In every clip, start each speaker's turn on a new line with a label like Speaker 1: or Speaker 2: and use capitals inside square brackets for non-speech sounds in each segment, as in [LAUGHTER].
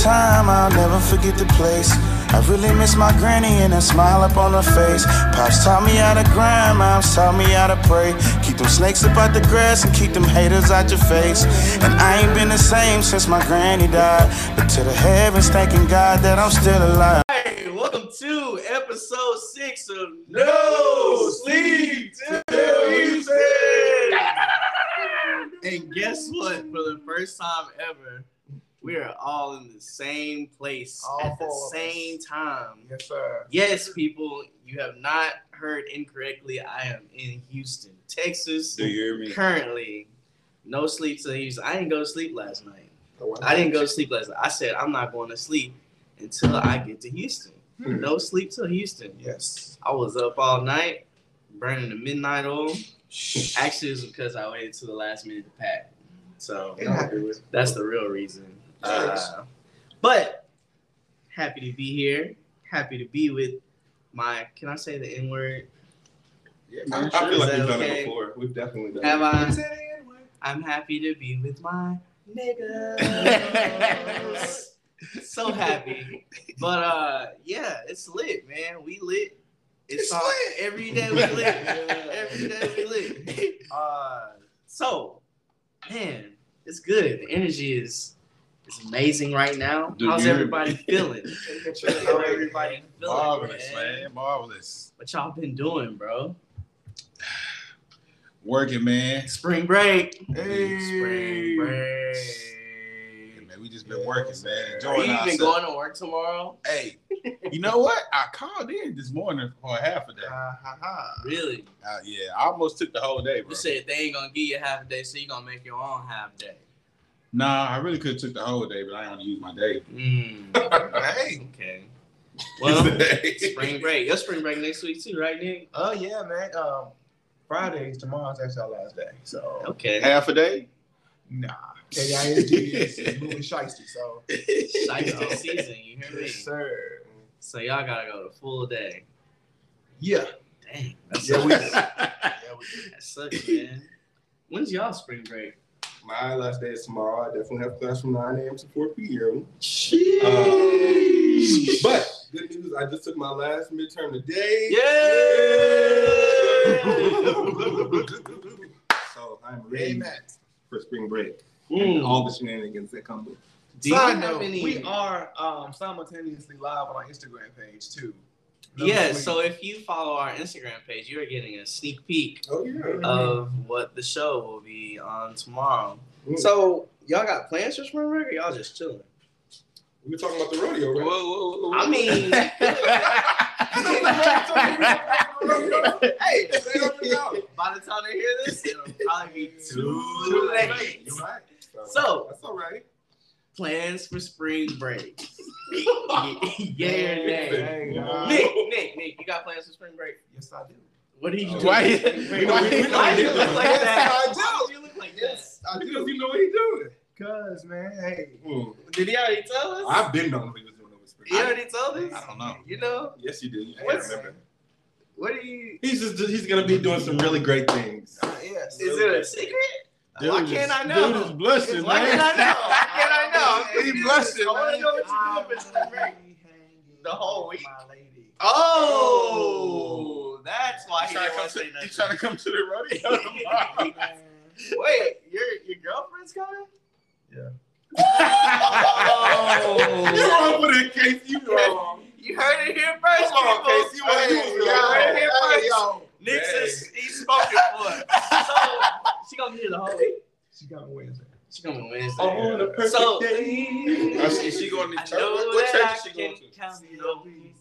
Speaker 1: time, I'll never forget the place. I really miss my granny and that smile up on her face. Pops taught me how to grind, moms taught me how to pray. Keep them snakes up out the grass and keep them haters out your face. And I ain't been the same since my granny died. But to the heavens, thanking God that I'm still alive.
Speaker 2: Hey, welcome to episode six of No Sleep Till Evening. And guess what? For the first time ever, we are all in the same place
Speaker 3: All
Speaker 2: at
Speaker 3: four
Speaker 2: the
Speaker 3: of
Speaker 2: same time.
Speaker 3: Yes, sir.
Speaker 2: Yes, people, you have not heard incorrectly. I am in Houston, Texas.
Speaker 4: Do you hear me?
Speaker 2: Currently, no sleep till Houston. I didn't go to sleep last night. I didn't go to sleep last night. I said I'm not going to sleep until I get to Houston.
Speaker 3: Hmm.
Speaker 2: No sleep till Houston.
Speaker 3: Yes.
Speaker 2: I was up all night, burning the midnight oil. Actually, it's because I waited to the last minute to pack. So
Speaker 3: It happens.
Speaker 2: that's the real reason. Uh, but happy to be here. Happy to be with my. Can I say the N word?
Speaker 4: I, I feel
Speaker 2: Is
Speaker 4: like
Speaker 2: that
Speaker 4: we've done
Speaker 2: okay?
Speaker 4: it before. We've definitely done
Speaker 2: Have
Speaker 4: it.
Speaker 2: I? I'm happy to be with my niggas. so happy. But uh yeah, it's lit, man. We lit. It's,
Speaker 3: It's
Speaker 2: all,
Speaker 3: lit.
Speaker 2: every day we lit. every day we lit. Uh so man, it's good. The energy is is amazing right now.
Speaker 4: Do
Speaker 2: How's
Speaker 4: you- [LAUGHS]
Speaker 2: everybody feeling? How everybody feeling?
Speaker 4: Marvelous,
Speaker 2: man?
Speaker 4: man. Marvelous.
Speaker 2: What y'all been doing, bro?
Speaker 4: Working, man.
Speaker 2: Spring break.
Speaker 3: Hey.
Speaker 2: Spring break.
Speaker 4: Yeah, man, we just been working, man.
Speaker 2: Are you
Speaker 4: Enjoying
Speaker 2: even
Speaker 4: ourselves.
Speaker 2: going to work tomorrow?
Speaker 4: hey, you know what? I called in this morning for half a day.
Speaker 3: Uh-huh.
Speaker 2: Really?
Speaker 4: Uh, yeah, I almost took the whole day, bro.
Speaker 2: You said they ain't gonna give you half a day, so you gonna make your own half day.
Speaker 4: Nah, I really could have took the whole day, but I don't want to use my day.
Speaker 3: Mm.
Speaker 2: [LAUGHS]
Speaker 3: Hey.
Speaker 2: okay.
Speaker 3: [LAUGHS]
Speaker 4: [LAUGHS]
Speaker 2: Well, spring
Speaker 4: spring
Speaker 2: break. Your spring break next week too, right, Nick?
Speaker 3: Oh yeah, man. Um, Fridays tomorrow's actually our last day. So
Speaker 2: Okay.
Speaker 4: half a day.
Speaker 3: nah, [LAUGHS] KISD is moving shiesty. So
Speaker 2: Cycle season. You hear me?
Speaker 3: yes, sir.
Speaker 2: So y'all gotta go the full day.
Speaker 3: Yeah.
Speaker 2: Dang, that
Speaker 3: Yeah, we-
Speaker 4: [LAUGHS]
Speaker 2: sucks.
Speaker 4: Uh,
Speaker 2: that sucks, man. When's y'all spring break?
Speaker 5: My last day is tomorrow. I definitely have class from 9 a.m. to 4 p.m.
Speaker 3: [LAUGHS]
Speaker 2: Sheesh.
Speaker 5: But good news, I just took my last midterm today.
Speaker 2: Yay!
Speaker 5: So I'm
Speaker 3: Hey,
Speaker 5: ready
Speaker 3: Matt.
Speaker 5: for spring break.
Speaker 2: Mm.
Speaker 5: All the shenanigans that come with. it.
Speaker 2: Do you
Speaker 3: Side
Speaker 2: have
Speaker 3: note,
Speaker 2: any-
Speaker 3: we are um, simultaneously live on our Instagram page too. No
Speaker 2: yeah,
Speaker 3: sleep.
Speaker 2: so if you follow our Instagram page, you are getting a sneak peek
Speaker 5: Oh yeah.
Speaker 2: of what the show will be on tomorrow.
Speaker 5: Mm.
Speaker 2: So y'all got plans for spring break, or y'all just chilling?
Speaker 5: we were talking about the rodeo,
Speaker 4: Whoa,
Speaker 5: right?
Speaker 4: whoa, whoa,
Speaker 2: I
Speaker 4: whoa.
Speaker 2: [LAUGHS] mean,
Speaker 5: uh,
Speaker 3: [LAUGHS]
Speaker 2: hey,
Speaker 5: They don't know.
Speaker 2: by the time they hear this, it'll probably be too
Speaker 5: Too
Speaker 2: late.
Speaker 5: You're right.
Speaker 2: So-
Speaker 5: that's all right.
Speaker 2: Plans for spring break? [LAUGHS] yeah or nay?
Speaker 3: Hey,
Speaker 5: Yeah.
Speaker 3: nah.
Speaker 2: Nick, Nick, Nick, you got plans for spring break?
Speaker 3: Yes, I do.
Speaker 2: What do you
Speaker 4: Oh.
Speaker 2: do?
Speaker 4: Why- [LAUGHS]
Speaker 2: Wait,
Speaker 5: we know-
Speaker 2: why- why
Speaker 5: we know what
Speaker 2: do you look
Speaker 5: he's doing.
Speaker 2: like
Speaker 5: Yes,
Speaker 2: that?
Speaker 5: I do.
Speaker 2: Why do you look like that?
Speaker 5: I because you know what he's doing.
Speaker 3: Cause man, hey,
Speaker 5: Mm.
Speaker 2: Did he already tell us?
Speaker 5: I've been knowing what he was doing over spring.
Speaker 2: he already told us.
Speaker 4: Hmm. I don't know.
Speaker 2: You know,
Speaker 5: Yes, you do. You can't
Speaker 2: What's-
Speaker 5: remember.
Speaker 2: what do you?
Speaker 5: He's just he's gonna be doing some really great things.
Speaker 3: uh, yes.
Speaker 2: Is it a secret? Why
Speaker 4: Dude
Speaker 2: can't
Speaker 4: is-
Speaker 2: I know?
Speaker 4: Dude is blushing,
Speaker 2: Why
Speaker 4: man.
Speaker 2: can't I know? Why can't I know? I'm
Speaker 4: [LAUGHS] He
Speaker 2: confused.
Speaker 4: blushed it,
Speaker 2: I want to
Speaker 4: man.
Speaker 2: know what you do for spring break. The whole week?
Speaker 3: My lady.
Speaker 2: Oh, that's why
Speaker 4: You
Speaker 2: he
Speaker 4: trying
Speaker 2: didn't want
Speaker 4: to come
Speaker 2: to
Speaker 4: to,
Speaker 2: say
Speaker 4: you trying
Speaker 2: nothing.
Speaker 4: to come to
Speaker 2: [LAUGHS]
Speaker 4: the rodeo tomorrow?
Speaker 2: Wait, your your girlfriend's coming?
Speaker 3: Yeah.
Speaker 2: Oh.
Speaker 4: Wrong with it, Casey. You wrong.
Speaker 2: [LAUGHS] You heard it here first,
Speaker 4: Come on,
Speaker 2: people.
Speaker 4: Casey, you wanna
Speaker 2: Hey,
Speaker 4: do it,
Speaker 2: you heard it here first.
Speaker 3: Hey, yo,
Speaker 2: Nick
Speaker 4: Hey.
Speaker 2: says he's spoken
Speaker 4: [LAUGHS]
Speaker 2: for. it. So she gonna be here the whole week.
Speaker 3: she got Wednesday.
Speaker 2: She coming Wednesday.
Speaker 4: Oh,
Speaker 5: On a perfect
Speaker 2: So-
Speaker 5: day.
Speaker 4: Uh, she, she going to
Speaker 2: I
Speaker 4: church?
Speaker 2: know
Speaker 4: What, what
Speaker 2: that
Speaker 4: church is
Speaker 2: I
Speaker 4: she going
Speaker 2: can
Speaker 4: to?
Speaker 2: count on
Speaker 3: CLB,
Speaker 2: you.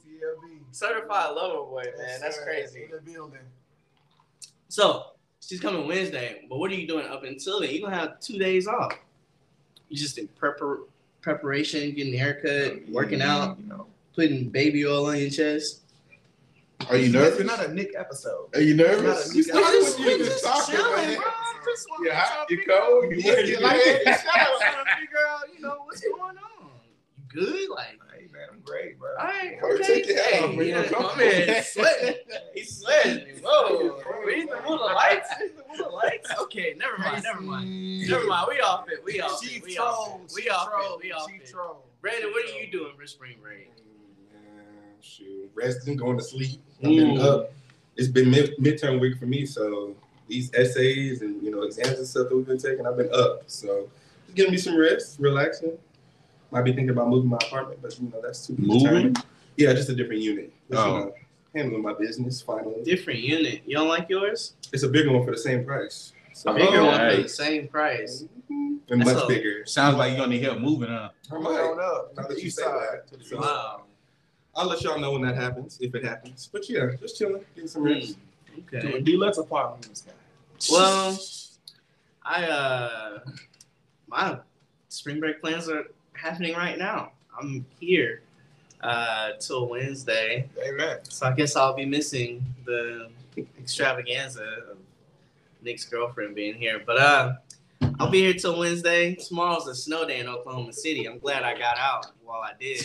Speaker 3: CLB.
Speaker 2: Certified lover boy, man.
Speaker 3: Yes,
Speaker 2: That's
Speaker 3: sir.
Speaker 2: crazy.
Speaker 3: In the building.
Speaker 2: So she's coming Wednesday, but what are you doing up until then? You're gonna have two days off. You just in prepar- preparation, getting a haircut, working out,
Speaker 3: Mm-hmm. You know.
Speaker 2: putting baby oil on your chest.
Speaker 4: Are you
Speaker 3: This is
Speaker 4: nervous?
Speaker 3: not a Nick episode.
Speaker 4: Are you
Speaker 3: Not
Speaker 4: nervous?
Speaker 3: a-
Speaker 4: You
Speaker 3: We're
Speaker 4: started
Speaker 3: just-
Speaker 4: with
Speaker 3: we're
Speaker 4: you just talking, man.
Speaker 2: just
Speaker 4: You hot? You
Speaker 2: figure out-
Speaker 4: cold? You
Speaker 3: Yeah,
Speaker 4: wet?
Speaker 3: yeah,
Speaker 4: You
Speaker 3: like-
Speaker 4: wet?
Speaker 2: Yeah, just trying [LAUGHS] to figure out, you know, what's going on. You good? Like,
Speaker 3: Hey man, I'm great, bro.
Speaker 2: all right,
Speaker 4: Bro,
Speaker 2: okay.
Speaker 4: take it out,
Speaker 2: hey,
Speaker 4: man.
Speaker 2: yeah,
Speaker 4: Come
Speaker 2: my
Speaker 4: on.
Speaker 2: man's sweating. He's sweating. [LAUGHS] Whoa. We need the Willa lights. We need the Willa lights. Okay, never mind. Never mind. Never mind. We off it. We off
Speaker 3: She
Speaker 2: it. We off
Speaker 3: trolled.
Speaker 2: it. We
Speaker 3: She
Speaker 2: off
Speaker 3: trolled.
Speaker 2: it. We off
Speaker 3: She
Speaker 2: it.
Speaker 3: trolled.
Speaker 2: Brandon, what are you doing for spring break?
Speaker 5: Man, shoot, resting, going to sleep. I've been
Speaker 3: Mm.
Speaker 5: up. It's been mid- midterm week for me, so these essays and you know exams and stuff that we've been taking, I've been up. So just giving me some rest, relaxing. Might be thinking about moving my apartment, but you know that's too
Speaker 4: Moving?
Speaker 5: Yeah, just a different unit. Just, you
Speaker 4: Oh.
Speaker 5: know, handling my business finally.
Speaker 2: Different unit. You don't like yours?
Speaker 5: It's a bigger one for the same price. So
Speaker 2: Bigger
Speaker 4: Oh,
Speaker 2: one for the
Speaker 4: nice.
Speaker 2: same price.
Speaker 5: Mhm. and
Speaker 2: That's
Speaker 5: much
Speaker 2: a-
Speaker 5: bigger.
Speaker 4: Sounds like you're gonna need help moving, huh?
Speaker 5: I
Speaker 3: I'm
Speaker 5: might.
Speaker 3: going up.
Speaker 5: Now
Speaker 3: Not
Speaker 5: that you say
Speaker 3: side.
Speaker 5: that, so-
Speaker 2: Wow.
Speaker 5: I'll let y'all know when that happens, if it happens. But yeah, just chilling, getting some rest.
Speaker 2: Okay.
Speaker 3: Do let's apartment in this guy.
Speaker 2: Well, I uh, my spring break plans are happening right now. I'm here uh till Wednesday.
Speaker 3: Amen.
Speaker 2: So I guess I'll be missing the extravaganza of Nick's girlfriend being here. But uh I'll be here till Wednesday. Tomorrow's a snow day in Oklahoma City. I'm glad I got out while I [LAUGHS] did.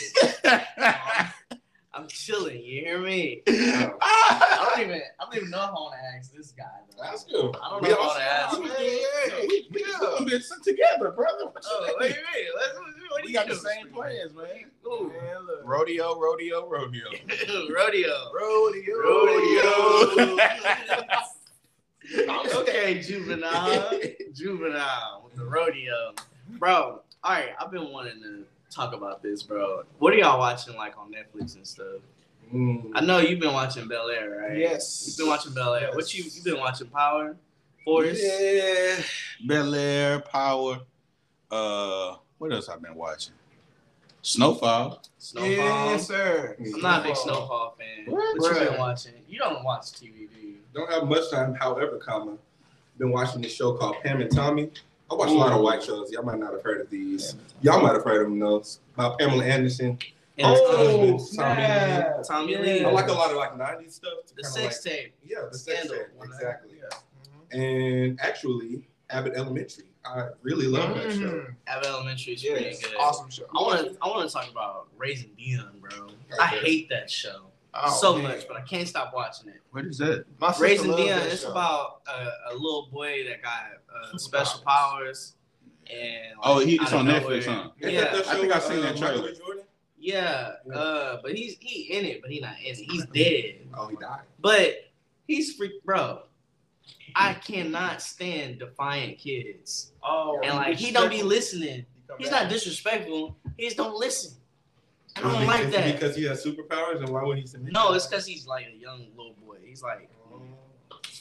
Speaker 2: I'm chilling, you hear [LAUGHS] me? I don't even I don't even know if I wanna ask this guy bro.
Speaker 5: That's good.
Speaker 2: I don't
Speaker 5: We
Speaker 2: know if I
Speaker 5: all-
Speaker 2: wanna ask him.
Speaker 4: Hey,
Speaker 3: Hey,
Speaker 4: we
Speaker 3: yeah.
Speaker 4: gonna be together, brother. What you
Speaker 2: Oh,
Speaker 4: think?
Speaker 2: wait, wait, let's, what are
Speaker 4: we
Speaker 2: you
Speaker 4: got the
Speaker 2: doing?
Speaker 4: same plans, man.
Speaker 2: Ooh.
Speaker 3: Man, look.
Speaker 4: Rodeo, rodeo, rodeo.
Speaker 2: [LAUGHS] Rodeo.
Speaker 3: Rodeo.
Speaker 2: [LAUGHS] Rodeo. [LAUGHS]
Speaker 5: I'm
Speaker 2: okay, juvenile. Juvenile with the rodeo. Bro, all right, I've been wanting to talk about this, bro. What are y'all watching like on Netflix and stuff?
Speaker 5: Mm.
Speaker 2: I know you've been watching Bel Air, right? You've
Speaker 3: Yes.
Speaker 2: been watching Bel Air. What you you've been watching Power? Force?
Speaker 4: Yeah. Bel Air, Power. Uh, what else I've been watching? Snowfall.
Speaker 2: Snowfall?
Speaker 3: Yes, sir.
Speaker 5: I'm
Speaker 2: I'm not a big
Speaker 3: Snowfall.
Speaker 2: Snowfall fan.
Speaker 4: What?
Speaker 2: What you been
Speaker 3: Bruh.
Speaker 2: watching? You don't watch TV, do you?
Speaker 5: Don't have much time, however, comma. Been watching this show called Pam and Tommy. I watch a lot of white shows. Y'all might not have heard of these. Y'all might have heard of them, though. By Pamela Anderson.
Speaker 2: And
Speaker 5: Oh,
Speaker 2: Tommy-
Speaker 5: snap.
Speaker 2: Tommy
Speaker 3: Yeah.
Speaker 2: Lee.
Speaker 5: I like a lot of like 90s stuff. to
Speaker 2: the
Speaker 5: kinda
Speaker 2: sex tape.
Speaker 5: like, Yeah, the sex
Speaker 2: Scandal.
Speaker 5: tape. Exactly. And actually, Abbott Elementary. I really love that show.
Speaker 3: Mhm.
Speaker 2: Abbott Elementary is
Speaker 3: Yeah,
Speaker 2: Mm-hmm. pretty
Speaker 3: it's
Speaker 2: good.
Speaker 3: awesome show.
Speaker 2: I want to I want to talk about Raising Dion, bro. I
Speaker 5: Okay.
Speaker 2: hate that show
Speaker 3: Oh,
Speaker 2: so
Speaker 3: man.
Speaker 2: much, but I can't stop watching it.
Speaker 4: What is that?
Speaker 3: My sister
Speaker 2: Raising
Speaker 3: loves
Speaker 2: Dion,
Speaker 3: that
Speaker 2: it's
Speaker 3: show.
Speaker 2: about a, a little boy that got uh,
Speaker 3: Superpowers.
Speaker 2: special powers. And
Speaker 4: Oh, he,
Speaker 2: out
Speaker 4: it's
Speaker 2: of
Speaker 4: on
Speaker 2: nowhere-
Speaker 4: Netflix, huh?
Speaker 5: Ain't
Speaker 2: Yeah,
Speaker 5: that the
Speaker 4: I think
Speaker 5: show, uh,
Speaker 4: I seen
Speaker 5: Michael
Speaker 4: that trailer.
Speaker 5: Jordan?
Speaker 2: yeah,
Speaker 5: Yeah.
Speaker 2: uh, but he's he in it, but he not in it. He's dead,
Speaker 5: Oh, he died.
Speaker 2: but he's freak, bro. I cannot stand defiant kids,
Speaker 3: Oh,
Speaker 2: and like he don't be listening. He's not disrespectful. He just don't listen. I don't
Speaker 5: Is it-
Speaker 2: like
Speaker 5: is it
Speaker 2: that.
Speaker 5: Because he has superpowers, and why would he submit?
Speaker 2: No, it's because he's like a young little boy. He's like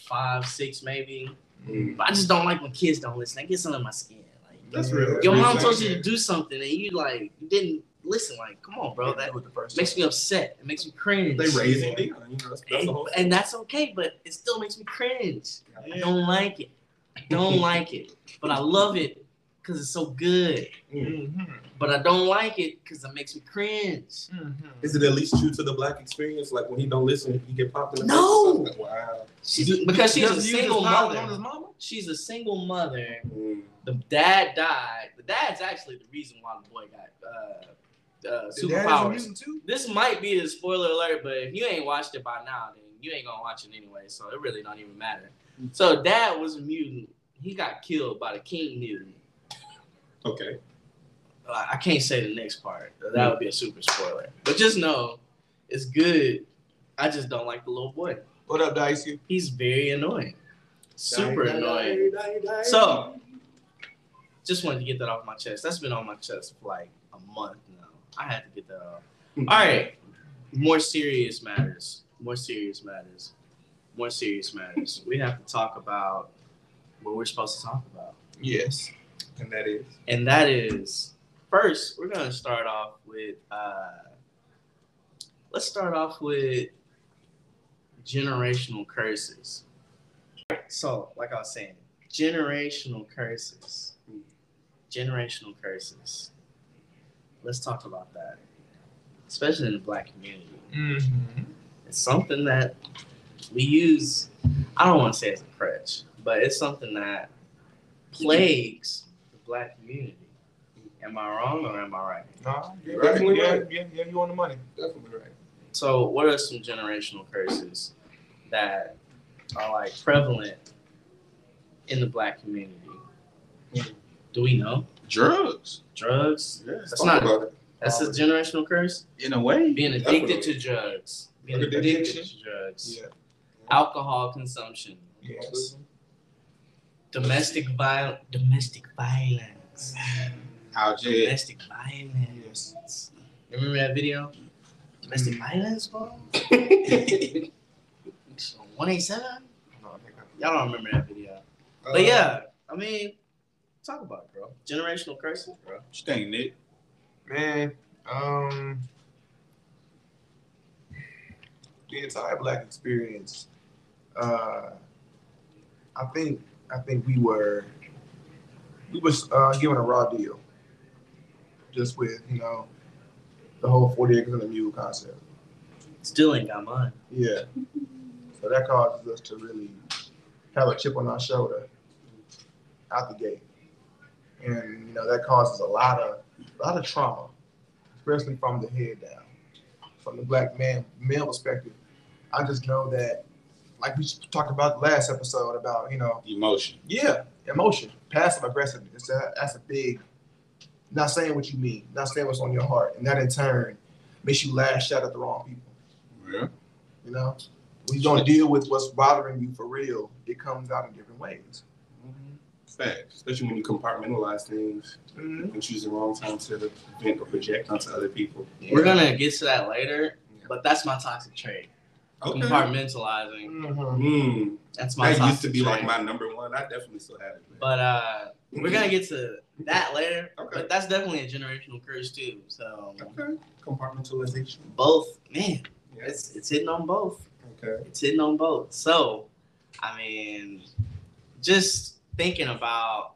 Speaker 2: five, six, maybe.
Speaker 5: Mm.
Speaker 2: But I just don't like when kids don't listen. That gets under my skin. Like
Speaker 5: That's real.
Speaker 2: your mom
Speaker 5: Exactly.
Speaker 2: told you to do something and you like you didn't listen. Like, come on, bro. That
Speaker 3: was the first
Speaker 2: makes me upset. It makes me cringe.
Speaker 5: They raising Dion. You know, that's, that's
Speaker 2: and,
Speaker 5: the whole.
Speaker 2: and that's okay, but it still makes me cringe. I
Speaker 3: Yeah.
Speaker 2: don't like it. I
Speaker 3: [LAUGHS]
Speaker 2: don't like it. But I love it because it's so good. But I don't like it because it makes me cringe.
Speaker 5: Is it at least true to the black experience? Like when he don't listen, he get popped in the
Speaker 2: No!
Speaker 5: face. or something? Wow.
Speaker 2: She's, because she's a
Speaker 3: Does you
Speaker 2: single
Speaker 3: just not want
Speaker 2: mother.
Speaker 3: his mama?
Speaker 2: She's a single mother
Speaker 5: Mm.
Speaker 2: the dad died. The dad's actually the reason why the boy got uh,
Speaker 3: The dad
Speaker 2: uh,
Speaker 3: is a
Speaker 2: superpowers.
Speaker 3: reason too?
Speaker 2: This might be the spoiler alert, but if you ain't watched it by now, then you ain't gonna watch it anyway. So it really don't even matter. So dad was a mutant. He got killed by the king mutant.
Speaker 5: Okay.
Speaker 2: I I can't say the next part. That would be a super spoiler. But just know, it's good. I just don't like the little boy.
Speaker 3: What up, Dicey?
Speaker 2: He's very annoying. Super
Speaker 5: Die, die,
Speaker 2: annoying.
Speaker 5: die, die, die.
Speaker 2: So, just wanted to get that off my chest. That's been on my chest for like a month now. I had to get that off. All right, more serious matters. More serious matters. More serious matters. We have to talk about what we're supposed to talk about,
Speaker 3: Yes.
Speaker 5: and that is
Speaker 2: and that is first. We're gonna start off with. Uh, let's start off with generational curses. So, like I was saying, generational curses. Generational curses. Let's talk about that, especially in the black community.
Speaker 3: Mm-hmm.
Speaker 2: It's something that we use, I don't want to say it's a crutch, but it's something that plagues the black community. Am I wrong or am I right?
Speaker 3: Nah,
Speaker 5: you're right.
Speaker 3: definitely
Speaker 5: Yeah.
Speaker 3: right. Yeah, yeah, you on the money.
Speaker 5: definitely right.
Speaker 2: So, what are some generational curses that are like prevalent in the black community? Do we know?
Speaker 4: Drugs.
Speaker 2: Drugs?
Speaker 5: Yes.
Speaker 2: That's not-
Speaker 5: about it.
Speaker 2: That's a generational curse.
Speaker 4: in a way.
Speaker 2: Being addicted to drugs. Being
Speaker 5: Drug
Speaker 2: addicted to
Speaker 5: addiction.
Speaker 2: drugs.
Speaker 5: Yeah.
Speaker 2: Alcohol consumption.
Speaker 5: Yes.
Speaker 2: Domestic viol domestic violence.
Speaker 4: Algiers.
Speaker 2: Domestic violence. Remember that video? Mm. Domestic violence, [LAUGHS] bro? One eight seven?
Speaker 5: No, I think I-
Speaker 2: Y'all don't remember that video.
Speaker 5: Uh,
Speaker 2: But yeah, I mean, talk about it, bro. Generational curses, bro.
Speaker 4: What you think, Nick?
Speaker 5: man. Um,
Speaker 3: the entire black experience, uh, I think I think we were we was uh, given a raw deal, just with you know the whole forty acres and a mule concept.
Speaker 2: Still ain't got mine.
Speaker 3: Yeah, so that causes us to really have a chip on our shoulder out the gate, and you know that causes a lot of a lot of trauma, especially from the head down, from the black man male perspective. I just know that, like we talked about last episode about you know
Speaker 4: Emotion.
Speaker 3: yeah, emotion, passive aggressiveness. That, that's a big. Not saying what you mean, not saying what's on your heart, and that in turn makes you lash out at the wrong people.
Speaker 4: Yeah.
Speaker 3: You know, when you don't deal with what's bothering you for real, it comes out in different ways.
Speaker 5: Facts, especially when you compartmentalize things and choose the wrong time to vent or project onto other people.
Speaker 2: We're gonna get to that later,
Speaker 5: Yeah.
Speaker 2: but that's my toxic trait.
Speaker 5: Okay.
Speaker 2: Compartmentalizing.
Speaker 3: Mhm.
Speaker 5: Mm,
Speaker 2: That's my
Speaker 5: that
Speaker 2: toxic
Speaker 5: used to be like
Speaker 2: trait.
Speaker 5: my number one. I definitely still have it. man.
Speaker 2: But uh, we're gonna get to that later.
Speaker 5: Okay.
Speaker 2: But that's definitely a generational curse too. So
Speaker 5: okay. Compartmentalization.
Speaker 2: both, man,
Speaker 5: Yes.
Speaker 2: it's it's hitting on both.
Speaker 5: Okay.
Speaker 2: It's hitting on both. So, I mean, just thinking about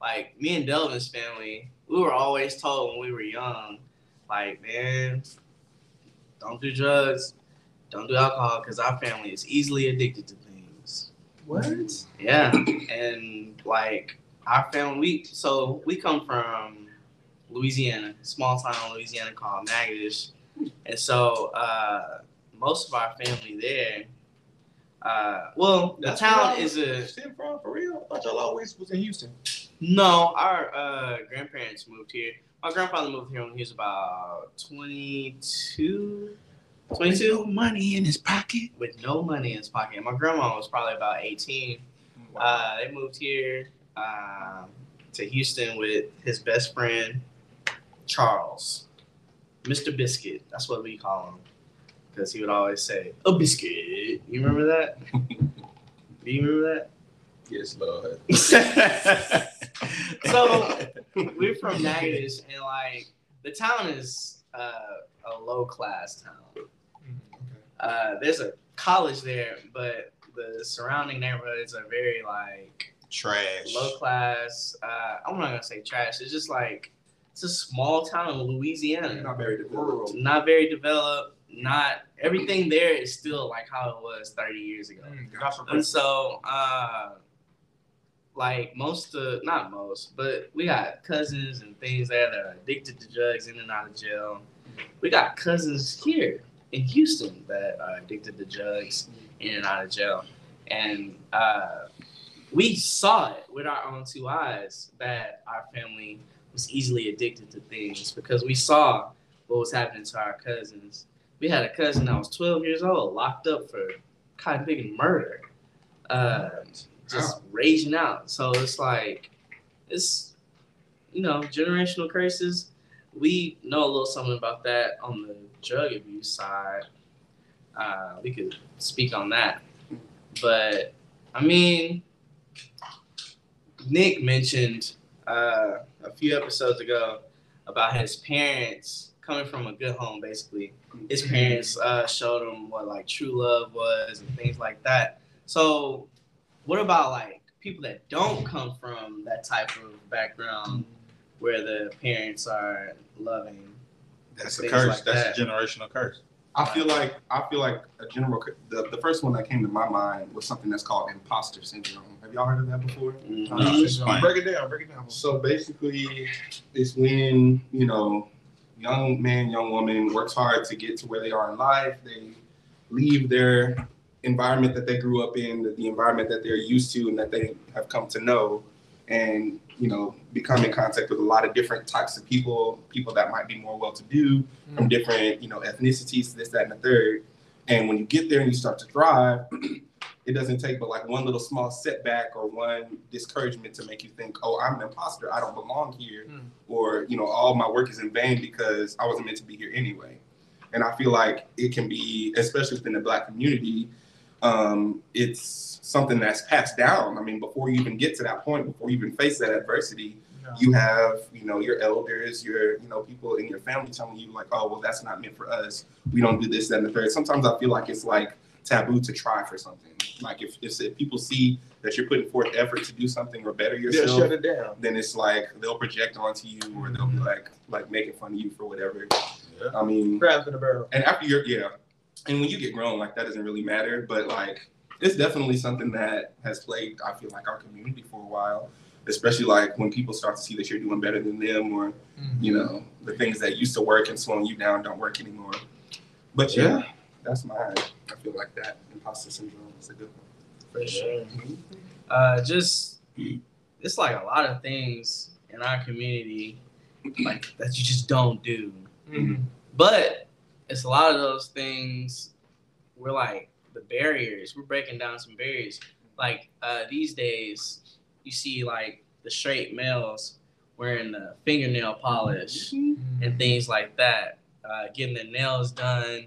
Speaker 2: like me and Delvin's family, we were always told when we were young, like, man, don't do drugs, don't do alcohol, because our family is easily addicted to things.
Speaker 3: What?
Speaker 2: Yeah, and like our family, we so we come from Louisiana, small town Louisiana called Natchitoches, and so uh, most of our family there. Uh, well, the
Speaker 3: That's
Speaker 2: town
Speaker 3: where I
Speaker 2: is a
Speaker 3: Shit, bro, for real? I thought y'all always was in Houston.
Speaker 2: no, our uh, grandparents moved here. My grandfather moved here when he was about 22, 22
Speaker 4: money in his pocket.
Speaker 2: with no money in his pocket. My grandma was probably about 18. Uh, they moved here um, to Houston with his best friend, Charles. Mr. Biscuit. That's what we call him. Because he would always say, a biscuit. You remember that? Do you remember that?
Speaker 5: Yes,
Speaker 4: [LAUGHS]
Speaker 5: Lord.
Speaker 2: so [LAUGHS] we're from Natchitoches, and like the town is uh, a low class town. Uh, there's a college there, but the surrounding neighborhoods are very like
Speaker 4: Trash.
Speaker 2: low class. Uh, I'm not gonna say trash. It's just like it's a small town in
Speaker 5: You're
Speaker 2: Louisiana,
Speaker 5: not married to rural.
Speaker 2: not very developed. Not everything there is still like how it was 30 years ago.
Speaker 3: Not for
Speaker 2: And so, uh, like most of, not most, but we got cousins and things that are addicted to drugs in and out of jail. We got cousins here in Houston that are addicted to drugs in and out of jail. And uh, we saw it with our own two eyes that our family was easily addicted to things because we saw what was happening to our cousins. We had a cousin that was 12 years old, locked up for cotton picking murder, uh, just raging out. So it's like, it's, you know, generational curses. We know a little something about that on the drug abuse side. Uh, we could speak on that. But, I mean, Nick mentioned uh, a few episodes ago about his parents coming from a good home, basically his parents uh, showed him what like true love was and things like that. So, what about like people that don't come from that type of background where the parents are loving?
Speaker 4: That's a
Speaker 2: Things
Speaker 4: curse.
Speaker 2: like
Speaker 4: That's a generational curse.
Speaker 5: I feel like I feel like a general. The, the first one that came to my mind was something that's called imposter syndrome. Have y'all heard of that before?
Speaker 2: Mm,
Speaker 4: No, it's fine.
Speaker 3: Break it down, break it down.
Speaker 5: So basically, it's when you know, young man, young woman works hard to get to where they are in life. They leave their environment that they grew up in, the, the environment that they're used to, and that they have come to know, and you know, become in contact with a lot of different types of people, people that might be more well-to-do from different, you know, ethnicities, this, that, and the third. And when you get there and you start to thrive, it doesn't take but like one little small setback or one discouragement to make you think, oh, I'm an imposter. I don't belong here.
Speaker 2: Mm.
Speaker 5: Or, you know, all my work is in vain because I wasn't meant to be here anyway. And I feel like it can be, especially within the black community, um, it's something that's passed down. I mean, before you even get to that point, before you even face that adversity, you have you know your elders your you know people in your family telling you like oh well that's not meant for us we don't do this that and the third sometimes i feel like it's like taboo to try for something like if if, if people see that you're putting forth effort to do something or better
Speaker 3: They'll
Speaker 5: yourself
Speaker 3: shut it down.
Speaker 5: then it's like they'll project onto you or they'll be like like making fun of you for whatever i mean
Speaker 3: Crabs in a barrel.
Speaker 5: and after you're yeah and when you get grown like that doesn't really matter but like it's definitely something that has plagued i feel like our community for a while especially like when people start to see that you're doing better than them or
Speaker 3: Mm-hmm.
Speaker 5: you know the things that used to work and slowing you down don't work anymore but yeah, that's my i feel like that imposter syndrome is a good one
Speaker 3: For sure.
Speaker 2: uh, just it's like a lot of things in our community like that you just don't do but it's a lot of those things we're like the barriers we're breaking down some barriers like uh, these days you see like the straight males wearing the fingernail polish and things like that uh, getting their nails done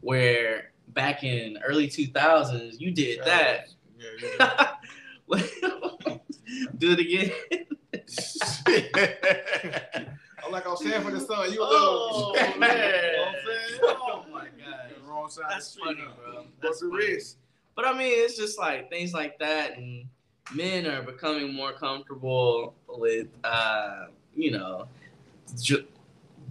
Speaker 2: where back in early 2000s you did that
Speaker 4: Yeah, yeah.
Speaker 2: [LAUGHS] Do it again.
Speaker 3: I'm like, I'm saying for the sun. You a
Speaker 2: Oh,
Speaker 3: [LAUGHS] little.
Speaker 2: man.
Speaker 3: Oh,
Speaker 2: Oh, my God.
Speaker 3: Wrong side
Speaker 2: [LAUGHS] That's
Speaker 3: of the street,
Speaker 2: funny,
Speaker 3: huh?
Speaker 2: bro.
Speaker 3: What's
Speaker 2: That's
Speaker 3: the
Speaker 2: funny.
Speaker 3: risk?
Speaker 2: But I mean, it's just like things like that, and men are becoming more comfortable with, uh, you know, ju-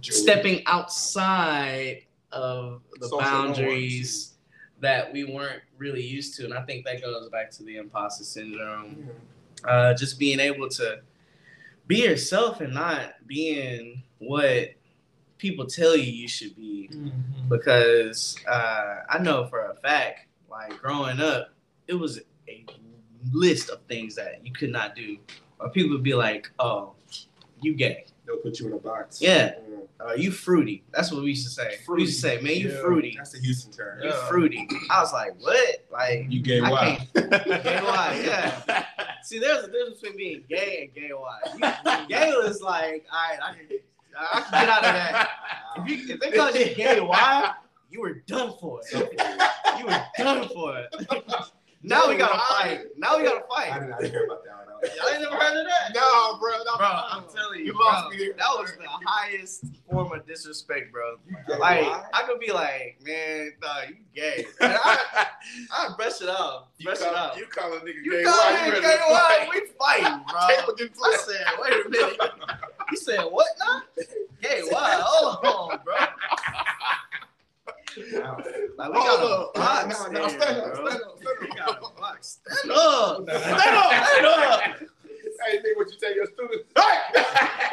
Speaker 2: stepping outside of the
Speaker 3: Social
Speaker 2: boundaries that we weren't really used to, and I think that goes back to the imposter syndrome. uh, just being able to be yourself and not being what people tell you you should be.
Speaker 3: Mm-hmm.
Speaker 2: Because uh, I know for a fact, like growing up, it was a list of things that you could not do, or people would be like, "Oh, you gay?
Speaker 5: they'll put you in a box
Speaker 2: Yeah. Or you fruity?" That's what we used to say. We used to say, "Man, you
Speaker 3: Yeah.
Speaker 2: fruity."
Speaker 5: that's the houston term
Speaker 2: You fruity. I was like, what? Like
Speaker 4: You gay
Speaker 2: I
Speaker 4: wild.
Speaker 2: Gay
Speaker 4: [LAUGHS]
Speaker 2: wise,
Speaker 3: [LAUGHS]
Speaker 2: yeah. See, there's a difference between being gay and gay wise. You- Gay was like, all right, I can, I can get out of that. If, you, if they called you gay wide, you were done for. You were done for. now we gotta fight. Now we gotta
Speaker 5: i
Speaker 2: fight.
Speaker 5: did not hear about that one
Speaker 2: Y'all ain't never heard of that?
Speaker 3: No, bro. No,
Speaker 2: Bro, I'm telling you,
Speaker 3: You
Speaker 2: bro,
Speaker 3: lost me here.
Speaker 2: that was the highest form of disrespect, bro.
Speaker 3: gay
Speaker 2: Like,
Speaker 3: wide?
Speaker 2: I could be like, man, nah, you
Speaker 3: [LAUGHS]
Speaker 2: gay. And I, I brush it off. Brush it off.
Speaker 3: you call a nigga
Speaker 2: You call him gay
Speaker 3: [LAUGHS]
Speaker 2: wide, we fighting, [LAUGHS] bro.
Speaker 3: Table
Speaker 2: I said, wait a minute. You said what now? Gay wide, hold on, bro.
Speaker 5: Wow.
Speaker 2: Like we
Speaker 3: Hold up.
Speaker 2: got a box
Speaker 3: No,
Speaker 2: stand,
Speaker 3: no, stand up,
Speaker 2: bro.
Speaker 3: stand up,
Speaker 2: We
Speaker 3: stand
Speaker 2: got
Speaker 3: up.
Speaker 2: a box. Stand up, stand up, stand up.
Speaker 3: Hey, nigga, what you tell your students? [LAUGHS]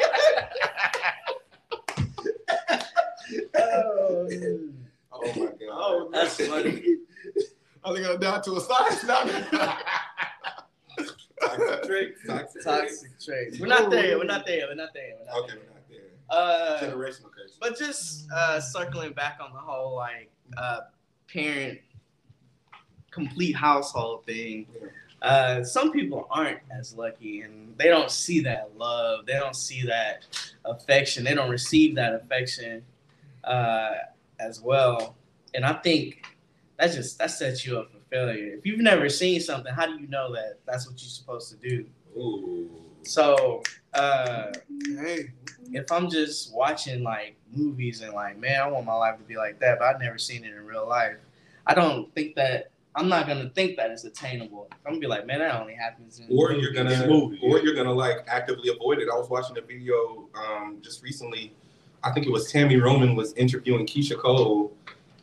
Speaker 5: oh my god
Speaker 2: That's funny.
Speaker 3: I think I'm down to a science now.
Speaker 5: Toxic traits,
Speaker 3: [LAUGHS]
Speaker 5: toxic traits.
Speaker 2: Toxic traits. We're not there. We're not there. We're not there. We're not
Speaker 5: Okay,
Speaker 2: there.
Speaker 5: we're not there.
Speaker 2: Uh,
Speaker 5: Generational curse.
Speaker 2: but just uh, circling back on the whole like uh, parent complete household thing uh, some people aren't as lucky and they don't see that love they don't see that affection they don't receive that affection uh, as well and i think that just that sets you up for failure if you've never seen something how do you know that that's what you're supposed to do
Speaker 5: Ooh.
Speaker 2: so uh,
Speaker 3: hey,
Speaker 2: if I'm just watching like movies and like, man, I want my life to be like that, but I've never seen it in real life. I don't think that I'm not gonna think that it's attainable. I'm gonna be like, man, that only happens in
Speaker 5: Or you're gonna,
Speaker 4: Movie.
Speaker 5: or you're gonna like actively avoid it. I was watching a video um, just recently. I think it was Tammy Roman was interviewing Keisha Cole.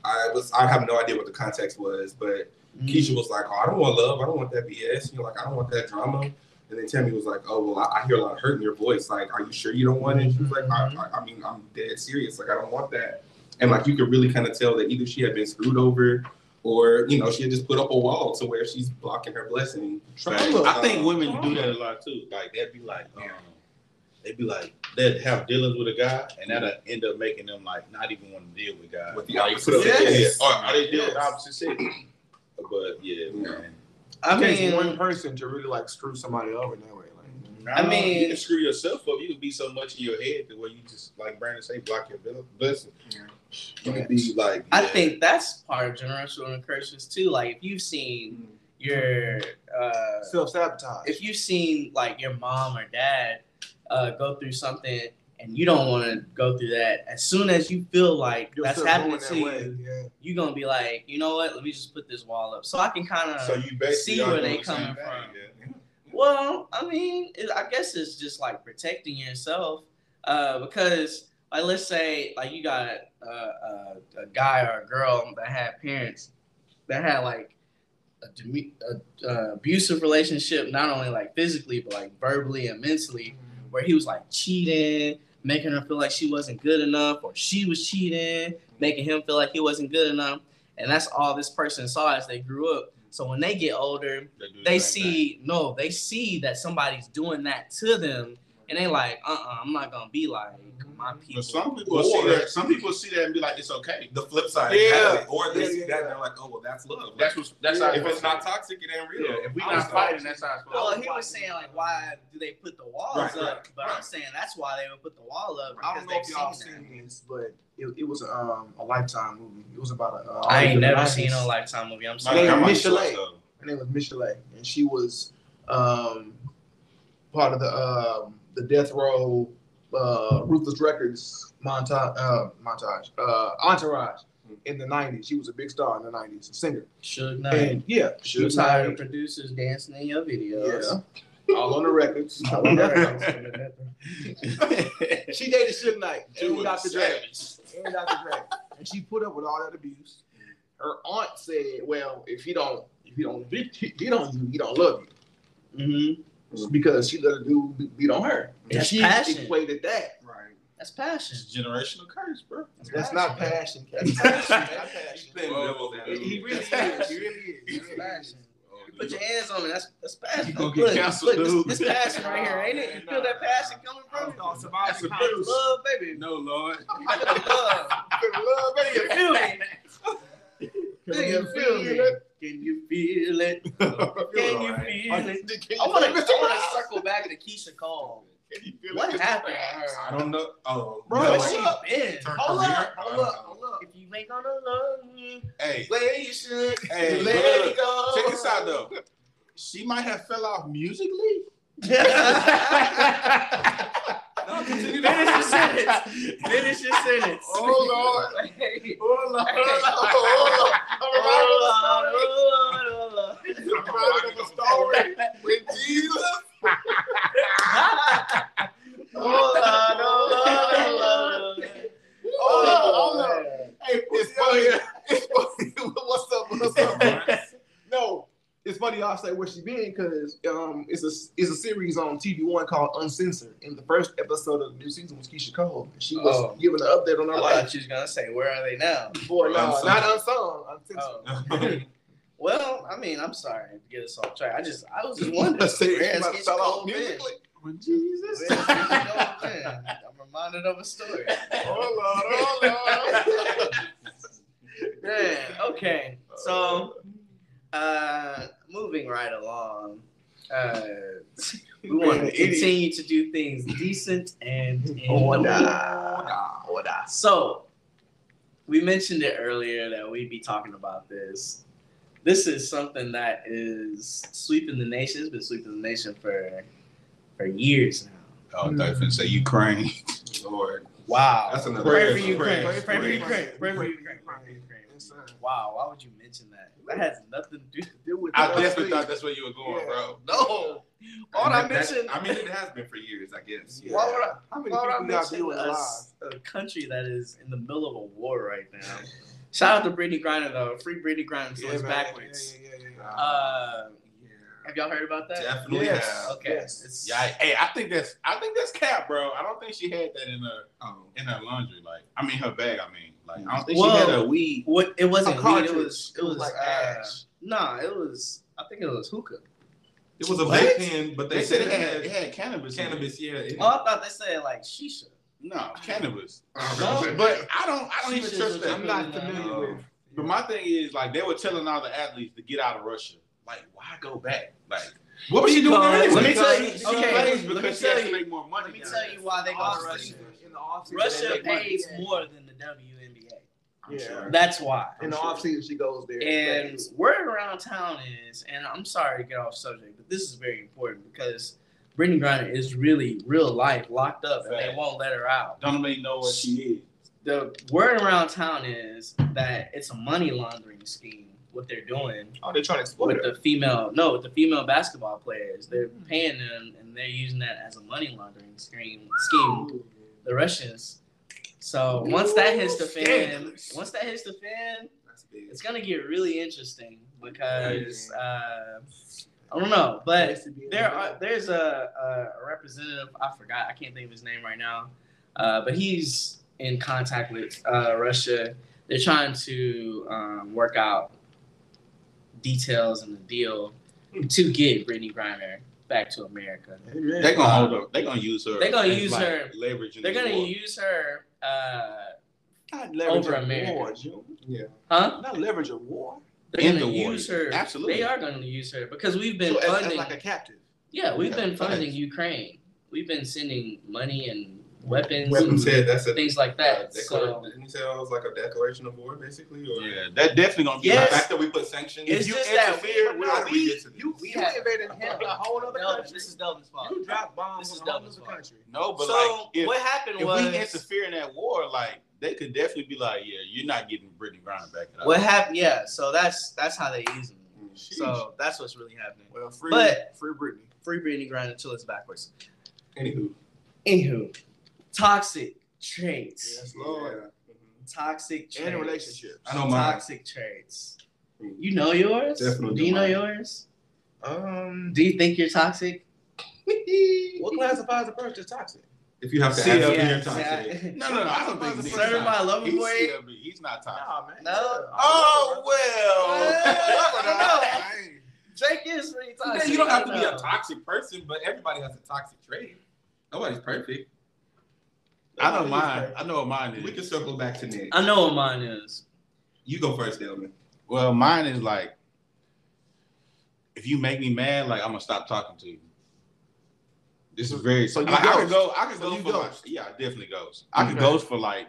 Speaker 5: I was, I have no idea what the context was, but
Speaker 2: Mm.
Speaker 5: Keisha was like, "Oh, I don't want love. I don't want that BS. You know, like I don't want that drama." And then Tammy was like, "Oh, well, I, I hear a lot of hurt in your voice. Like, are you sure you don't want it?" She was like, I, I, "I mean, I'm dead serious. Like, I don't want that." And like, you could really kind of tell that either she had been screwed over, or you know she'll just put up a wall to where she's blocking her blessing.
Speaker 4: Trauma.
Speaker 5: But,
Speaker 4: I
Speaker 2: um,
Speaker 4: think
Speaker 5: uh,
Speaker 4: women do that a lot too. Like they'd be like, um, they'd be like, they'd have dealings with a guy, and that'll end up making them like not even want to deal with guys.
Speaker 5: With the
Speaker 4: Like,
Speaker 5: opposite
Speaker 2: sex.
Speaker 4: Yeah. Or are they deal with
Speaker 2: Yes.
Speaker 4: opposite sex? But yeah, man.
Speaker 2: Mm-hmm. I
Speaker 3: It takes
Speaker 2: mean,
Speaker 3: one person to really like screw somebody over that way. Like,
Speaker 4: Nah,
Speaker 2: I mean-
Speaker 4: you can screw yourself up. You can be so much in your head that where you just like Brandon say, block your bill- blessing. You can be like,
Speaker 2: I
Speaker 4: yeah.
Speaker 2: think that's part of generational curses too. Like if you've seen your uh,
Speaker 3: self sabotage.
Speaker 2: if you've seen like your mom or dad uh, go through something and you don't want to go through that, as soon as you feel like that's happening to you,
Speaker 3: Yeah.
Speaker 2: you're gonna be like, you know what? Let me just put this wall up so I can kind of.
Speaker 4: So you basically
Speaker 2: uh, see
Speaker 4: are
Speaker 2: where
Speaker 4: doing
Speaker 2: they
Speaker 4: the same
Speaker 2: coming
Speaker 4: thing,
Speaker 2: from.
Speaker 4: yeah.
Speaker 2: Well, I mean, it, I guess it's just like protecting yourself uh, because, like, let's say like you got uh, a, a guy or a girl that had parents that had like a, deme- a, a abusive relationship, not only like physically but like verbally and mentally, where he was like cheating, making her feel like she wasn't good enough, or she was cheating, making him feel like he wasn't good enough, and that's all this person saw as they grew up. So when they get older
Speaker 4: They, do the
Speaker 2: they
Speaker 4: same thing.
Speaker 2: see no, they see that somebody's doing that to them, and they like, uh, uh-uh, uh, i am not gonna be like my people.
Speaker 4: But some people
Speaker 5: Or-
Speaker 4: see that. Some people see that and be like, it's okay.
Speaker 5: The flip side,
Speaker 4: Yeah.
Speaker 5: exactly. Or they
Speaker 3: Yeah,
Speaker 5: see
Speaker 3: yeah,
Speaker 5: that
Speaker 3: yeah.
Speaker 5: and they're like, oh well, that's love. Like,
Speaker 4: That's what. That's how.
Speaker 5: if it's not toxic, it ain't real.
Speaker 4: Yeah, if we
Speaker 5: I was
Speaker 4: not fighting, that's how it's supposed
Speaker 2: Well,
Speaker 4: to
Speaker 2: he was saying like, why do they put the walls
Speaker 5: Right,
Speaker 2: up?
Speaker 5: right,
Speaker 2: but I'm
Speaker 5: right.
Speaker 2: saying that's why they would put the wall up
Speaker 3: I
Speaker 2: because
Speaker 3: don't know
Speaker 2: they've
Speaker 3: if y'all
Speaker 2: seen that.
Speaker 3: seen this, but it, it was um, a lifetime movie. It was about a. Uh,
Speaker 2: I ain't never
Speaker 3: Olympic
Speaker 2: seen
Speaker 3: Olympics.
Speaker 2: no lifetime movie. I'm
Speaker 4: My
Speaker 3: They
Speaker 2: sorry.
Speaker 4: grandma
Speaker 3: Miss
Speaker 4: used to watch
Speaker 3: Chalet.
Speaker 4: [LAUGHS] those.
Speaker 3: Her name was Michelet, and she was um, part of the um, the death row, uh, ruthless records montage, uh, montage, uh, entourage in the '90s. She was a big star in the '90s, a singer,
Speaker 2: Should
Speaker 3: and yeah, she
Speaker 2: You
Speaker 3: was
Speaker 2: tired of
Speaker 3: tired.
Speaker 2: producers dancing in your videos?
Speaker 3: Yeah, all on the records. all on the records. [LAUGHS] She dated Suge Knight and Dr. Dre, and Dr. Dre, and she put up with all that abuse. Her aunt said, "Well, if you don't, if you don't, if you don't, you, you don't love you."
Speaker 2: Mm-hmm.
Speaker 3: because she let a dude beat on her. And
Speaker 2: That's
Speaker 3: she
Speaker 2: passion.
Speaker 3: equated that.
Speaker 5: Right.
Speaker 2: That's passion.
Speaker 4: It's generational curse, bro.
Speaker 3: That's not passion. That's
Speaker 4: That's
Speaker 3: passion. That's passion.
Speaker 5: Playing
Speaker 4: Whoa.
Speaker 5: devil's advocate.
Speaker 3: He really is. He really is.
Speaker 2: That's passion. You put your hands on it. That's that's passion.
Speaker 4: You gonna
Speaker 2: Look,
Speaker 4: get canceled,
Speaker 2: look,
Speaker 4: dude.
Speaker 2: this, this passion right here, ain't it? You feel that passion coming
Speaker 3: Oh,
Speaker 2: from you?
Speaker 4: That's
Speaker 3: Surviving
Speaker 4: abuse.
Speaker 3: conscious.
Speaker 2: Love, baby.
Speaker 4: No, Lord.
Speaker 2: I feel the love.
Speaker 3: Love, baby.
Speaker 2: You feel it? Can you feel it? Can you feel it? Can you feel it? I want to. I want to circle back to Keisha Cole. What happened to her?
Speaker 5: I don't know. Oh,
Speaker 3: Bro,
Speaker 5: no,
Speaker 2: Where's
Speaker 3: it's
Speaker 5: wait.
Speaker 2: she
Speaker 3: up.
Speaker 2: been?
Speaker 5: Turn
Speaker 3: Hold
Speaker 5: career?
Speaker 3: up, hold up, hold up.
Speaker 2: If you ain't gonna love me,
Speaker 4: Hey,
Speaker 2: well, you should
Speaker 4: hey,
Speaker 2: let
Speaker 4: look,
Speaker 2: it go.
Speaker 4: check this out [LAUGHS] though. She might have fell off musically.
Speaker 5: No, continue to-
Speaker 2: Finish your sentence. Finish your sentence.
Speaker 4: Oh
Speaker 2: Lord. Hey.
Speaker 4: Hold on,
Speaker 2: Oh, Lord, oh, Lord.
Speaker 4: with [LAUGHS] Jesus.
Speaker 2: Oh, Lord, oh, Lord.
Speaker 4: Hold on,
Speaker 2: Oh,
Speaker 4: hold
Speaker 2: Lord.
Speaker 4: Hey, it's funny.
Speaker 3: [LAUGHS]
Speaker 4: It's funny.
Speaker 3: What's up? What's up? bro?
Speaker 4: [LAUGHS]
Speaker 3: No, it's funny y'all say where she been because um, it's a it's a series on TV One called Uncensored. And the first episode of the new season was Keisha Cole. She was
Speaker 2: Oh.
Speaker 3: giving an update on her
Speaker 2: I
Speaker 3: life.
Speaker 2: thought you was gonna say, where are they now?
Speaker 3: Boy, no,
Speaker 5: Unsung.
Speaker 3: not unsung, uncensored.
Speaker 2: Oh. Well, I mean, I'm sorry to get us off track. I just, I
Speaker 4: [LAUGHS]
Speaker 2: was just wondering.
Speaker 4: Let's see,
Speaker 2: where's
Speaker 4: might
Speaker 2: Keisha
Speaker 4: fell off
Speaker 2: Cole been?
Speaker 4: musically.
Speaker 3: With
Speaker 2: Where's
Speaker 3: Jesus. [LAUGHS]
Speaker 2: Keisha Cole been? I'm reminded of a
Speaker 4: [LAUGHS]
Speaker 2: story.
Speaker 4: Oh Lord, oh Lord.
Speaker 2: Man, okay. So, uh, moving right along, uh, [LAUGHS] we want to continue to do things decent and in order. So, we mentioned it earlier that we'd be talking about this. This is something that is sweeping the nation. It's been sweeping the nation for for years now.
Speaker 4: Oh, Dolphin say Ukraine.
Speaker 5: Lord.
Speaker 2: Wow.
Speaker 5: [LAUGHS] That's another
Speaker 2: Pray for
Speaker 5: prayer.
Speaker 2: Ukraine.
Speaker 5: Prayer.
Speaker 2: Pray for
Speaker 5: Prayer.
Speaker 2: Ukraine. Pray for Ukraine. Pray for Ukraine. Wow, why would you mention that? That has nothing to do.
Speaker 5: I definitely thought that's where you were going, bro.
Speaker 2: No. All I
Speaker 5: That- that-
Speaker 2: mentioned.
Speaker 5: I mean, it has been for years, I guess.
Speaker 3: Yeah.
Speaker 2: Why would I?
Speaker 3: How many
Speaker 2: Why would I
Speaker 3: people got
Speaker 2: mention
Speaker 3: viewing
Speaker 2: a,
Speaker 3: live?
Speaker 2: s- a country that is in the middle of a war right now? [LAUGHS] Shout out to Brittany Griner though. Free Brittany Griner. So it's
Speaker 3: man.
Speaker 2: backwards.
Speaker 3: Yeah, yeah, yeah, yeah.
Speaker 2: Uh,
Speaker 5: Yeah.
Speaker 2: have y'all heard about that?
Speaker 5: Definitely
Speaker 3: Yes.
Speaker 5: have.
Speaker 2: Okay.
Speaker 3: Yes.
Speaker 2: It's,
Speaker 4: Yeah, I- hey, I think that's I think that's cap, bro. I don't think she had that in her
Speaker 5: Oh.
Speaker 4: in her laundry. Like, I mean, her bag. I mean, Like I don't think she
Speaker 2: Whoa.
Speaker 4: had a weed.
Speaker 2: What? It
Speaker 3: A
Speaker 2: wasn't weed.
Speaker 3: cartridge.
Speaker 2: It was. It was
Speaker 3: like
Speaker 2: uh,
Speaker 3: ash.
Speaker 2: Nah, it was. I think it was hookah.
Speaker 5: It was a
Speaker 4: What?
Speaker 5: vape pen, but
Speaker 4: They,
Speaker 5: they,
Speaker 4: said it
Speaker 5: had,
Speaker 4: had, it had cannabis. in it.
Speaker 5: cannabis. Yeah, Uh, it-
Speaker 2: Oh, I thought they said like shisha.
Speaker 4: No, cannabis.
Speaker 5: Oh,
Speaker 2: No,
Speaker 4: But I don't. I don't even
Speaker 2: Shisha
Speaker 4: trust
Speaker 2: is
Speaker 4: that.
Speaker 2: I'm not
Speaker 3: familiar with.
Speaker 4: But my thing is, like, they were telling all the athletes to get out of Russia. Like, why go back? Like,
Speaker 5: [LAUGHS] what was she doing there
Speaker 2: Because-
Speaker 5: anyway?
Speaker 4: let me tell you.
Speaker 2: Because-
Speaker 4: She
Speaker 2: okay,
Speaker 4: plays
Speaker 2: let me
Speaker 4: because she
Speaker 2: tell
Speaker 4: has to
Speaker 2: you-
Speaker 4: make more money.
Speaker 2: Let me
Speaker 4: down
Speaker 2: tell
Speaker 4: there.
Speaker 2: you why they go to Russia.
Speaker 3: Offseason. In the offseason,
Speaker 2: Russia
Speaker 3: they make money.
Speaker 2: pays more than the WNBA.
Speaker 4: I'm sure.
Speaker 2: That's why.
Speaker 3: In the offseason, she goes there.
Speaker 2: And word around town is, and I'm sorry to get off subject, but this is very important because Brittany Griner is really real life locked up, and they
Speaker 4: Facts.
Speaker 2: won't let her out.
Speaker 4: Don't nobody know what she is.
Speaker 2: The word around town is that it's a money laundering scheme. What they're doing
Speaker 3: oh, they're trying to exploit
Speaker 2: with
Speaker 3: her.
Speaker 2: the female, no, with the female basketball players, they're paying them, and they're using that as a money laundering scheme. Scheme. The Russians. So once that hits the fan,
Speaker 4: Scandalous.
Speaker 2: once that hits the fan,
Speaker 5: That's big.
Speaker 2: it's gonna get really interesting because uh, I don't know, but there are there's a, a representative I forgot I can't think of his name right now, uh, but he's in contact with uh, Russia. They're trying to um, work out details and the deal to get Brittany Griner back to America.
Speaker 3: Amen.
Speaker 4: They're gonna hold her. They're gonna use her.
Speaker 2: They gonna
Speaker 4: as,
Speaker 2: use
Speaker 4: like,
Speaker 2: her-
Speaker 4: Leverage. in
Speaker 2: They're
Speaker 4: the
Speaker 2: gonna
Speaker 4: war.
Speaker 2: use her. Uh,
Speaker 3: Not leverage
Speaker 2: over
Speaker 3: a
Speaker 2: America.
Speaker 3: war, June.
Speaker 2: huh?
Speaker 3: Not leverage a war.
Speaker 2: They're
Speaker 4: In
Speaker 2: gonna
Speaker 4: the war.
Speaker 2: use her.
Speaker 4: Absolutely.
Speaker 2: they are gonna use her because we've been
Speaker 3: So as, as
Speaker 2: funding.
Speaker 3: like a captive.
Speaker 2: Yeah, we've
Speaker 4: Yeah,
Speaker 2: been funding
Speaker 4: thanks.
Speaker 2: Ukraine. We've been sending money and weapons,
Speaker 5: Weapon
Speaker 2: and
Speaker 5: said that's a
Speaker 2: things like that.
Speaker 5: declaration.
Speaker 2: So
Speaker 5: Didn't he say it was like a declaration of war, basically? Or
Speaker 4: Yeah, that definitely gonna be.
Speaker 2: Yes.
Speaker 5: the fact that we put sanctions.
Speaker 2: It's
Speaker 5: you
Speaker 2: just that
Speaker 5: interfere,
Speaker 2: we-
Speaker 5: with- how do we get to this?
Speaker 3: you,
Speaker 2: We
Speaker 3: you
Speaker 2: have-
Speaker 3: invaded a whole other country.
Speaker 2: this is Delvin's fault.
Speaker 3: You drop bombs
Speaker 2: This is
Speaker 3: on a whole
Speaker 2: dumb as
Speaker 3: other
Speaker 2: fuck.
Speaker 3: country.
Speaker 4: No, but
Speaker 2: so
Speaker 4: like, if,
Speaker 2: what happened
Speaker 4: if
Speaker 2: was
Speaker 4: we interfere in that war, like, they could definitely be like, yeah, you're not getting Brittany Griner back. at all.
Speaker 2: what happened. Yeah, so that's that's how they use them. So that's what's really happening.
Speaker 3: Well, free,
Speaker 2: But-
Speaker 3: free Britney.
Speaker 2: Free Britney Griner until it's backwards.
Speaker 5: Anywho,
Speaker 2: Anywho, toxic traits.
Speaker 3: Yes, Lord.
Speaker 5: Lord,
Speaker 2: Toxic traits.
Speaker 3: And relationships.
Speaker 5: I know mine.
Speaker 2: Toxic traits. You know yours.
Speaker 5: Definitely
Speaker 2: Do you know
Speaker 5: mine.
Speaker 2: yours?
Speaker 3: Um,
Speaker 2: Do you think you're toxic?
Speaker 3: what
Speaker 2: [LAUGHS]
Speaker 3: classifies a person as toxic?
Speaker 5: If you have to
Speaker 4: See,
Speaker 5: ask
Speaker 4: yeah,
Speaker 5: me, you're
Speaker 2: yeah, [LAUGHS]
Speaker 5: toxic.
Speaker 2: yeah.
Speaker 4: No, no, no. I don't think
Speaker 3: Serve
Speaker 4: he's
Speaker 2: Serving
Speaker 4: toxic.
Speaker 2: my lover
Speaker 4: He's
Speaker 2: boy.
Speaker 4: still be- He's not toxic.
Speaker 3: Nah, man.
Speaker 2: No.
Speaker 4: Oh
Speaker 2: Well,
Speaker 4: well.
Speaker 2: [LAUGHS] I Drake is pretty toxic.
Speaker 5: you don't have to be
Speaker 2: I
Speaker 5: a
Speaker 2: know.
Speaker 5: toxic person, but everybody has a toxic trait. Nobody's perfect.
Speaker 4: I know mine. I know what mine
Speaker 5: We can
Speaker 4: is.
Speaker 5: circle back to Nick.
Speaker 2: I know what mine is.
Speaker 5: You go first, Delvin.
Speaker 4: Well, mine is like, if you make me mad, like I'm gonna stop talking to you. This is very.
Speaker 3: So you
Speaker 4: like, I could
Speaker 3: ghost.
Speaker 4: go. I could
Speaker 3: So
Speaker 4: go
Speaker 3: you
Speaker 4: for like,
Speaker 3: ghost.
Speaker 4: yeah, I definitely goes. I could
Speaker 3: Okay.
Speaker 4: ghost for like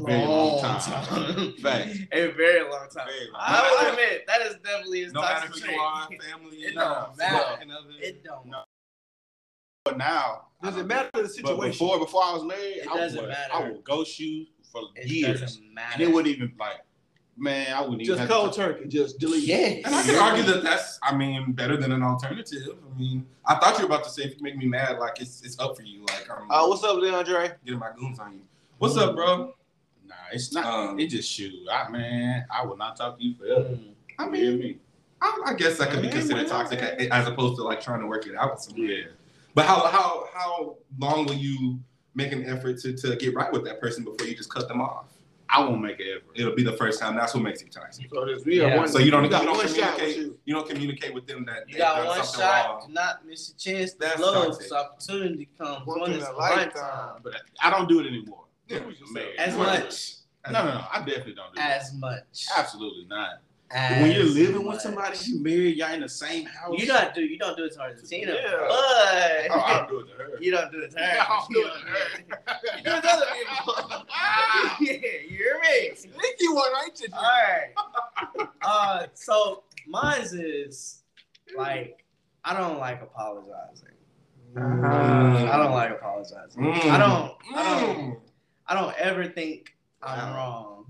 Speaker 4: Very long time. Facts.
Speaker 2: [LAUGHS] A very long time.
Speaker 5: Very long.
Speaker 2: I will admit that is definitely his
Speaker 5: No matter
Speaker 2: toxic
Speaker 5: who
Speaker 2: trait.
Speaker 5: you are, family,
Speaker 2: It
Speaker 5: no,
Speaker 2: don't matter.
Speaker 5: and other-
Speaker 2: [LAUGHS] It don't.
Speaker 4: No. but now.
Speaker 3: Does
Speaker 4: I
Speaker 3: it
Speaker 4: don't
Speaker 3: matter for the
Speaker 4: uh, But
Speaker 3: situation?
Speaker 4: before before I was married,
Speaker 2: It
Speaker 4: I
Speaker 2: doesn't
Speaker 4: would,
Speaker 2: matter.
Speaker 4: I would ghost you for
Speaker 2: It
Speaker 4: years,
Speaker 2: doesn't matter.
Speaker 4: and it wouldn't even like, man, I wouldn't even.
Speaker 3: Just
Speaker 4: have to
Speaker 3: cold
Speaker 4: talk-
Speaker 3: turkey. Just delete.
Speaker 2: [LAUGHS] Yes.
Speaker 5: And I can argue that that's, I mean, better than an alternative. I mean, I thought you were about to say if you make me mad, like it's it's up for you. Like I'm
Speaker 3: Uh, what's up, Leandre?
Speaker 5: getting my goons on you. What's up, bro?
Speaker 4: Nah, it's not.
Speaker 5: Um,
Speaker 4: it just shoot. I man, I will not talk to you forever.
Speaker 2: Mm.
Speaker 5: I
Speaker 4: You
Speaker 5: mean,
Speaker 4: hear me?
Speaker 5: I, I guess that could be
Speaker 4: Yeah,
Speaker 5: considered
Speaker 4: well,
Speaker 5: toxic a- as opposed to like trying to work it out with someone.
Speaker 4: Yeah.
Speaker 5: But how how how long will you make an effort to, to get right with that person before you just cut them off?
Speaker 4: I won't make it ever.
Speaker 5: It'll be the first time. That's what makes it toxic.
Speaker 3: So this we are
Speaker 2: Yeah.
Speaker 3: one.
Speaker 5: So you don't-
Speaker 3: we got
Speaker 5: you don't
Speaker 3: one shot with
Speaker 5: communicate.
Speaker 3: you.
Speaker 5: You don't communicate with them that
Speaker 2: You
Speaker 5: they've
Speaker 2: got
Speaker 5: done
Speaker 2: one
Speaker 5: something
Speaker 2: shot,
Speaker 5: wrong.
Speaker 2: do not miss your chance.
Speaker 5: That's
Speaker 2: That's love,
Speaker 5: toxic.
Speaker 2: so opportunity comes
Speaker 3: Once
Speaker 2: once
Speaker 3: in
Speaker 2: in
Speaker 3: a
Speaker 2: a
Speaker 3: lifetime.
Speaker 2: lifetime.
Speaker 4: But I don't do it anymore.
Speaker 5: Yeah,
Speaker 4: Man,
Speaker 2: As
Speaker 4: you ain't
Speaker 2: much
Speaker 4: do it. No, no, no. I definitely don't do it.
Speaker 2: as much
Speaker 4: Absolutely not.
Speaker 2: as
Speaker 4: when you're living with
Speaker 2: much.
Speaker 4: somebody, you married, y'all in the same house.
Speaker 2: you don't do you don't do it to Argentina,
Speaker 3: Yeah.
Speaker 2: but
Speaker 4: Oh, [LAUGHS] I don't do it to her.
Speaker 2: [LAUGHS] you don't do it to her.
Speaker 4: [LAUGHS] Yeah, I don't do it
Speaker 5: [LAUGHS]
Speaker 2: You do it to other people. yeah,
Speaker 4: [LAUGHS]
Speaker 2: you hear me?
Speaker 3: Nikki one right to
Speaker 2: All right. [LAUGHS] Uh, so mine's is like I don't like apologizing.
Speaker 5: Uh,
Speaker 2: I don't like apologizing.
Speaker 5: Mm.
Speaker 2: I don't. I don't.
Speaker 5: Mm.
Speaker 2: I don't ever think I'm
Speaker 5: Wow.
Speaker 2: wrong.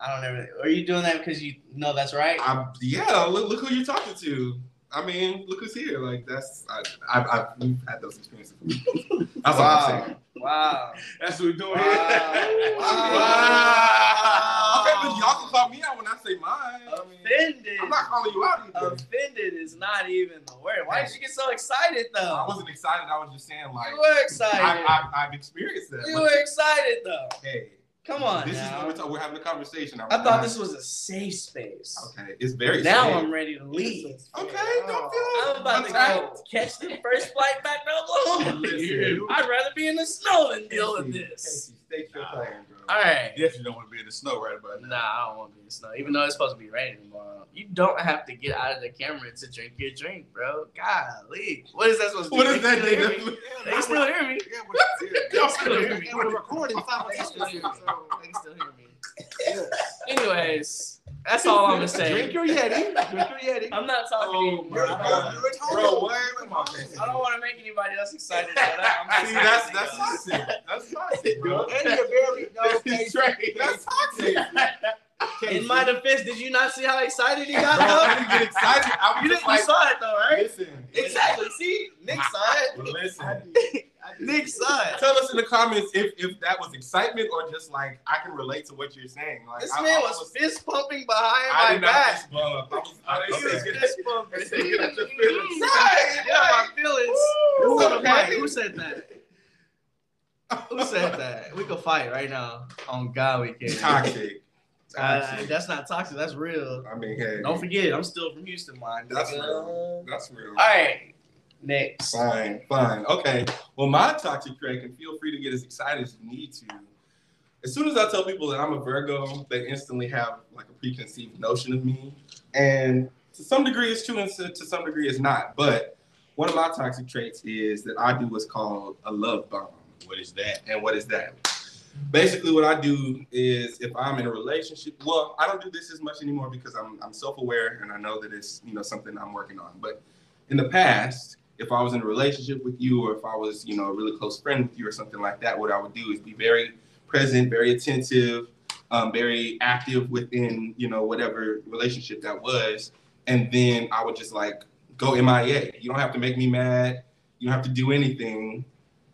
Speaker 2: I don't ever. Are you doing that because you know that's right?
Speaker 5: I, yeah, look, look who you're talking to. I mean, look who's here. Like that's I, I, I've we've had those experiences.
Speaker 2: [LAUGHS]
Speaker 5: That's all I'm saying.
Speaker 2: wow. Wow.
Speaker 4: That's what we're doing.
Speaker 2: Wow.
Speaker 4: here.
Speaker 5: [LAUGHS]
Speaker 2: Wow.
Speaker 5: Okay, but y'all can call me out when I say mine. I mean,
Speaker 2: Offended.
Speaker 5: I'm not calling you out either.
Speaker 2: Offended is not even the word. Why did you get so excited
Speaker 5: I
Speaker 2: though?
Speaker 5: wasn't excited. I was just saying like
Speaker 2: You were
Speaker 5: I,
Speaker 2: excited.
Speaker 5: I, I've experienced that.
Speaker 2: You
Speaker 5: but-
Speaker 2: were excited though.
Speaker 5: hey,
Speaker 2: Come on.
Speaker 5: This is
Speaker 2: now.
Speaker 5: what we're, talking, we're having a conversation. I'm
Speaker 2: I thought
Speaker 5: not-
Speaker 2: this was a safe space.
Speaker 5: Okay, it's very.
Speaker 2: now
Speaker 5: safe.
Speaker 2: I'm ready to leave.
Speaker 5: Okay, don't feel.
Speaker 2: I'm about to
Speaker 5: attacked.
Speaker 2: go catch the first flight back to Oklahoma.
Speaker 5: Listen.
Speaker 2: I'd rather be in the snow than deal with
Speaker 5: Casey,
Speaker 2: this.
Speaker 5: Casey, state your
Speaker 4: Nah.
Speaker 5: claim, bro.
Speaker 2: All right.
Speaker 4: Definitely don't want to be in the snow right about
Speaker 2: Nah, I don't want to be in the snow. Even though it's supposed to be raining tomorrow, you don't have to get out of the camera to drink your drink, bro. Golly, what is that supposed to
Speaker 5: What
Speaker 2: do?
Speaker 5: is
Speaker 2: They
Speaker 5: that
Speaker 2: still hear
Speaker 5: nigga?
Speaker 2: me. They still hear me.
Speaker 3: Yeah, we're,
Speaker 2: [LAUGHS] They still hear me.
Speaker 3: [LAUGHS] we're recording
Speaker 2: They still
Speaker 3: simultaneously.
Speaker 2: hear me. They still hear me. Anyways, that's all I'm gonna
Speaker 3: Drink
Speaker 2: say.
Speaker 3: your Yeti. Drink your Yeti.
Speaker 2: I'm not talking
Speaker 5: Oh
Speaker 2: to you.
Speaker 5: my God. Bro, what? Come on, man.
Speaker 2: I don't want to make anybody else excited. So that, I'm
Speaker 5: [LAUGHS] See,
Speaker 2: just
Speaker 5: that's
Speaker 2: saying, uh,
Speaker 5: that's toxic. That's toxic, bro.
Speaker 3: And you're barely no
Speaker 5: That's
Speaker 3: face.
Speaker 5: toxic. That's toxic.
Speaker 2: In my defense, did you not see how excited he
Speaker 5: Bro,
Speaker 2: got?
Speaker 5: I
Speaker 2: though?
Speaker 5: didn't get excited. I
Speaker 2: you didn't.
Speaker 5: was just
Speaker 2: You
Speaker 5: like,
Speaker 2: saw it though, right?
Speaker 5: listen,
Speaker 2: Exactly. See, Nick saw it.
Speaker 5: [LAUGHS] listen.
Speaker 2: Nick saw it.
Speaker 5: Tell us in the comments if if that was excitement or just like I can relate to what you're saying. Like
Speaker 2: This
Speaker 5: I,
Speaker 2: man
Speaker 5: I
Speaker 2: was, fist pumping behind
Speaker 5: I
Speaker 2: my
Speaker 5: did not
Speaker 2: back.
Speaker 5: fist bump. I was, I
Speaker 2: He
Speaker 5: was
Speaker 2: was
Speaker 5: saying-
Speaker 2: fist pumping.
Speaker 5: Say, get out your feelings.
Speaker 2: Right, get
Speaker 5: [LAUGHS]
Speaker 2: out my feelings.
Speaker 5: Woo!
Speaker 2: Who, said
Speaker 5: Okay.
Speaker 2: that? Who said that? Who said that? We could fight right now. On God, we can.
Speaker 5: Toxic.
Speaker 2: Uh,
Speaker 5: Toxic.
Speaker 2: that's not toxic. That's real.
Speaker 5: I mean, hey,
Speaker 2: Don't forget, I'm still from Houston, mind.
Speaker 5: That's
Speaker 2: nigga.
Speaker 5: real. That's real.
Speaker 2: All right, next.
Speaker 5: Fine, fine. Okay. Well, my toxic trait, and feel free to get as excited as you need to. As soon as I tell people that I'm a Virgo, they instantly have like a preconceived notion of me. And to some degree, it's true, and to to some degree, it's not. But one of my toxic traits is that I do what's called a love bomb.
Speaker 4: it. What is that?
Speaker 5: And what is that? Basically, what I do is if I'm in a relationship, well, I don't do this as much anymore because I'm, I'm self-aware and I know that it's you know something I'm working on. But in the past, if I was in a relationship with you or if I was you know a really close friend with you or something like that, what I would do is be very present, very attentive, um, very active within you know whatever relationship that was, and then I would just like go MIA. You don't have to make me mad. You don't have to do anything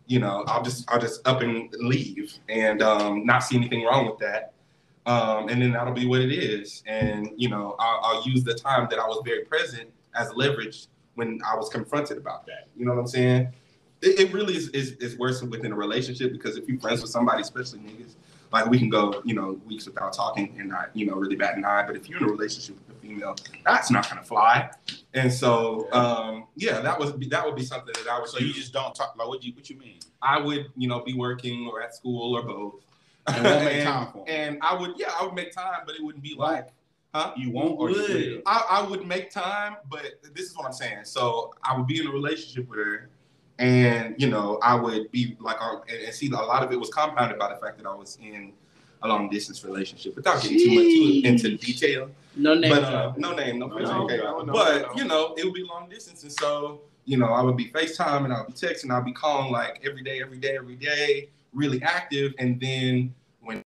Speaker 5: you know, I'll just I'll just up and leave and um, not see anything wrong with that. Um, and then that'll be what it is. And you know, I'll, I'll use the time that I was very present as leverage when I was confronted about that. You know what I'm saying? It, it really is, is is worse within a relationship because if you're friends with somebody, especially niggas, like we can go you know weeks without talking and not you know really bat an eye. But if you're in a relationship with a female, that's not gonna fly. And so um, yeah, that was that would be something that I would.
Speaker 4: So you just don't talk. Like what you what you mean?
Speaker 5: I would, you know, be working or at school or both.
Speaker 4: And won't make time for 'em.
Speaker 5: [LAUGHS] and I would, yeah, I would make time, but it wouldn't be like
Speaker 4: You won't or
Speaker 2: Would.
Speaker 4: you will.
Speaker 5: I, I would make time, but this is what I'm saying. So I would be in a relationship with her, and you know, I would be like, uh, and, and see, a lot of it was compounded by the fact that I was in a long distance relationship. Without getting too much too into detail,
Speaker 2: No name.
Speaker 5: but uh,
Speaker 2: drop.
Speaker 5: no name, no,
Speaker 3: No,
Speaker 5: person,
Speaker 3: no,
Speaker 5: okay.
Speaker 3: no, no,
Speaker 5: but
Speaker 3: no.
Speaker 5: you know, it would be long distance, and so you know, I would be FaceTime and I'll be texting, I'll be calling like every day, every day, every day, really active, and then when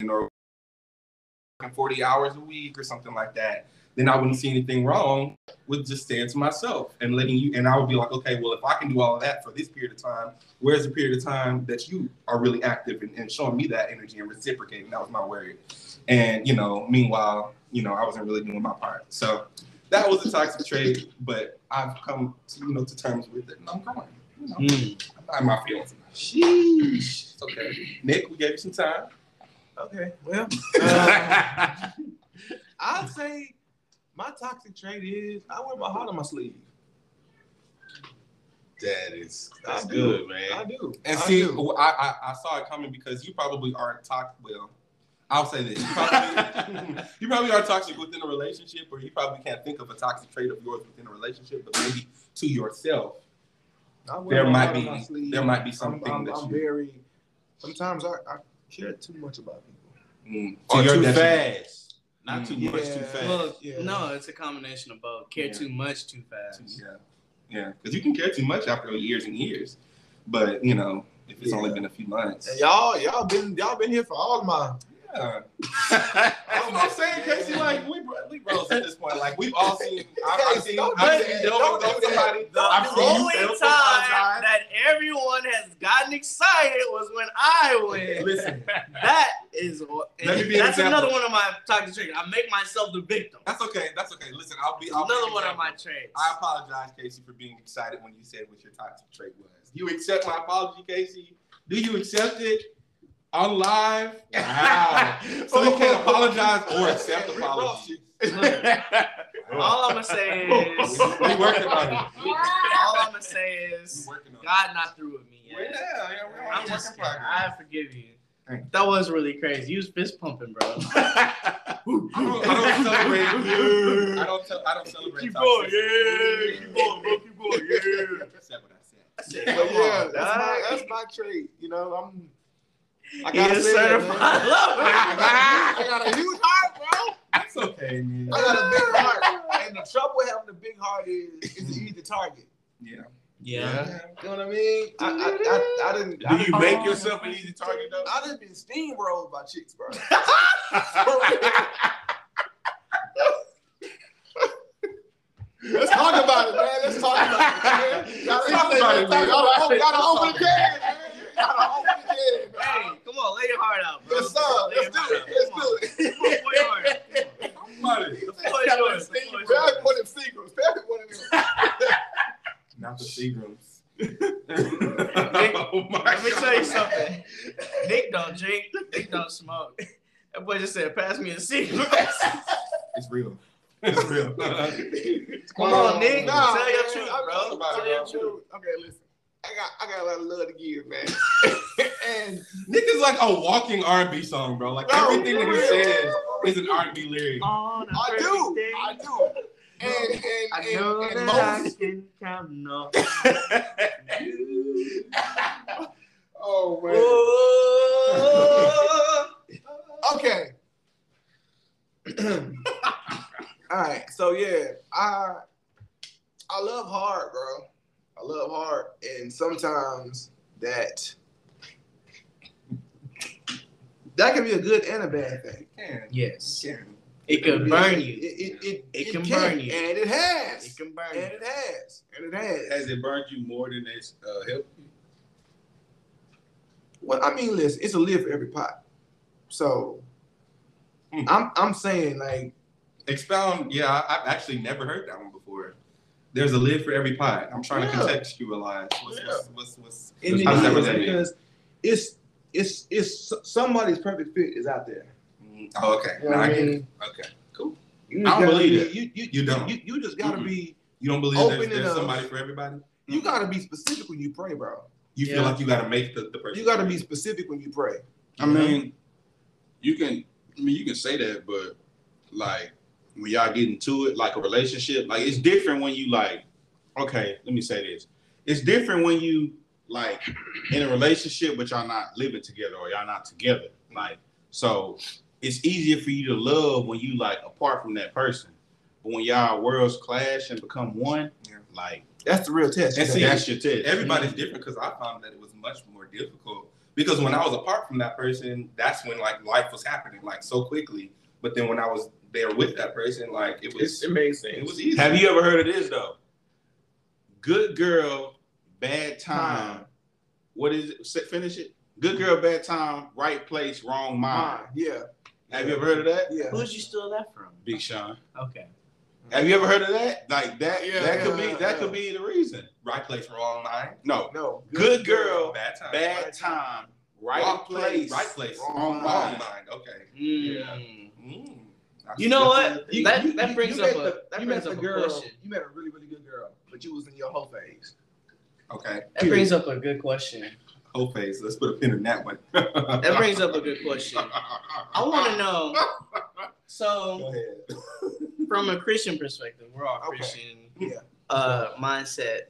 Speaker 5: you know, working forty hours a week or something like that, then I wouldn't see anything wrong with just staying to myself and letting you. And I would be like, okay, well, if I can do all of that for this period of time, where's the period of time that you are really active and, and showing me that energy and reciprocating? That was my word. And you know, meanwhile, you know, I wasn't really doing my part. So that was a toxic trait, but I've come to, you know to terms with it, and I'm going. You know,
Speaker 2: Mm.
Speaker 5: I'm not in my feelings.
Speaker 2: Sheesh.
Speaker 5: It's okay. Nick, we gave you some time.
Speaker 3: Okay, well, uh,
Speaker 4: [LAUGHS]
Speaker 5: Uh,
Speaker 3: I'd say my toxic trait is I wear my heart on my sleeve.
Speaker 4: That is that's
Speaker 3: I do.
Speaker 4: good,
Speaker 3: I
Speaker 4: man.
Speaker 3: do.
Speaker 5: and
Speaker 3: I
Speaker 5: see, I,
Speaker 3: do.
Speaker 5: I I saw it coming because you probably aren't toxic. Well, I'll say this: you
Speaker 3: [LAUGHS]
Speaker 5: probably, you probably are toxic within a relationship, or you probably can't think of a toxic trait of yours within a relationship, but maybe to yourself.
Speaker 3: I wear
Speaker 5: there
Speaker 3: my
Speaker 5: might
Speaker 3: heart on
Speaker 5: be-
Speaker 3: my sleeve.
Speaker 5: there might be
Speaker 3: I'm-
Speaker 5: something
Speaker 3: I'm,
Speaker 5: that
Speaker 3: I'm
Speaker 5: you-
Speaker 3: very. Sometimes I, I care too much about people.
Speaker 5: Mm,
Speaker 4: Or
Speaker 5: your
Speaker 4: too
Speaker 5: detriment.
Speaker 4: fast. Not too much too
Speaker 3: Yeah.
Speaker 4: fast.
Speaker 2: Well,
Speaker 3: Yeah.
Speaker 2: no, it's a combination of both. Care
Speaker 5: Yeah.
Speaker 2: too much, too fast.
Speaker 5: Yeah, yeah, because you can care too much after years and years, but you know, if it's
Speaker 3: Yeah.
Speaker 5: only been a few months,
Speaker 3: And y'all, y'all been y'all been here for all my. [LAUGHS]
Speaker 5: yeah. That's what I'm saying, Casey. Like we, bro- we bros at this point. Like we've all seen. I've, I've seen.
Speaker 3: Don't
Speaker 5: I've
Speaker 3: do
Speaker 5: seen
Speaker 3: that.
Speaker 5: Dylan
Speaker 3: Don't
Speaker 5: throw
Speaker 3: do that.
Speaker 5: somebody.
Speaker 2: The
Speaker 5: I've seen you
Speaker 2: only
Speaker 5: fail
Speaker 2: time
Speaker 5: sometimes.
Speaker 2: that everyone has gotten excited was when I [LAUGHS] win.
Speaker 5: Listen,
Speaker 2: That is what.
Speaker 5: Let me be an
Speaker 2: that's
Speaker 5: example.
Speaker 2: another one of my toxic traits. I make myself the victim.
Speaker 5: that's okay. That's okay. Listen, I'll be. I'll be
Speaker 2: Another one of
Speaker 5: example.
Speaker 2: my traits.
Speaker 5: I apologize, Casey, for being excited when you said what your toxic trait was. You accept my apology, Casey? Do you accept it? on live.
Speaker 3: [LAUGHS]
Speaker 5: Wow. so you can't apologize or accept
Speaker 3: Rick
Speaker 5: apology.
Speaker 2: All I'm gonna say [LAUGHS] is, all
Speaker 5: we
Speaker 2: [LAUGHS]
Speaker 5: working on
Speaker 2: I'm gonna say is,
Speaker 5: it. Working on
Speaker 2: God not through with me
Speaker 5: it. Yeah,
Speaker 2: yet.
Speaker 5: yeah, we're on
Speaker 2: I'm
Speaker 5: work
Speaker 2: just,
Speaker 5: in progress.
Speaker 2: I forgive you. That was really crazy. You was fist pumping, bro.
Speaker 5: I don't, I don't [LAUGHS] celebrate. I don't. Tell, I don't celebrate.
Speaker 2: Keep going,
Speaker 5: toxicity.
Speaker 2: yeah. Keep going, bro. Keep going, yeah.
Speaker 3: [LAUGHS]
Speaker 5: Said what I said.
Speaker 3: But yeah, that's my,
Speaker 2: dog.
Speaker 3: that's my trait. You know, I'm. I
Speaker 2: He
Speaker 3: gotta
Speaker 2: is
Speaker 3: say that, man.
Speaker 2: certified lover.
Speaker 3: I got a huge heart, bro.
Speaker 5: That's okay, man.
Speaker 3: I got a big [LAUGHS] heart, and the trouble with having a big heart is is you easy target.
Speaker 5: Yeah.
Speaker 2: [LAUGHS] Yeah.
Speaker 3: You know what I mean? I, I, I, I didn't.
Speaker 4: Do
Speaker 3: I,
Speaker 4: you make yourself an easy target though?
Speaker 3: I done been steamrolled by chicks,
Speaker 2: [LAUGHS]
Speaker 3: bro.
Speaker 4: [LAUGHS]
Speaker 3: Let's talk about it, man. Let's talk about
Speaker 5: [LAUGHS]
Speaker 3: it. Man. Gotta
Speaker 5: Talk about it, man.
Speaker 3: Gotta, gotta open the can, man. Gotta open the can, man.
Speaker 2: Hey, come on, lay your heart out, bro.
Speaker 3: Yes, sir. Let's do it. Let's do it.
Speaker 2: Pour your heart out.
Speaker 5: Somebody.
Speaker 2: The floor is yours. The floor is
Speaker 3: Grab
Speaker 2: yours.
Speaker 3: one of them seagulls. Grab one of them.
Speaker 5: Not the Seagrams.
Speaker 2: oh Let me tell
Speaker 3: [LAUGHS]
Speaker 2: you something. Nick don't drink. Nick don't smoke. That boy just said, "Pass me a [LAUGHS] cigarette."
Speaker 5: It's real. It's real. [LAUGHS]
Speaker 2: Come on, Nick.
Speaker 3: Nah,
Speaker 2: tell your
Speaker 3: man.
Speaker 2: truth,
Speaker 3: I'm
Speaker 2: bro.
Speaker 3: talking about
Speaker 2: Tell
Speaker 3: it,
Speaker 2: your
Speaker 3: bro.
Speaker 2: truth.
Speaker 3: Okay, listen. I got I got a lot of love to give, man. and
Speaker 5: Nick is like a walking R&B song, bro. Like
Speaker 3: No,
Speaker 5: everything that
Speaker 3: for
Speaker 5: he
Speaker 3: real.
Speaker 5: says is an R&B lyric.
Speaker 2: On a
Speaker 3: I do.
Speaker 2: perfect day.
Speaker 3: I do. And and
Speaker 2: I know
Speaker 3: and, and
Speaker 2: that
Speaker 3: most,
Speaker 2: I can count on
Speaker 5: [LAUGHS]
Speaker 2: you.
Speaker 3: oh man.
Speaker 2: Oh.
Speaker 3: Okay. All right. So yeah, I I love hard, bro. I love hard, and sometimes that that can be a good and a bad thing.
Speaker 5: Can,
Speaker 2: Yes,
Speaker 5: can.
Speaker 2: it could burn
Speaker 3: It
Speaker 2: you.
Speaker 3: it, it,
Speaker 2: It can burn you.
Speaker 3: and it has,
Speaker 2: It can burn
Speaker 3: and
Speaker 2: you.
Speaker 3: it has, and it has.
Speaker 4: Has it burned you more than it's uh, helped you?
Speaker 3: Well, I mean, listen, it's a lid for every pot. So
Speaker 2: Mm.
Speaker 5: Hmm.
Speaker 3: I'm I'm saying like
Speaker 5: Expound. Yeah, I, I've actually never heard that one before. There's a lid for every pie. I'm trying to
Speaker 3: Yeah.
Speaker 5: contextualize. What's,
Speaker 3: Yeah.
Speaker 5: what's, what's, what's,
Speaker 3: it
Speaker 5: How's that
Speaker 3: is
Speaker 5: relate?
Speaker 3: because it's it's it's somebody's perfect fit is out there.
Speaker 5: Mm, Oh, okay.
Speaker 3: You know
Speaker 5: Now
Speaker 3: what
Speaker 5: I
Speaker 3: I
Speaker 5: get it.
Speaker 3: mean?
Speaker 5: Okay.
Speaker 3: You
Speaker 5: I don't
Speaker 3: gotta
Speaker 5: believe
Speaker 3: be- You, you,
Speaker 5: You don't.
Speaker 3: You, you just gotta
Speaker 5: Mm-mm.
Speaker 3: be
Speaker 5: You don't believe
Speaker 3: Open
Speaker 5: there's,
Speaker 3: it
Speaker 5: there's
Speaker 3: up.
Speaker 5: somebody for everybody?
Speaker 3: you gotta be specific when you pray, bro.
Speaker 5: You
Speaker 2: Yeah.
Speaker 5: feel like you got to make the, the person.
Speaker 3: You gotta be specific when you pray.
Speaker 4: I mean, you can. I mean, you can say that, but like when y'all get into it, like a relationship, like it's different when you like. Okay, let me say this. It's different when you like in a relationship, but y'all not living together or y'all not together. Like so, it's easier for you to love when you like apart from that person. But when y'all worlds clash and become one,
Speaker 5: Yeah.
Speaker 4: like
Speaker 3: That's the real test.
Speaker 5: And see,
Speaker 4: that's your test.
Speaker 5: Everybody's different because I found that it was much more difficult because when I was apart from that person, that's when like life was happening like so quickly. But then when I was there with that person, like it was it,
Speaker 2: amazing.
Speaker 5: was easy.
Speaker 4: Have you ever heard of this though? Good girl, bad time. What is it? Say- Finish it. Good girl, bad time. Right place, wrong mind.
Speaker 3: Mine. Yeah,
Speaker 4: Have you ever heard of that,
Speaker 3: yeah.
Speaker 2: Who'd you steal that from?
Speaker 4: Big Sean?
Speaker 2: Okay.
Speaker 4: Have you ever heard of that? Like that?
Speaker 3: Yeah,
Speaker 4: that could
Speaker 3: yeah,
Speaker 4: be. That
Speaker 3: yeah.
Speaker 4: could be the reason.
Speaker 5: right place, wrong mind,
Speaker 4: No.
Speaker 3: No.
Speaker 4: Good girl,
Speaker 5: bad time,
Speaker 4: bad time. Right
Speaker 5: Wrong
Speaker 4: place,
Speaker 5: right place, wrong
Speaker 4: wrong mind.
Speaker 5: mind. Okay.
Speaker 2: Mm.
Speaker 5: Mm.
Speaker 2: You know
Speaker 5: That's-
Speaker 2: what? That- that brings
Speaker 3: met
Speaker 2: up a-
Speaker 3: the-
Speaker 2: that
Speaker 3: you
Speaker 2: brings
Speaker 3: met
Speaker 2: up
Speaker 3: the
Speaker 2: a
Speaker 3: girl.
Speaker 2: question.
Speaker 3: You met a really really good girl, but you was in your whole phase.
Speaker 5: Okay.
Speaker 2: That brings up a good question.
Speaker 5: Whole face. Let's put a pin in that one. [LAUGHS]
Speaker 2: That brings up a good question. I want to know. So,
Speaker 5: Go ahead.
Speaker 2: from a Christian perspective, we're all
Speaker 3: Okay.
Speaker 2: Christian
Speaker 3: Yeah.
Speaker 2: uh, mindset.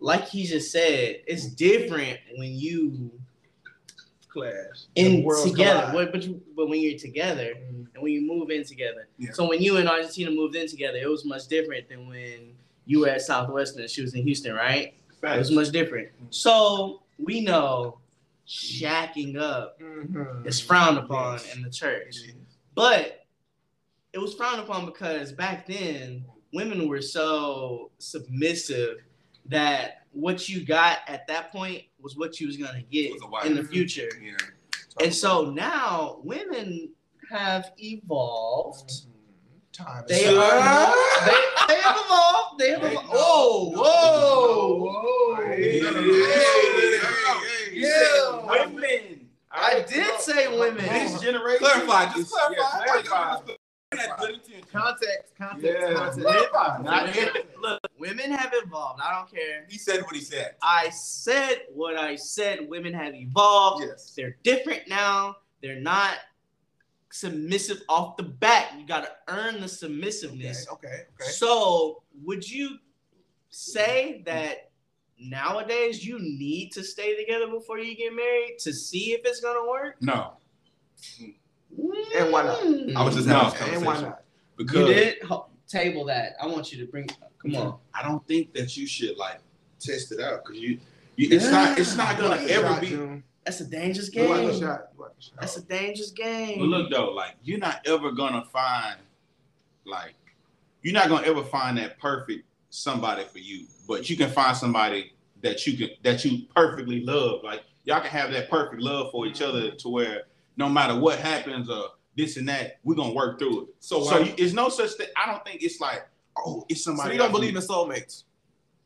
Speaker 2: Like he just said, it's different when you
Speaker 3: Clash. The
Speaker 2: in
Speaker 3: worlds
Speaker 2: together.
Speaker 3: collide.
Speaker 2: What, but you, but when you're together and when you move in together.
Speaker 5: Yeah.
Speaker 2: So when you and Argentina moved in together, it was much different than when you were at Southwestern and she was in Houston, right? It was much different. So we know shacking up
Speaker 3: Mm-hmm.
Speaker 2: is frowned upon in the church. But it was frowned upon because back then women were so submissive that what you got at that point was what you was gonna get
Speaker 5: Was a wife.
Speaker 2: in the future.
Speaker 5: Yeah.
Speaker 2: And so now women have evolved.
Speaker 3: Mm-hmm. Time.
Speaker 2: They are they, they have evolved. They have
Speaker 3: They
Speaker 2: evolved. Oh, whoa,
Speaker 3: Whoa.
Speaker 2: whoa.
Speaker 3: Hey, hey, hey, hey.
Speaker 2: You said Women I did say women.
Speaker 3: This
Speaker 2: generation.
Speaker 4: Clarify, just
Speaker 5: It's- yeah,
Speaker 4: clarify.
Speaker 5: clarify.
Speaker 3: Context, context,
Speaker 5: Yeah.
Speaker 3: context.
Speaker 5: Clarify.
Speaker 2: Not it. Look, women have evolved. I don't care.
Speaker 4: He said what he said.
Speaker 2: I said what I said. Women have evolved.
Speaker 5: Yes.
Speaker 2: They're different now. They're not submissive off the bat. You got to earn the submissiveness.
Speaker 3: okay,
Speaker 2: So, would you say that nowadays you need to stay together before you get married to see if it's gonna work?
Speaker 4: No,
Speaker 3: And why not?
Speaker 4: I was just
Speaker 5: No.
Speaker 3: Mm-hmm.
Speaker 4: having this
Speaker 3: And
Speaker 4: conversation
Speaker 3: why not?
Speaker 2: Mm. You
Speaker 4: because
Speaker 2: did Ho- table that. I want you to bring. Come on.
Speaker 4: I don't think that you should like test it out because you, you it's not it's not gonna
Speaker 3: You
Speaker 4: ever
Speaker 3: got
Speaker 4: be.
Speaker 3: you.
Speaker 2: That's a dangerous
Speaker 3: You got the
Speaker 2: game.
Speaker 3: shot. You got the shot.
Speaker 2: That's a dangerous
Speaker 4: But
Speaker 2: game.
Speaker 4: look though, like you're not ever gonna find like you're not gonna ever find that perfect somebody for you. But you can find somebody that you can that you perfectly love. Like y'all can have that perfect love for each other to where no matter what happens or this and that, we're gonna work through it.
Speaker 5: So
Speaker 4: So
Speaker 5: why?
Speaker 4: you, it's no such thing. I don't think it's like oh, it's somebody.
Speaker 6: So you don't
Speaker 4: I
Speaker 6: believe in soulmates?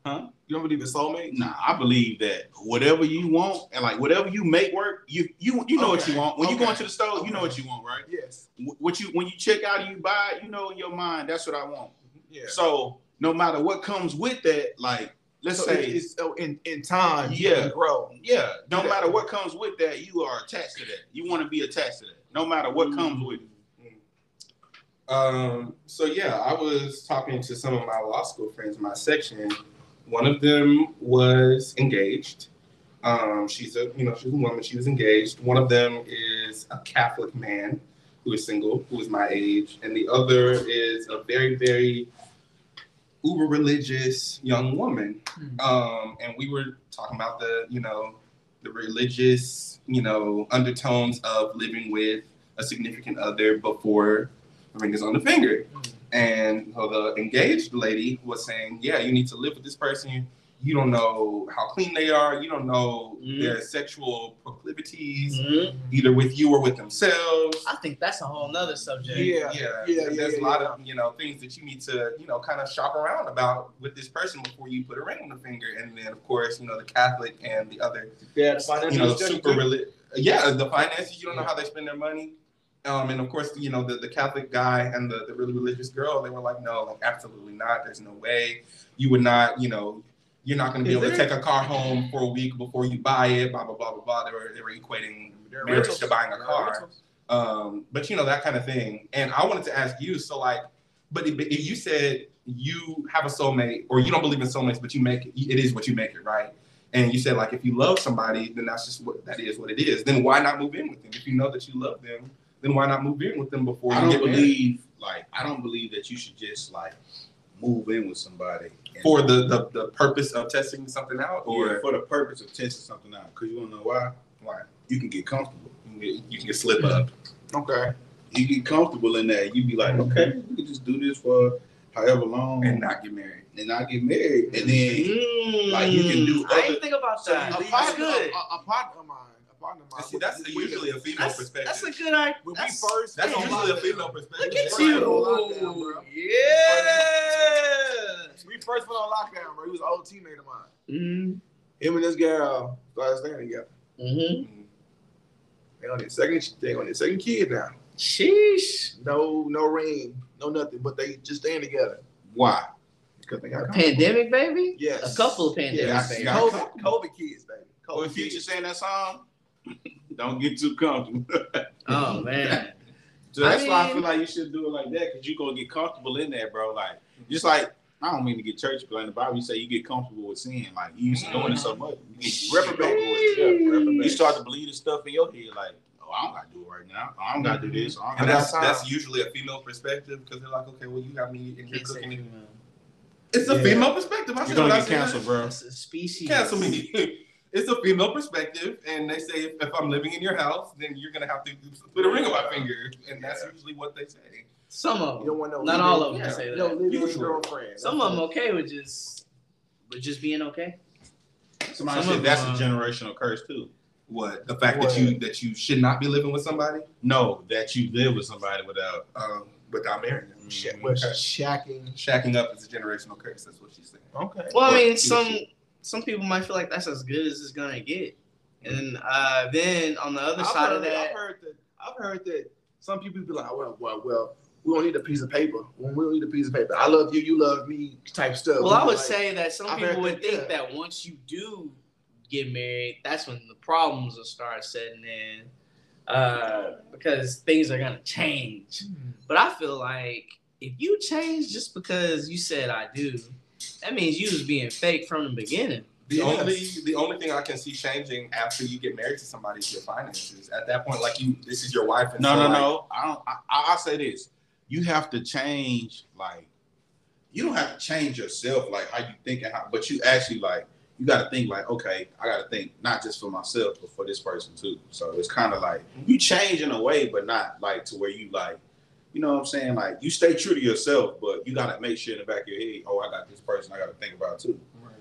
Speaker 4: Huh?
Speaker 6: You don't believe in soulmates?
Speaker 4: Nah, I believe that whatever you want and like whatever you make work, you you you know what
Speaker 3: Okay.
Speaker 4: you want. When you go
Speaker 3: Okay.
Speaker 4: into the store, you know what you want, right?
Speaker 3: Yes.
Speaker 4: Wh- What you when you check out and you buy, it, you know in your mind that's what I want.
Speaker 6: Yeah.
Speaker 4: So no matter what comes with that, like let's
Speaker 6: So
Speaker 4: say,
Speaker 6: it- it's so in in time, you
Speaker 4: Yeah.
Speaker 6: can grow.
Speaker 4: yeah, no
Speaker 6: Yeah.
Speaker 4: matter what comes with that, you are attached to that. You want to be attached to that, no matter what comes with it.
Speaker 5: Um, so yeah, I was talking to some of my law school friends, in my section. One of them was engaged. Um, she's a you know she's a woman. She was engaged. One of them is a Catholic man who is single, who is my age, and the other is a very very uber religious young woman. Um, and we were talking about the you know the religious you know undertones of living with a significant other before ring is on the finger. And so the engaged lady was saying, Yeah, you need to live with this person. You don't know how clean they are. You don't know
Speaker 2: Mm.
Speaker 5: their sexual proclivities,
Speaker 4: Mm-hmm.
Speaker 2: Mhm.
Speaker 5: either with you or with themselves.
Speaker 2: I think that's a whole nother subject.
Speaker 5: yeah,
Speaker 3: Yeah. yeah,
Speaker 5: There's
Speaker 3: yeah,
Speaker 5: a lot
Speaker 3: yeah.
Speaker 5: of you know things that you need to you know kind of shop around about with this person before you put a ring on the finger. And then of course you know the Catholic and the other
Speaker 3: Yeah,
Speaker 5: you know, super reli- Yeah, the finances. You don't know how they spend their money. Um, and of course, you know, the, the Catholic guy and the, the really religious girl, they were like, no, like, absolutely not. There's no way. You would not, you know, you're not going to
Speaker 6: Is
Speaker 5: be able
Speaker 6: there-
Speaker 5: to take a car home for a week before you buy it, blah, blah, blah, blah, blah. They were, they were equating
Speaker 6: They're
Speaker 5: marriage
Speaker 6: rentals.
Speaker 5: to buying a
Speaker 6: They're
Speaker 5: car.
Speaker 6: rentals.
Speaker 5: um, but you know that kind of thing. And I wanted to ask you, so like, but if, if you said you have a soulmate or you don't believe in soulmates, but you make it, it is what you make it, right? And you said like, if you love somebody, then that's just what that is, what it is. Then why not move in with them? If you know that you love them, then why not move in with them before
Speaker 4: I
Speaker 5: you
Speaker 4: don't
Speaker 5: get married?
Speaker 4: believe like I don't believe that you should just like move in with somebody and-
Speaker 5: For the, the the purpose of testing something out,
Speaker 4: or
Speaker 5: or
Speaker 4: for the purpose of testing something out because you don't know why.
Speaker 5: why
Speaker 4: You can get comfortable.
Speaker 5: you can- you can slip up.
Speaker 3: Okay.
Speaker 4: You get comfortable in that. You be like, okay, we can just do this for however long
Speaker 5: And not get married.
Speaker 4: and not get married, and then
Speaker 2: Mm.
Speaker 4: Like, you can do
Speaker 2: I
Speaker 4: other-
Speaker 2: didn't think about
Speaker 4: So
Speaker 2: that.
Speaker 4: you
Speaker 3: A
Speaker 4: leave-
Speaker 2: That's
Speaker 3: partner,
Speaker 2: good.
Speaker 3: a, a partner of mine. A partner of mine.
Speaker 5: See, that's
Speaker 3: we- we-
Speaker 5: usually a female
Speaker 2: That's,
Speaker 5: perspective.
Speaker 2: that's a good idea.
Speaker 3: When we
Speaker 2: That's-
Speaker 3: first,
Speaker 5: That's
Speaker 3: we
Speaker 5: usually a
Speaker 3: locked
Speaker 5: female
Speaker 3: down.
Speaker 5: perspective.
Speaker 2: Look at
Speaker 5: Right.
Speaker 3: We
Speaker 2: you.
Speaker 3: went on lockdown, bro.
Speaker 2: Yeah.
Speaker 3: We first went on lockdown, bro. He was an old teammate of mine.
Speaker 2: Mm.
Speaker 3: Him and this girl started staying together.
Speaker 2: Mm-hmm.
Speaker 3: They on their second, they on their second kid now.
Speaker 2: Sheesh.
Speaker 3: No, no ring, no nothing. But they just staying together
Speaker 4: why?
Speaker 3: because they got
Speaker 2: Pandemic, baby?
Speaker 3: Yes.
Speaker 2: A couple of pandemic,
Speaker 3: Yes.
Speaker 2: baby.
Speaker 4: Yeah.
Speaker 3: COVID, COVID kids, baby. COVID
Speaker 4: Or if Future
Speaker 3: kids.
Speaker 4: sang that song, [LAUGHS] don't get too comfortable. [LAUGHS]
Speaker 2: Oh, man.
Speaker 4: so that's why I
Speaker 2: mean-
Speaker 4: feel like you should do it like that because you're gonna get comfortable in there, bro. Like just like I don't mean to get church, but in the Bible you say you get comfortable with sin. Like you used to doing it so much, you get
Speaker 3: Reprobate.
Speaker 4: Yeah,
Speaker 3: reprobate.
Speaker 4: You start to believe the stuff in your head, like, oh, I don't gotta do it right now. I don't gotta do this. I don't
Speaker 5: And
Speaker 4: gotta
Speaker 5: that's
Speaker 3: time.
Speaker 5: that's usually a female perspective because they're like, okay, well, you got me in here
Speaker 2: Can't say
Speaker 5: cooking.
Speaker 2: female.
Speaker 5: It's a female perspective. I
Speaker 4: You're
Speaker 5: said
Speaker 4: gonna
Speaker 5: what I
Speaker 4: get
Speaker 5: said.
Speaker 4: canceled, bro.
Speaker 2: uh, That's a species.
Speaker 5: Cancel me. [LAUGHS] It's a female perspective, and they say if, if I'm living in your house, then you're gonna have to put a ring on my finger, and that's usually what they say.
Speaker 2: Some
Speaker 3: You
Speaker 2: of them.
Speaker 3: don't want no.
Speaker 2: Not
Speaker 3: living-
Speaker 2: all of them
Speaker 5: yeah.
Speaker 2: say
Speaker 3: You
Speaker 2: that.
Speaker 3: don't live with
Speaker 5: Usually.
Speaker 3: your girlfriend.
Speaker 2: Some of them okay with just, with just being okay.
Speaker 4: Somebody
Speaker 2: Some of
Speaker 4: said that's a
Speaker 2: them, uh,
Speaker 4: generational curse too.
Speaker 5: What the fact
Speaker 3: What?
Speaker 5: that you that you should not be living with somebody
Speaker 4: No, that you live with somebody without.
Speaker 5: um, without marrying them.
Speaker 3: Sha-
Speaker 4: Mm,
Speaker 3: well,
Speaker 5: okay.
Speaker 3: shacking.
Speaker 5: Shacking up is a generational curse. That's what she's saying.
Speaker 3: Okay.
Speaker 2: Well, I
Speaker 5: Well,
Speaker 2: mean,
Speaker 5: you
Speaker 2: some
Speaker 5: should.
Speaker 2: some people might feel like that's as good as it's gonna get. And uh, then on the other
Speaker 3: I've
Speaker 2: side
Speaker 3: heard
Speaker 2: of that,
Speaker 3: I've heard that. I've heard that some people be like, well, well, well, we don't need a piece of paper. Well, we don't need a piece of paper. I love you, you love me, type stuff.
Speaker 2: Well, I would
Speaker 3: Like,
Speaker 2: say that some
Speaker 3: I've heard
Speaker 2: people would
Speaker 3: that,
Speaker 2: think
Speaker 3: yeah.
Speaker 2: that once you do get married, that's when the problems will start setting in, uh, because things are gonna change. But I feel like if you change just because you said I do, that means you was being fake from the beginning.
Speaker 5: The
Speaker 3: Yes.
Speaker 5: only the only thing I can see changing after you get married to somebody is your finances. At that point, like you, this is your wife. And
Speaker 4: No,
Speaker 5: so,
Speaker 4: no,
Speaker 5: like,
Speaker 4: no. I don't. I, I I say this: you have to change. Like, you don't have to change yourself, like how you think and how. But you actually like you got to think like, okay, I got to think not just for myself, but for this person too. So it's kind of like you change in a way, but not like to where you like, you know what I'm saying? Like you stay true to yourself, but you got to make sure in the back of your head, oh, I got this person I got to think about too.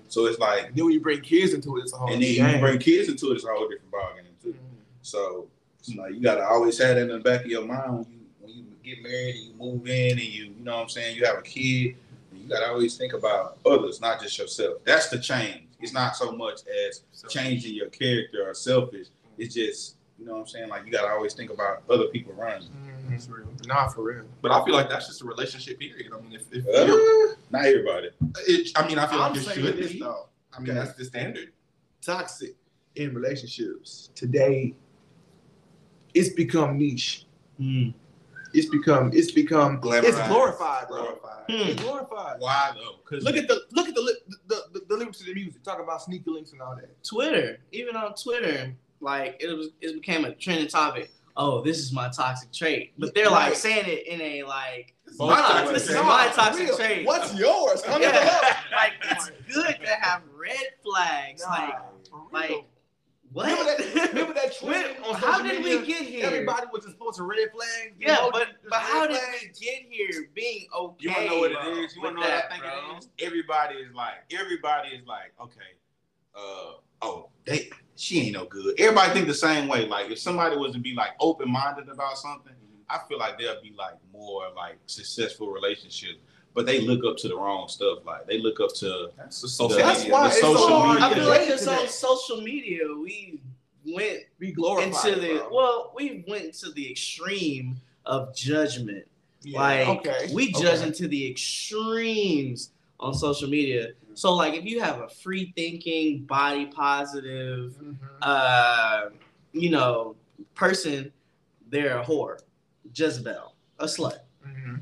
Speaker 4: So it's like
Speaker 3: And then when you bring kids into it, it's a
Speaker 5: Oh,
Speaker 3: whole
Speaker 4: and then you
Speaker 3: game.
Speaker 4: bring kids into it, it's a whole different ballgame too. So, you know, you gotta always have that in the back of your mind when you when you get married and you move in and you you know what I'm saying, you have a kid, you gotta always think about others, not just yourself. That's the change. It's not so much as
Speaker 5: So-
Speaker 4: changing your character or selfish. It's just, you know what I'm saying? Like you gotta always think about other people around you.
Speaker 3: It's real. Mm-hmm. Nah, for real.
Speaker 5: But I feel like that's just a relationship period. I mean, if, if you're,
Speaker 4: Uh, not everybody.
Speaker 5: it, I mean, I feel
Speaker 3: I'm
Speaker 5: like it
Speaker 3: saying
Speaker 5: should
Speaker 3: this
Speaker 5: be.
Speaker 3: though.
Speaker 5: I mean, that's the standard.
Speaker 3: Toxic in relationships today. It's become niche.
Speaker 2: Hmm.
Speaker 3: It's become. It's become. It's
Speaker 5: Glamorized.
Speaker 3: glorified, bro.
Speaker 5: Glorified.
Speaker 2: Hmm.
Speaker 3: It's glorified.
Speaker 4: Why though? Because
Speaker 3: Look at the look at the li- the, the, the lyrics to the music. Talk about sneaker links and all that.
Speaker 2: Twitter, even on Twitter, like it was, it became a trending topic. Oh, this is my toxic trait, but they're like
Speaker 3: Right.
Speaker 2: saying it in a like,
Speaker 5: Both
Speaker 2: nah,
Speaker 5: sides
Speaker 2: this is
Speaker 5: say-
Speaker 2: my toxic
Speaker 3: real.
Speaker 2: trait.
Speaker 3: What's yours? Come
Speaker 2: Yeah.
Speaker 3: yeah.
Speaker 2: like it's good to have red flags. Like, like
Speaker 3: Remember
Speaker 2: what? [LAUGHS]
Speaker 3: that, [LAUGHS] remember that
Speaker 2: When-
Speaker 3: trend on
Speaker 2: how
Speaker 3: social
Speaker 2: did
Speaker 3: media?
Speaker 2: we get here?
Speaker 3: Everybody was just supposed to red flags.
Speaker 2: yeah,
Speaker 3: emojis,
Speaker 2: but
Speaker 3: just
Speaker 2: but how
Speaker 3: red
Speaker 2: did
Speaker 3: flags.
Speaker 2: we get here? Being okay.
Speaker 4: You wanna know what it
Speaker 2: bro,
Speaker 4: is? You wanna know
Speaker 2: with
Speaker 4: what I
Speaker 2: that,
Speaker 4: think
Speaker 2: bro.
Speaker 4: it is? Everybody is like, everybody is like, okay, uh, oh, they she ain't no good. Everybody think the same way. Like if somebody was to be like open minded about something, I feel like there'll be like more like successful relationships. But they look up to the wrong stuff. Like they look up to
Speaker 5: That's the social.
Speaker 4: That's
Speaker 5: media.
Speaker 4: why
Speaker 5: The
Speaker 4: it's
Speaker 5: social
Speaker 4: so hard
Speaker 5: media.
Speaker 2: I feel like
Speaker 3: Yeah.
Speaker 2: it's on social media. We went
Speaker 3: we glorified
Speaker 2: into the
Speaker 3: bro.
Speaker 2: well, we went into the extreme of judgment.
Speaker 3: Yeah,
Speaker 2: Like
Speaker 3: okay,
Speaker 2: we
Speaker 3: okay.
Speaker 2: judge into the extremes on social media. So like if you have a free thinking, body positive,
Speaker 3: Mm-hmm.
Speaker 2: uh, you know, person, they're a whore, Jezebel, a slut.
Speaker 3: Mm-hmm.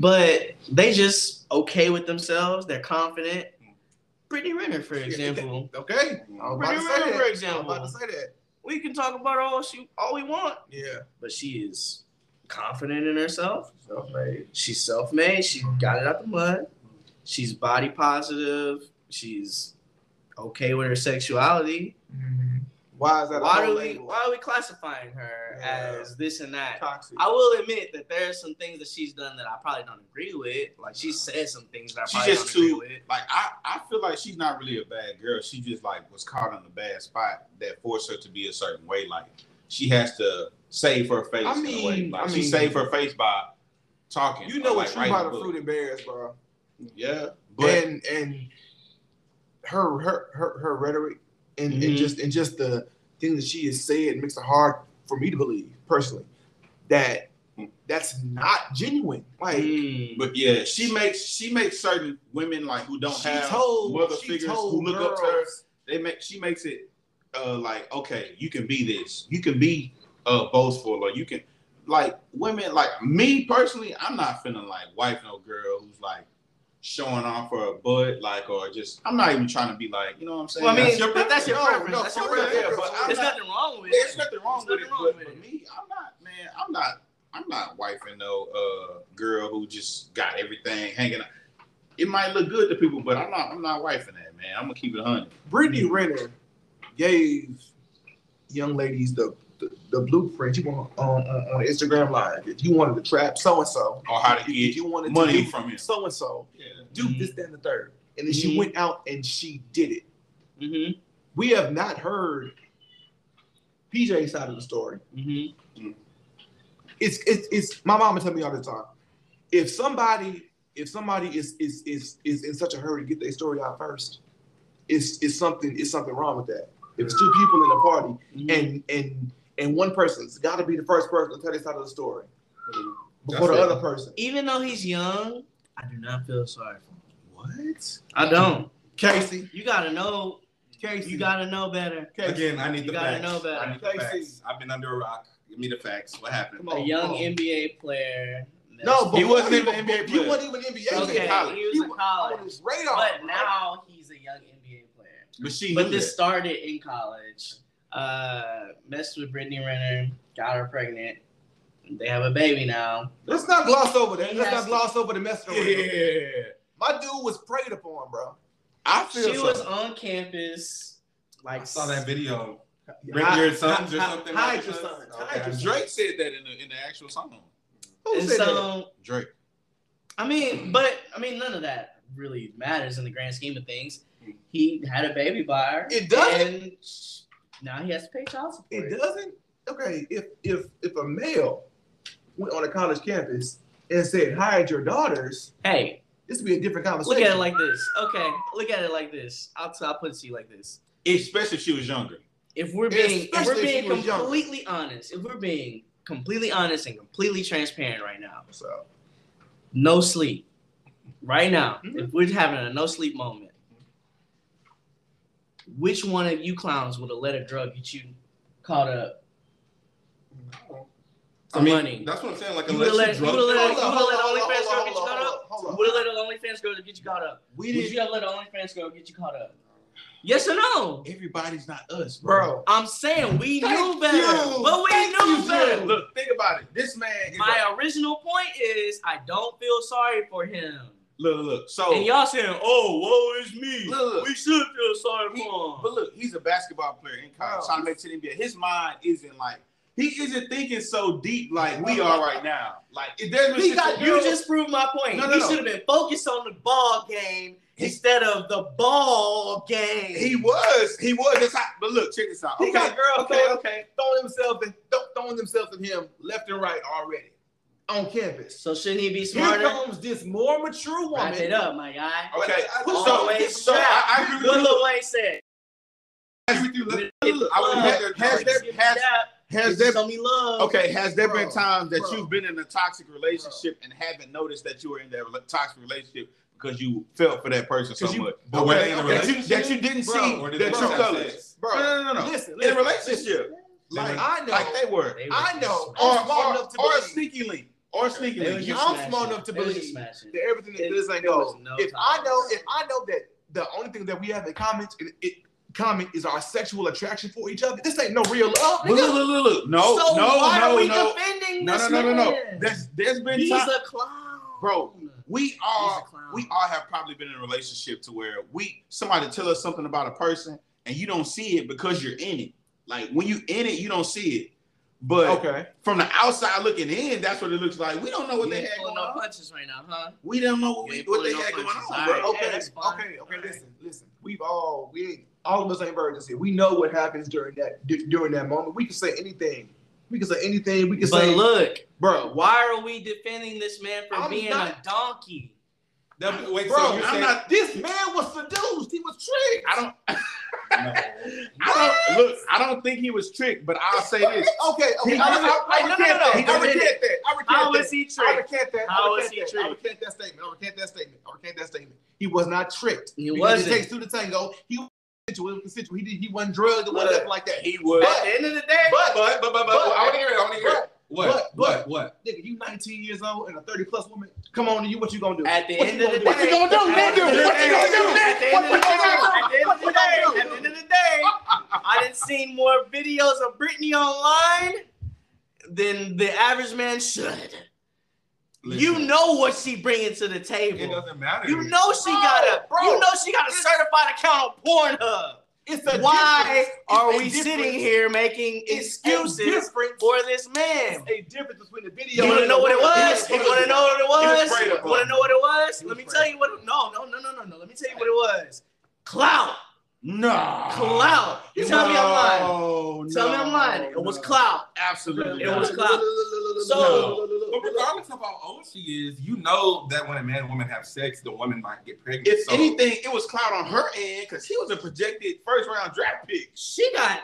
Speaker 2: But they just okay with themselves. They're confident. Brittany Renner,
Speaker 3: [LAUGHS]
Speaker 2: for example.
Speaker 3: Okay, I'm Mm-hmm. about to
Speaker 2: Brittany
Speaker 3: say
Speaker 2: Renner, for
Speaker 3: that. I'm
Speaker 2: example.
Speaker 3: about to say that.
Speaker 2: We can talk about all she all we want,
Speaker 3: Yeah,
Speaker 2: but she is confident in herself.
Speaker 3: self-made.
Speaker 2: She's self-made. She got it out the mud. She's body positive. She's okay with her sexuality.
Speaker 3: Mm-hmm. Why is that? a
Speaker 2: Why
Speaker 3: whole
Speaker 2: do we
Speaker 3: label?
Speaker 2: why are we classifying her
Speaker 3: Yeah.
Speaker 2: as this and that?
Speaker 3: toxic?
Speaker 2: I will admit that there are some things that she's done that I probably don't agree with. Like she said some things that I
Speaker 4: She's
Speaker 2: probably
Speaker 4: just
Speaker 2: don't
Speaker 4: too-
Speaker 2: agree with.
Speaker 4: like I, I feel like she's not really a bad girl. She just like was caught in a bad spot that forced her to be a certain way. Like she has to save her face
Speaker 3: I
Speaker 4: in a way.
Speaker 3: mean-
Speaker 4: Like
Speaker 3: I
Speaker 4: she
Speaker 3: mean-
Speaker 4: saved her face by talking.
Speaker 3: You know
Speaker 2: Oh,
Speaker 4: or,
Speaker 3: what
Speaker 4: like,
Speaker 3: you
Speaker 4: writing
Speaker 3: by the
Speaker 4: books.
Speaker 3: fruit and bears, bro.
Speaker 4: Yeah, but
Speaker 3: and and her her her, her rhetoric and,
Speaker 2: Mhm.
Speaker 4: Mm-hmm.
Speaker 3: and just and just the thing that she has said makes it hard for me to believe personally that that's not genuine. Like
Speaker 2: Mm.
Speaker 4: but yeah, she makes she makes certain women like who don't
Speaker 3: she
Speaker 4: have
Speaker 3: told
Speaker 4: mother
Speaker 3: she
Speaker 4: figures
Speaker 3: told
Speaker 4: who look up to her.
Speaker 3: girls,
Speaker 4: They make she makes it uh like okay, you can be this, you can be uh boastful, or you can like women like me personally. I'm not feeling like wife no girl who's like showing off her butt, like or just I'm not even trying to be like you know what I'm saying.
Speaker 2: Well, I mean,
Speaker 4: That's
Speaker 2: that's your, but that's your
Speaker 3: No,
Speaker 2: preference.
Speaker 3: no,
Speaker 2: that's your
Speaker 3: for real,
Speaker 2: preference.
Speaker 3: yeah, but I'm
Speaker 2: There's
Speaker 3: not-
Speaker 2: nothing wrong with
Speaker 4: There's
Speaker 2: it.
Speaker 4: nothing wrong
Speaker 2: There's
Speaker 4: with it,
Speaker 2: nothing
Speaker 4: but
Speaker 2: wrong
Speaker 4: for
Speaker 2: with
Speaker 4: me, I'm not, man, I'm not, I'm not wifing no uh girl who just got everything hanging. out. It might look good to people, but I'm not, I'm not wifing that, man. I'm gonna keep it hundred.
Speaker 3: Brittany
Speaker 4: Mm-hmm.
Speaker 3: Renner gave young ladies the the, the blueprint. You want on, on on Instagram Live if you wanted to trap so and so,
Speaker 4: Or how to
Speaker 3: if
Speaker 4: get
Speaker 3: you wanted
Speaker 4: money
Speaker 3: to
Speaker 4: from him.
Speaker 3: do so and so,
Speaker 4: Yeah. Mm-hmm.
Speaker 3: do this, that, and the third, and then
Speaker 2: Mhm.
Speaker 3: she went out and she did it.
Speaker 2: Mm-hmm.
Speaker 3: we have not heard PJ's side of the story.
Speaker 2: Mm-hmm.
Speaker 3: It's it's, it's my mama tell me all the time. If somebody if somebody is is is is in such a hurry to get their story out first, it's it's something it's something wrong with that. If it's two people in a party
Speaker 2: mm-hmm.
Speaker 3: and and and one person's got to be the first person to tell their side of the story before
Speaker 5: That's
Speaker 3: the
Speaker 5: it.
Speaker 3: other person.
Speaker 2: Even though he's young, I do not feel sorry for him. What? I don't.
Speaker 3: Casey,
Speaker 2: You gotta know.
Speaker 3: Casey,
Speaker 2: You gotta know better.
Speaker 5: Again, I need
Speaker 2: You
Speaker 5: the
Speaker 2: gotta
Speaker 5: facts.
Speaker 2: know that.
Speaker 5: I need the facts. I've been under a rock. Give me the facts. What happened?
Speaker 3: Come
Speaker 2: A
Speaker 3: on,
Speaker 2: young
Speaker 3: come on.
Speaker 2: NBA player.
Speaker 3: Oh, No, but
Speaker 4: He wasn't
Speaker 3: you-
Speaker 4: even an NBA
Speaker 3: You
Speaker 4: player.
Speaker 3: wasn't even NBA.
Speaker 2: okay,
Speaker 3: in college.
Speaker 2: he was in
Speaker 3: on
Speaker 2: college,
Speaker 3: his radar.
Speaker 2: but
Speaker 3: bro.
Speaker 2: now he's a young NBA player.
Speaker 4: But she
Speaker 2: But
Speaker 4: knew
Speaker 2: this
Speaker 4: that.
Speaker 2: started in college. Uh, messed with Brittany Renner, got her pregnant. They have a baby now.
Speaker 3: let's not gloss over that.
Speaker 2: He
Speaker 3: Let's
Speaker 2: has
Speaker 3: not
Speaker 2: to-
Speaker 3: gloss over the mess.
Speaker 4: [LAUGHS] Yeah.
Speaker 3: My dude was preyed upon, bro.
Speaker 4: I feel
Speaker 2: She was
Speaker 4: something.
Speaker 2: on campus. Like
Speaker 5: I saw that video. Bring
Speaker 3: Hi-
Speaker 5: your sons or
Speaker 3: hi-
Speaker 5: something.
Speaker 3: Hide
Speaker 5: like
Speaker 3: your
Speaker 5: this?
Speaker 3: sons.
Speaker 5: Okay.
Speaker 3: Hide your sons.
Speaker 4: Drake said that in the in the actual song.
Speaker 3: Who
Speaker 2: and
Speaker 3: said that?
Speaker 2: so
Speaker 4: Drake.
Speaker 2: I mean, but I mean, none of that really matters in the grand scheme of things. He had a baby by her.
Speaker 3: It doesn't.
Speaker 2: And now he has to pay child support.
Speaker 3: It doesn't. Okay, if if if a male went on a college campus and said hide your daughters,
Speaker 2: Hey,
Speaker 3: this would be a different
Speaker 2: Look
Speaker 3: conversation.
Speaker 2: at it like this. Okay, look at it like this. I'll, I'll put it to you like this.
Speaker 4: Especially if she was younger.
Speaker 2: If we're being, if
Speaker 3: Especially
Speaker 2: we're
Speaker 3: if
Speaker 2: being
Speaker 3: she was young.
Speaker 2: completely honest, if we're being completely honest and completely transparent right now,
Speaker 3: so
Speaker 2: no sleep. Right now,
Speaker 3: Hmm?
Speaker 2: if we're having a no sleep moment, which one of you clowns would have let a drug get you caught up?
Speaker 5: I mean,
Speaker 2: Money.
Speaker 5: that's what I'm saying. Like,
Speaker 2: You would've
Speaker 5: unless you
Speaker 2: let- you
Speaker 5: drunk,
Speaker 2: would've let-
Speaker 3: Hold on,
Speaker 2: you would've let
Speaker 3: hold on,
Speaker 2: OnlyFans
Speaker 3: hold
Speaker 2: girl
Speaker 3: on,
Speaker 2: get you
Speaker 3: hold on,
Speaker 2: caught up?
Speaker 3: hold on,
Speaker 2: Would
Speaker 3: hold
Speaker 2: have
Speaker 3: on.
Speaker 2: let an OnlyFans girl to get you caught up?
Speaker 4: We
Speaker 2: Would
Speaker 4: didn't.
Speaker 2: you have let an OnlyFans girl get you caught up? Yes or no?
Speaker 4: Everybody's not us, bro.
Speaker 3: Bro,
Speaker 2: I'm saying we knew
Speaker 4: Thank
Speaker 2: better,
Speaker 4: you.
Speaker 2: but we knew better.
Speaker 4: Look, think about it. This man. Is
Speaker 2: My original point is I don't feel sorry for him.
Speaker 4: look, look, look. So
Speaker 2: And y'all saying, "Oh, woe is me."
Speaker 4: Look, look.
Speaker 2: We should feel sorry
Speaker 4: He-
Speaker 2: for him.
Speaker 4: But look, he's a basketball player in college,
Speaker 3: Bro.
Speaker 4: trying to make it to the NBA. His mind isn't like he isn't thinking so deep like we are right now. Like it doesn't.
Speaker 2: He got- you just proved my point.
Speaker 4: No, no,
Speaker 2: he
Speaker 4: no.
Speaker 2: should have been focused on the ball game
Speaker 4: He-
Speaker 2: instead of the ball game.
Speaker 4: He was. He was. That's how, but look, check this out.
Speaker 3: he
Speaker 4: Okay.
Speaker 3: got girls
Speaker 4: okay,
Speaker 3: throwing,
Speaker 4: okay.
Speaker 3: throwing themselves and throwing themselves at him left and right already on campus.
Speaker 2: so shouldn't he be
Speaker 3: Here
Speaker 2: smarter?
Speaker 3: comes this more mature
Speaker 2: Wrap it
Speaker 3: woman.
Speaker 2: up, my guy.
Speaker 4: Okay.
Speaker 3: I- I-
Speaker 4: so,
Speaker 2: Always
Speaker 4: so I, I agree with
Speaker 2: What
Speaker 4: you.
Speaker 2: Lil Wayne said.
Speaker 4: I agree with you. Look,
Speaker 2: When
Speaker 4: look, look, I would-
Speaker 2: it
Speaker 4: has-
Speaker 2: floods,
Speaker 4: has-
Speaker 2: give me
Speaker 4: has-
Speaker 2: that,
Speaker 4: Has
Speaker 2: give me
Speaker 4: there
Speaker 2: some me love.
Speaker 4: okay? Has there been
Speaker 3: Bro,
Speaker 4: times that
Speaker 3: bro.
Speaker 4: you've been in a toxic relationship and haven't noticed that you were in that rela- toxic relationship because you felt for that person so
Speaker 3: Because you-
Speaker 4: much?
Speaker 5: but were they in a
Speaker 4: that, you,
Speaker 5: relationship?
Speaker 4: that you didn't
Speaker 3: Bro,
Speaker 4: see
Speaker 5: or did
Speaker 4: their
Speaker 5: they
Speaker 4: true
Speaker 5: just have
Speaker 4: colors.
Speaker 5: sex?
Speaker 3: Bro,
Speaker 4: No, no, no, no.
Speaker 3: listen,
Speaker 4: In
Speaker 3: listen.
Speaker 4: a relationship,
Speaker 3: Like
Speaker 5: They
Speaker 3: I know,
Speaker 4: like they were.
Speaker 2: They were
Speaker 3: I
Speaker 2: just
Speaker 3: know.
Speaker 2: smashing.
Speaker 4: or
Speaker 3: I'm smart enough to
Speaker 4: or, or a
Speaker 3: believe.
Speaker 4: sneaky link, or a sneaky
Speaker 2: They were
Speaker 4: link.
Speaker 2: just
Speaker 4: You-
Speaker 3: I'm
Speaker 2: smashing.
Speaker 3: small enough to
Speaker 2: They were just
Speaker 3: believe
Speaker 2: smashing.
Speaker 3: that everything that
Speaker 2: It-
Speaker 3: this ain't
Speaker 2: there was
Speaker 3: gold.
Speaker 2: no
Speaker 3: if I know,
Speaker 2: tolerance.
Speaker 3: if I know that the only thing that we have in common, it, it, common is our sexual attraction for each other. This ain't no real love.
Speaker 4: Look,
Speaker 3: nigga.
Speaker 4: look, look, look, look. No,
Speaker 2: so
Speaker 4: no,
Speaker 2: why
Speaker 4: no,
Speaker 2: are we
Speaker 4: no.
Speaker 2: defending
Speaker 4: No,
Speaker 2: this
Speaker 4: no, no, no, no.
Speaker 2: man?
Speaker 4: There's, there's been
Speaker 2: He's
Speaker 4: times.
Speaker 2: a clown,
Speaker 4: Bro, We
Speaker 2: He's a
Speaker 4: all,
Speaker 2: clown.
Speaker 4: we all have probably been in a relationship to where we somebody tell us something about a person and you don't see it because you're in it. Like when you in it, you don't see it. But
Speaker 3: Okay.
Speaker 4: from the outside looking in, that's what it looks like. We don't know what
Speaker 2: You
Speaker 4: they
Speaker 2: ain't
Speaker 4: had
Speaker 2: pulling
Speaker 4: going
Speaker 2: no
Speaker 4: on.
Speaker 2: punches right now, huh?
Speaker 4: We don't know what,
Speaker 2: You
Speaker 4: we,
Speaker 2: ain't
Speaker 4: what
Speaker 2: pulling
Speaker 4: they
Speaker 2: no
Speaker 4: had going
Speaker 2: punches.
Speaker 4: on,
Speaker 2: All
Speaker 4: bro.
Speaker 2: right.
Speaker 3: Okay.
Speaker 2: that's fine.
Speaker 3: Okay. Okay.
Speaker 2: All right.
Speaker 3: Listen. Listen. We've all we ain't- all of us ain't virgins here. We know what happens during that d- during that moment. We can say anything. We can say anything. We can
Speaker 2: But
Speaker 3: say,
Speaker 2: look,
Speaker 3: bro.
Speaker 2: why are we defending this man for
Speaker 3: I'm
Speaker 2: being
Speaker 3: not-
Speaker 2: a donkey?
Speaker 5: That, wait,
Speaker 3: Bro,
Speaker 5: so you're
Speaker 4: I'm
Speaker 5: saying?
Speaker 4: not.
Speaker 3: This man was seduced. He was tricked.
Speaker 4: I don't.
Speaker 5: No.
Speaker 4: I don't look. I don't think he was tricked, but I'll say this.
Speaker 3: [LAUGHS] Okay. Okay.
Speaker 4: He
Speaker 3: I,
Speaker 4: wasn't-
Speaker 3: I, I,
Speaker 4: Wait, no,
Speaker 3: recant
Speaker 4: no,
Speaker 3: that.
Speaker 4: no, he
Speaker 3: I
Speaker 4: wasn't in
Speaker 3: recant that. I recant
Speaker 2: How
Speaker 3: that.
Speaker 2: is he
Speaker 3: I
Speaker 2: tricked?
Speaker 3: recant that.
Speaker 2: How
Speaker 3: I
Speaker 2: is
Speaker 3: recant
Speaker 2: he
Speaker 3: that. I
Speaker 2: tricked?
Speaker 3: recant that statement. I recant that statement. I recant that statement. He was not tricked.
Speaker 2: He
Speaker 3: Because
Speaker 2: wasn't.
Speaker 3: It takes two to tango. He was consensual. consensual. He did. He wasn't drugged or
Speaker 4: Look,
Speaker 3: whatever like that.
Speaker 4: He was.
Speaker 2: At the end of the day,
Speaker 3: But
Speaker 4: But but but but,
Speaker 3: But-
Speaker 4: I want to hear it. I want to hear it.
Speaker 5: What?
Speaker 3: But-
Speaker 5: What? What?
Speaker 3: nigga, you 19 years old and a 30 plus woman. Come on, you what you gonna do?
Speaker 2: at the
Speaker 3: What
Speaker 2: end
Speaker 3: you
Speaker 2: of the day,
Speaker 3: gonna do? What you gonna do,
Speaker 2: at the
Speaker 3: nigga?
Speaker 2: end of the
Speaker 3: What you gonna do?
Speaker 2: day, at the end
Speaker 3: What
Speaker 2: of the
Speaker 3: you gonna do? What you
Speaker 2: day, at the end of the
Speaker 3: gonna
Speaker 2: day,
Speaker 3: do?
Speaker 2: at the end of the day, I didn't seen more videos of Britney online than the average man should. You
Speaker 5: Listen,
Speaker 2: know what she bringing to the
Speaker 5: it
Speaker 2: table.
Speaker 5: doesn't matter.
Speaker 2: You know she got a
Speaker 3: Bro,
Speaker 2: you know she got a
Speaker 3: it's-
Speaker 2: certified account on Pornhub.
Speaker 3: It's a
Speaker 2: Why
Speaker 3: difference. It's
Speaker 2: are
Speaker 3: a
Speaker 2: we
Speaker 3: difference.
Speaker 2: sitting here making
Speaker 3: It's a
Speaker 2: excuses
Speaker 3: difference.
Speaker 2: for this man?
Speaker 3: It's a difference between the video.
Speaker 2: You want to know what it was? You want to know what it
Speaker 4: was
Speaker 2: was?
Speaker 4: preyed upon.
Speaker 2: Want to know what it was?
Speaker 3: He
Speaker 2: Let
Speaker 3: was
Speaker 2: me
Speaker 3: preyed
Speaker 2: tell you what. No, no, no, no, no, no. Let me tell you what it was. Clout,
Speaker 4: No.
Speaker 2: clout. You tell me I'm lying.
Speaker 4: Oh,
Speaker 2: Tell me I'm lying. It was clout.
Speaker 4: Absolutely.
Speaker 2: It
Speaker 4: not.
Speaker 2: was clout.
Speaker 5: But regardless of how old she is, you know that when a man and woman have sex, the woman might get pregnant.
Speaker 4: If
Speaker 5: so,
Speaker 4: anything, it was clout on her end because he was a projected first round draft pick.
Speaker 2: She got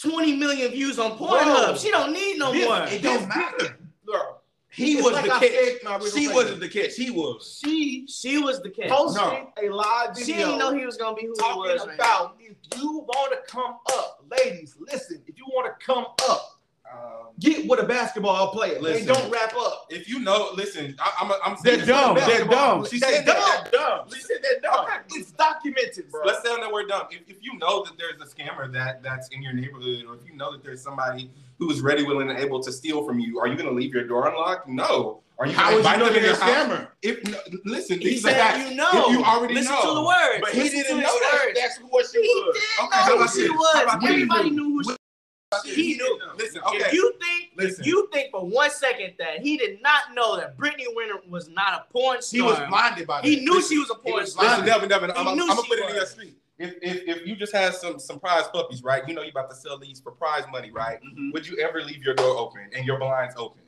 Speaker 2: 20 million views on Pornhub. She don't need no
Speaker 4: This-
Speaker 2: more.
Speaker 4: it don't matter. Girl, he
Speaker 3: It's
Speaker 4: was
Speaker 3: like
Speaker 4: the
Speaker 3: I
Speaker 4: catch.
Speaker 3: said, nah, we
Speaker 4: She
Speaker 3: gonna
Speaker 4: wasn't the catch. He was.
Speaker 2: She she was the
Speaker 3: say
Speaker 2: cat.
Speaker 3: it. posting
Speaker 4: No.
Speaker 3: a live video.
Speaker 2: She didn't know he was gonna be who he
Speaker 3: talking
Speaker 2: was. man.
Speaker 3: about if you want to come up, ladies. Listen, if you want to come up,
Speaker 5: um,
Speaker 3: get with a basketball player.
Speaker 5: Listen.
Speaker 3: They don't wrap up.
Speaker 5: if you know, listen, I, I'm, I'm
Speaker 4: They're
Speaker 5: saying
Speaker 4: dumb.
Speaker 5: Let's-
Speaker 4: They're dumb.
Speaker 5: She
Speaker 3: They're
Speaker 5: said that. They're dumb.
Speaker 3: She said that no. It's documented, bro.
Speaker 5: Let's say that we're dumb. If, if you know that there's a scammer that that's in your neighborhood, or if you know that there's somebody who is ready, willing, and able to steal from you, are you going to leave your door unlocked? No. Are you
Speaker 4: How
Speaker 5: going
Speaker 4: would
Speaker 5: to
Speaker 4: you
Speaker 5: invite
Speaker 4: know
Speaker 5: them in
Speaker 4: they're a
Speaker 5: your house?
Speaker 4: scammer?
Speaker 5: If no, listen,
Speaker 2: He
Speaker 5: these are facts.
Speaker 2: said you know.
Speaker 5: If you already
Speaker 2: Listen
Speaker 5: know.
Speaker 2: to the words.
Speaker 4: But he
Speaker 2: Listen to
Speaker 4: didn't
Speaker 2: his
Speaker 4: know that.
Speaker 2: words.
Speaker 4: That's what she
Speaker 2: He
Speaker 4: was.
Speaker 2: did
Speaker 5: Okay, how
Speaker 2: know who
Speaker 5: about
Speaker 2: she
Speaker 5: this? How
Speaker 2: was.
Speaker 5: about this?
Speaker 2: Everybody knew who she He knew.
Speaker 5: Listen,
Speaker 2: If
Speaker 5: okay.
Speaker 2: you think
Speaker 5: Listen.
Speaker 2: if you think for one second that he did not know that Brittany Winner was not a porn star,
Speaker 4: He was blinded by that.
Speaker 2: He knew
Speaker 4: Listen,
Speaker 2: she was a porn
Speaker 4: was
Speaker 2: star.
Speaker 5: Listen, Devin, Devin,
Speaker 2: He
Speaker 5: I'm, I'm,
Speaker 2: knew
Speaker 5: gonna
Speaker 2: she
Speaker 5: put it in
Speaker 2: was.
Speaker 5: your street. If, if if you just had some some prize puppies, right? You know you about to sell these for prize money, right?
Speaker 4: Mhm.
Speaker 5: Would you ever leave your door open and your blinds open?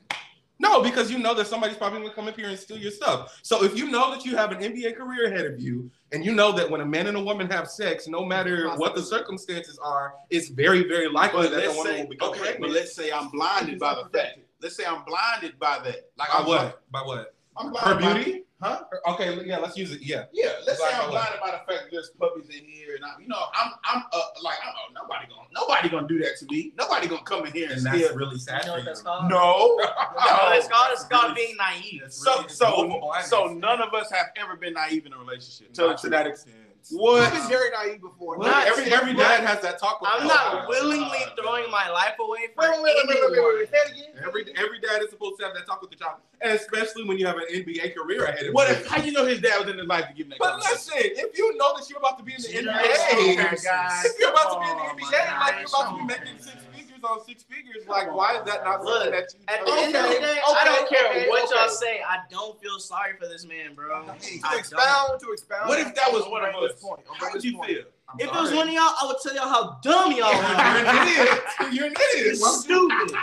Speaker 5: No, because you know that somebody's probably gonna come up here and steal your stuff. So if you know that you have an NBA career ahead of you, and you know that when a man and a woman have sex, no matter what the circumstances are, it's very, very likely
Speaker 4: But
Speaker 5: that the
Speaker 4: let's
Speaker 5: woman
Speaker 4: say
Speaker 5: will become
Speaker 4: okay, but
Speaker 5: pregnant.
Speaker 4: let's say I'm blinded by the fact. Let's say I'm blinded by that. Like
Speaker 5: by
Speaker 4: I was.
Speaker 5: what? By what?
Speaker 4: I'm
Speaker 5: Her
Speaker 4: blinded by-
Speaker 5: beauty?
Speaker 4: Huh?
Speaker 5: Her- Okay, yeah, let's use it. Yeah.
Speaker 4: Yeah, let's say
Speaker 5: Blinded
Speaker 4: I'm
Speaker 5: by what?
Speaker 4: blinded by the fact there's puppies in here, and I, you know, I'm, I'm, uh, like, I don't know, nobody gonna, nobody gonna do that to me. Nobody gonna come in here and
Speaker 5: And that's
Speaker 4: steal.
Speaker 5: really sad
Speaker 2: you know
Speaker 5: for
Speaker 2: what
Speaker 5: you.
Speaker 2: that's called?
Speaker 4: No, [LAUGHS]
Speaker 2: No, it's called it's
Speaker 5: that's
Speaker 2: called
Speaker 5: really-
Speaker 2: being naive.
Speaker 5: That's
Speaker 4: So,
Speaker 5: really just willful
Speaker 4: so,
Speaker 5: blindness.
Speaker 4: so none of us have ever been naive in a relationship. Tell
Speaker 5: Not
Speaker 4: the
Speaker 5: to
Speaker 4: truth.
Speaker 5: that extent.
Speaker 4: What?
Speaker 3: I've been very naive before.
Speaker 2: What? Not
Speaker 5: every every
Speaker 2: What?
Speaker 5: dad has that talk. with
Speaker 2: I'm
Speaker 5: their
Speaker 2: not
Speaker 5: child.
Speaker 2: willingly
Speaker 5: Uh,
Speaker 2: throwing my life away for
Speaker 3: Wait, wait, wait, wait, wait, wait, wait,
Speaker 2: anyone.
Speaker 3: wait. Say it again.
Speaker 5: Every every dad is supposed to have that talk with the child, and especially when you have an NBA career ahead of
Speaker 4: What?
Speaker 5: you.
Speaker 4: If, how you know his dad was in his life to give him that?
Speaker 5: But
Speaker 4: conversation?
Speaker 5: listen, if you know that you're about to be in the NBA,
Speaker 2: Hey, guys.
Speaker 5: if you're about to be in the
Speaker 2: Oh,
Speaker 5: NBA,
Speaker 2: my
Speaker 5: like you're about to be
Speaker 2: gosh.
Speaker 5: making six figures on six figures, like why is that not
Speaker 2: Look,
Speaker 5: something that you?
Speaker 2: At the end of the
Speaker 3: Okay, okay,
Speaker 2: day, I don't care
Speaker 3: okay,
Speaker 2: what y'all
Speaker 3: okay.
Speaker 2: say. I don't feel sorry for this man,
Speaker 3: To
Speaker 2: bro. I don't.
Speaker 3: expound, to expound.
Speaker 4: What if that was one of
Speaker 3: Bring this
Speaker 4: us?
Speaker 3: Point.
Speaker 4: How would you feel?
Speaker 5: I'm
Speaker 2: If it was
Speaker 5: sorry.
Speaker 2: one of y'all, I would tell y'all how dumb
Speaker 4: [LAUGHS]
Speaker 2: y'all
Speaker 5: Oh, you're
Speaker 2: are.
Speaker 5: an idiot. You're an idiot.
Speaker 2: [LAUGHS]
Speaker 5: Why would you
Speaker 2: Stupid.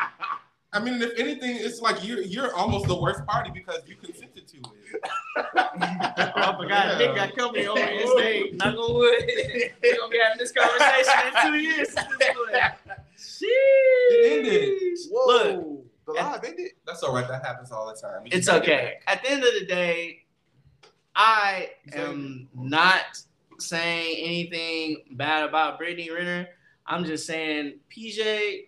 Speaker 5: I mean, if anything, it's like you're you're almost the worst party because you consented to it.
Speaker 2: I forgot.
Speaker 5: Yeah.
Speaker 2: Nick got company over here today. [LAUGHS] Knock on wood. We're gonna be having this conversation in two years. [LAUGHS] Sheesh.
Speaker 5: It ended.
Speaker 3: Whoa.
Speaker 2: Look,
Speaker 3: the live ended.
Speaker 5: That's all right. That happens all the time. You
Speaker 2: it's
Speaker 5: just gotta get
Speaker 2: okay. At the end of the day, I am not saying anything bad about Brittany Renner. I'm just saying PJ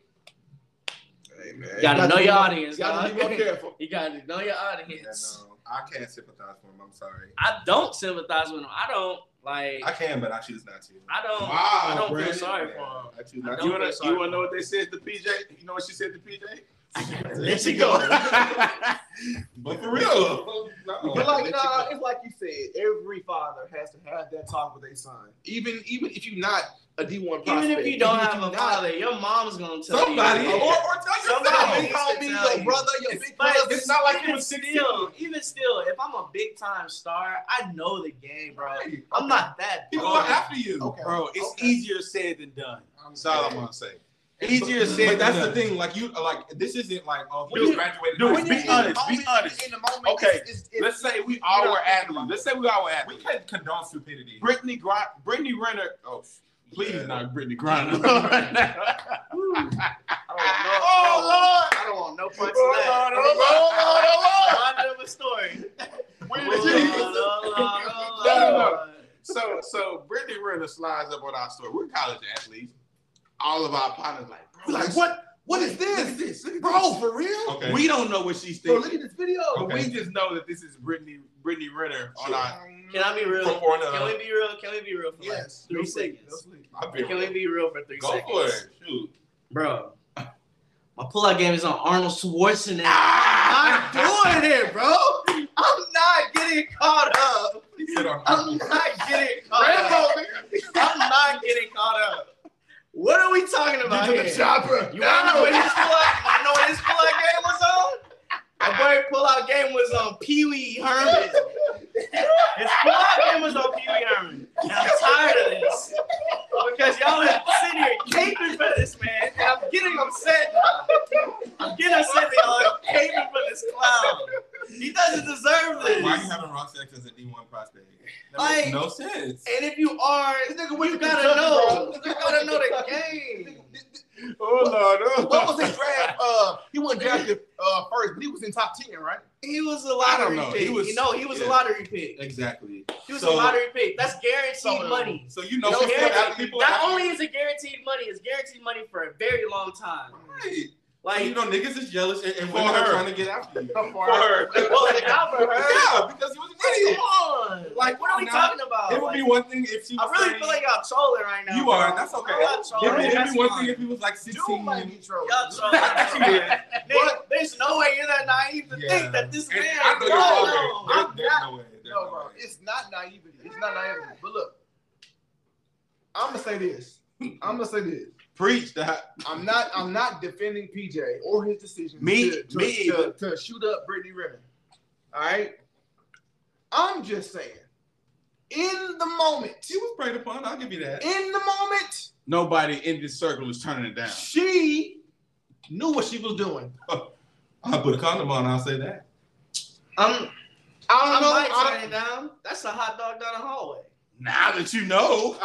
Speaker 5: Hey man,
Speaker 2: You gotta
Speaker 3: Gotta
Speaker 2: know
Speaker 3: be
Speaker 2: your
Speaker 3: more-
Speaker 2: audience.
Speaker 3: Y'all
Speaker 2: dog.
Speaker 3: need to be more careful.
Speaker 2: [LAUGHS] You gotta know your
Speaker 5: Yeah,
Speaker 2: audience.
Speaker 5: no, I can't sympathize for him. I'm sorry.
Speaker 2: I don't sympathize with him. I don't like.
Speaker 5: I can, but I choose not to.
Speaker 2: I don't.
Speaker 4: Wow,
Speaker 2: I don't feel
Speaker 4: Brandon.
Speaker 2: sorry for
Speaker 5: Yeah,
Speaker 2: him.
Speaker 5: I choose
Speaker 2: I
Speaker 5: not
Speaker 2: don't
Speaker 4: You wanna,
Speaker 2: feel sorry
Speaker 4: you wanna know
Speaker 2: for him.
Speaker 4: what they said to PJ? You know what she said to PJ?
Speaker 2: There she go.
Speaker 5: to. But for real, no.
Speaker 4: uh,
Speaker 3: But like, nah, it's like you said, every father has to have that talk with their son.
Speaker 4: Even, even if you're not a D one
Speaker 2: Even
Speaker 4: prospect,
Speaker 2: if you don't have a
Speaker 3: not-
Speaker 2: father, your mom's gonna tell
Speaker 5: somebody
Speaker 2: you. oh,
Speaker 5: or, or tell
Speaker 2: Somebody.
Speaker 5: yourself.
Speaker 3: Your homie,
Speaker 2: tell
Speaker 3: your
Speaker 2: you.
Speaker 3: brother, your big
Speaker 2: But
Speaker 3: brother.
Speaker 5: It's not like you
Speaker 2: even
Speaker 5: was
Speaker 2: still, even still, if I'm a big time star, I know the game, bro.
Speaker 5: Right.
Speaker 2: I'm not that.
Speaker 5: People
Speaker 2: dumb.
Speaker 5: are after you.
Speaker 3: Okay.
Speaker 4: bro, it's
Speaker 3: Okay.
Speaker 4: easier said than done. That's all I'm gonna say. Easier
Speaker 5: But
Speaker 4: said than
Speaker 5: that's the
Speaker 4: done.
Speaker 5: thing. Like you, like this isn't like oh,
Speaker 4: Dude,
Speaker 5: you graduated.
Speaker 4: dude,
Speaker 5: high
Speaker 4: be
Speaker 5: school.
Speaker 3: you're in the
Speaker 4: honest, be
Speaker 3: moment,
Speaker 4: honest.
Speaker 3: In the moment,
Speaker 4: Okay,
Speaker 3: it's- it's- it's-
Speaker 4: Let's say we all were
Speaker 3: not thinking
Speaker 4: athletes. Let's say we all were
Speaker 5: We
Speaker 4: athletes.
Speaker 5: can't condone stupidity.
Speaker 4: Brittany, Gr- Brittany Renner. Oh, please
Speaker 5: Yeah.
Speaker 4: not
Speaker 5: [LAUGHS]
Speaker 4: Brittany Griner. [LAUGHS]
Speaker 5: Oh,
Speaker 2: I don't want no punch to that.
Speaker 3: [LAUGHS]
Speaker 2: I don't want a story.
Speaker 4: No, so so Brittany Renner slides up on our story. We're college athletes. All of our partners like, bro, like what? What is this? Look at this, Look at bro, for real?
Speaker 5: Okay.
Speaker 4: We don't know what she's
Speaker 3: Bro,
Speaker 4: thinking,
Speaker 3: look at this video.
Speaker 4: but
Speaker 5: Okay.
Speaker 4: we just know that this is Brittany Brittany Renner on our.
Speaker 2: Can I be real?
Speaker 5: From foreign,
Speaker 2: Can
Speaker 5: uh,
Speaker 2: we be real? Can we be real for like
Speaker 3: Yes.
Speaker 2: three seconds?
Speaker 5: I've been
Speaker 2: Can we be real for three
Speaker 5: Go
Speaker 2: seconds?
Speaker 5: for it. Shoot.
Speaker 2: Bro, my pullout game is on Arnold Schwarzenegger.
Speaker 4: Ah!
Speaker 2: I'm doing it, bro. I'm not getting caught up.
Speaker 5: Sit on-
Speaker 2: I'm not getting
Speaker 3: Uh,
Speaker 2: caught up. I'm not getting caught up. What are we talking about
Speaker 4: You
Speaker 2: here?
Speaker 4: the chopper.
Speaker 2: You wanna know what his pullout? I know what his pullout game was on. My boy pullout game was on Pee Wee Herman. His pullout game was on Pee Wee Herman. And I'm tired of this because y'all have sitting here deserve
Speaker 5: Why
Speaker 2: this.
Speaker 5: are you having Roxanne as a D1 prospect? That
Speaker 2: Like-
Speaker 5: makes no sense.
Speaker 2: And if you are, you gotta know. You gotta know the game.
Speaker 4: Oh no,
Speaker 6: What was his draft? Uh, he wasn't drafted uh, first, but he was in top ten, right?
Speaker 2: He was a lottery
Speaker 5: I don't know.
Speaker 2: pick.
Speaker 5: He was-
Speaker 2: you know, he was
Speaker 5: yeah.
Speaker 2: a lottery pick.
Speaker 5: Exactly.
Speaker 2: He was a
Speaker 5: So-
Speaker 2: lottery pick. That's guaranteed
Speaker 6: So-
Speaker 2: money.
Speaker 5: So you know,
Speaker 2: No
Speaker 5: people have
Speaker 2: guarantee-
Speaker 5: people
Speaker 2: not
Speaker 5: have-
Speaker 2: only is it guaranteed money, it's guaranteed money for a very long time.
Speaker 5: Right.
Speaker 2: Like,
Speaker 5: So you know, niggas is jealous and, and
Speaker 4: For
Speaker 5: women are
Speaker 4: her.
Speaker 5: trying to get after you.
Speaker 6: For
Speaker 4: her.
Speaker 2: well, it's not for her.
Speaker 5: [LAUGHS] Yeah, because you was an
Speaker 2: Come
Speaker 5: idiot.
Speaker 2: on. Like, what are we
Speaker 5: Now,
Speaker 2: talking about?
Speaker 5: It would
Speaker 2: Like,
Speaker 5: be one thing if she.
Speaker 2: I
Speaker 5: was
Speaker 2: really
Speaker 5: 30.
Speaker 2: feel like y'all trolling right now.
Speaker 5: you
Speaker 2: bro.
Speaker 5: are. and That's okay.
Speaker 2: Y'all
Speaker 5: It
Speaker 2: trolling.
Speaker 5: would be
Speaker 2: That's
Speaker 5: one
Speaker 2: fine.
Speaker 5: thing if he was like
Speaker 6: Dude
Speaker 5: 16.
Speaker 6: might be trolling.
Speaker 2: Y'all trolling. Nigga, [LAUGHS] There's no way you're that naive to
Speaker 5: Yeah.
Speaker 2: think that this
Speaker 5: And
Speaker 2: man.
Speaker 5: I
Speaker 2: No,
Speaker 5: know you're
Speaker 2: no.
Speaker 5: wrong. There- There's no way. There's
Speaker 6: No, bro,
Speaker 5: no way.
Speaker 6: it's not naivety. It's not naivety. But look, I'm gonna say this. I'm gonna say this.
Speaker 4: preach that.
Speaker 6: I'm not. I'm not defending PJ or his decision
Speaker 4: Me-
Speaker 6: to, to,
Speaker 4: me
Speaker 6: to-
Speaker 4: either.
Speaker 6: to shoot up Brittany Renner. All right. I'm just saying, in the moment,
Speaker 5: She was preyed upon. I'll give you that.
Speaker 6: in the moment,
Speaker 4: Nobody in this circle is turning it down.
Speaker 6: she knew what she was doing.
Speaker 5: I'll put a condom on. I'll say that.
Speaker 6: I'm. I don't
Speaker 2: I
Speaker 6: know.
Speaker 2: might
Speaker 6: I
Speaker 2: turn it down. That's a hot dog down the hallway.
Speaker 4: Now that you [LAUGHS] know,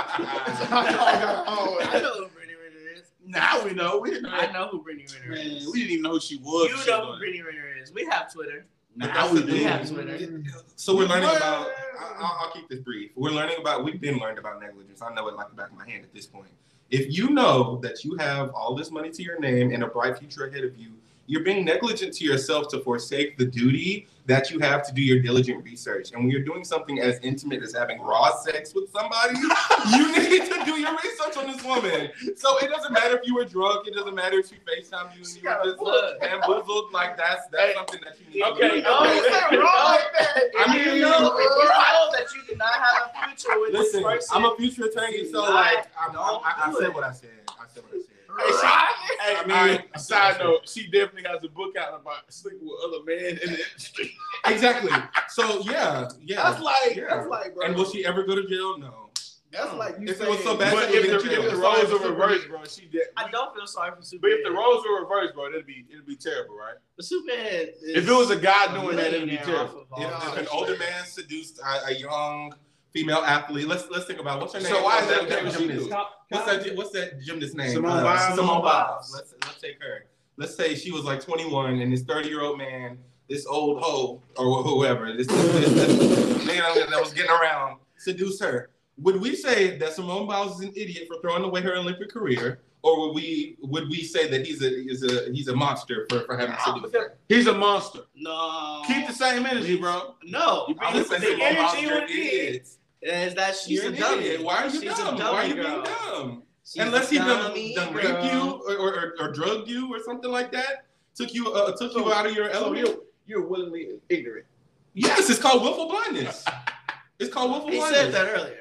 Speaker 6: Oh,
Speaker 2: I know who Brittany Renner is.
Speaker 4: now we know. We didn't know.
Speaker 2: I know who Brittany Renner
Speaker 4: Man,
Speaker 2: is.
Speaker 4: we didn't even know who she was.
Speaker 2: you know who Brittany Renner is. We have Twitter.
Speaker 4: Now
Speaker 5: That's
Speaker 4: we
Speaker 5: the
Speaker 4: do.
Speaker 5: thing.
Speaker 2: Yeah, Twitter.
Speaker 5: So we're learning about. I- I'll, I'll keep this brief. We're learning about. We've been learned about negligence. I know it like the back of my hand at this point. If you know that you have all this money to your name and a bright future ahead of you, you're being negligent to yourself to forsake the duty that you have to do your diligent research. And when you're doing something as intimate as having raw sex with
Speaker 6: [LAUGHS]
Speaker 5: somebody, you need to do your research on this woman. So it doesn't matter if you were drunk. It doesn't matter if she FaceTime you and
Speaker 6: She
Speaker 5: you
Speaker 6: got a
Speaker 5: were just
Speaker 2: book.
Speaker 5: bamboozled. Like that's that's something that you need.
Speaker 2: Okay,
Speaker 5: to do.
Speaker 2: no,
Speaker 6: Is that wrong like that?
Speaker 5: I
Speaker 2: If
Speaker 5: mean,
Speaker 2: you know, if
Speaker 6: uh,
Speaker 2: you know that you do not have a future with
Speaker 5: Listen,
Speaker 2: this person.
Speaker 5: I'm a future attorney, so
Speaker 2: Nah,
Speaker 5: like, I'm, I'm,
Speaker 2: don't
Speaker 5: I, I
Speaker 2: do
Speaker 5: said
Speaker 2: it.
Speaker 5: what I said. I said what I said.
Speaker 4: Hey, she- hey,
Speaker 5: I
Speaker 4: I
Speaker 5: mean-
Speaker 4: side note, she definitely has a book out about sleeping with other men in the industry.
Speaker 5: Exactly. So yeah, yeah.
Speaker 6: That's like.
Speaker 5: Yeah.
Speaker 6: That's like, bro.
Speaker 5: And will she ever go to jail? No.
Speaker 6: That's like you
Speaker 5: If it
Speaker 6: saying.
Speaker 5: was so bad,
Speaker 4: But
Speaker 5: she
Speaker 4: if
Speaker 5: would
Speaker 4: the,
Speaker 5: get jail.
Speaker 4: if the roles were reversed, bro, she did.
Speaker 2: I don't feel sorry for Superman.
Speaker 4: But if the roles were reversed, bro, that'd be it'd be terrible, right?
Speaker 2: But Superman is
Speaker 4: If it was a guy
Speaker 2: a
Speaker 4: doing that, it'd be
Speaker 2: millionaire
Speaker 4: terrible.
Speaker 2: off of all
Speaker 5: If,
Speaker 2: that
Speaker 5: if an
Speaker 2: Oh, shit.
Speaker 5: older man seduced a, a young female athlete, let's let's think about it. what's her name. Oh,
Speaker 4: So why is that
Speaker 5: What's
Speaker 4: okay? What she
Speaker 5: gymnast?
Speaker 4: do?
Speaker 5: What's that? What's that gymnast name?
Speaker 4: Simone
Speaker 5: Uh,
Speaker 4: Biles.
Speaker 5: Simone
Speaker 2: Simone
Speaker 5: Biles.
Speaker 2: Biles.
Speaker 5: Let's let's take her. Let's say she was like 21, and this 30 year old man, this old hoe or whoever, this, this, this nigga that was getting around, seduced her. Would we say that Simone Biles is an idiot for throwing away her Olympic career, or would we would we say that he's a he's a he's a monster for, for having seduced her?
Speaker 4: He's a monster.
Speaker 2: No.
Speaker 4: Keep the same energy, bro.
Speaker 2: No.
Speaker 5: I would say
Speaker 2: The
Speaker 5: Simone
Speaker 2: energy
Speaker 5: Biles is an
Speaker 2: would be-
Speaker 5: idiot.
Speaker 2: Is that she's
Speaker 5: You're
Speaker 2: a
Speaker 5: an
Speaker 2: dummy?
Speaker 5: idiot. Why are you
Speaker 2: She's a
Speaker 5: dumb? Why are you
Speaker 2: dummy
Speaker 5: being
Speaker 2: girl.
Speaker 5: dumb?
Speaker 2: She's
Speaker 5: Unless
Speaker 2: a
Speaker 5: he done,
Speaker 2: dummy
Speaker 5: done
Speaker 2: girl.
Speaker 5: raped you or, or, or, or drugged you or something like that, took you uh, took you out of your
Speaker 6: So
Speaker 5: element.
Speaker 6: you're, you're willingly ignorant.
Speaker 5: Yes, it's called willful
Speaker 4: [LAUGHS]
Speaker 5: blindness. It's called willful
Speaker 2: He said
Speaker 5: blindness.
Speaker 2: that earlier.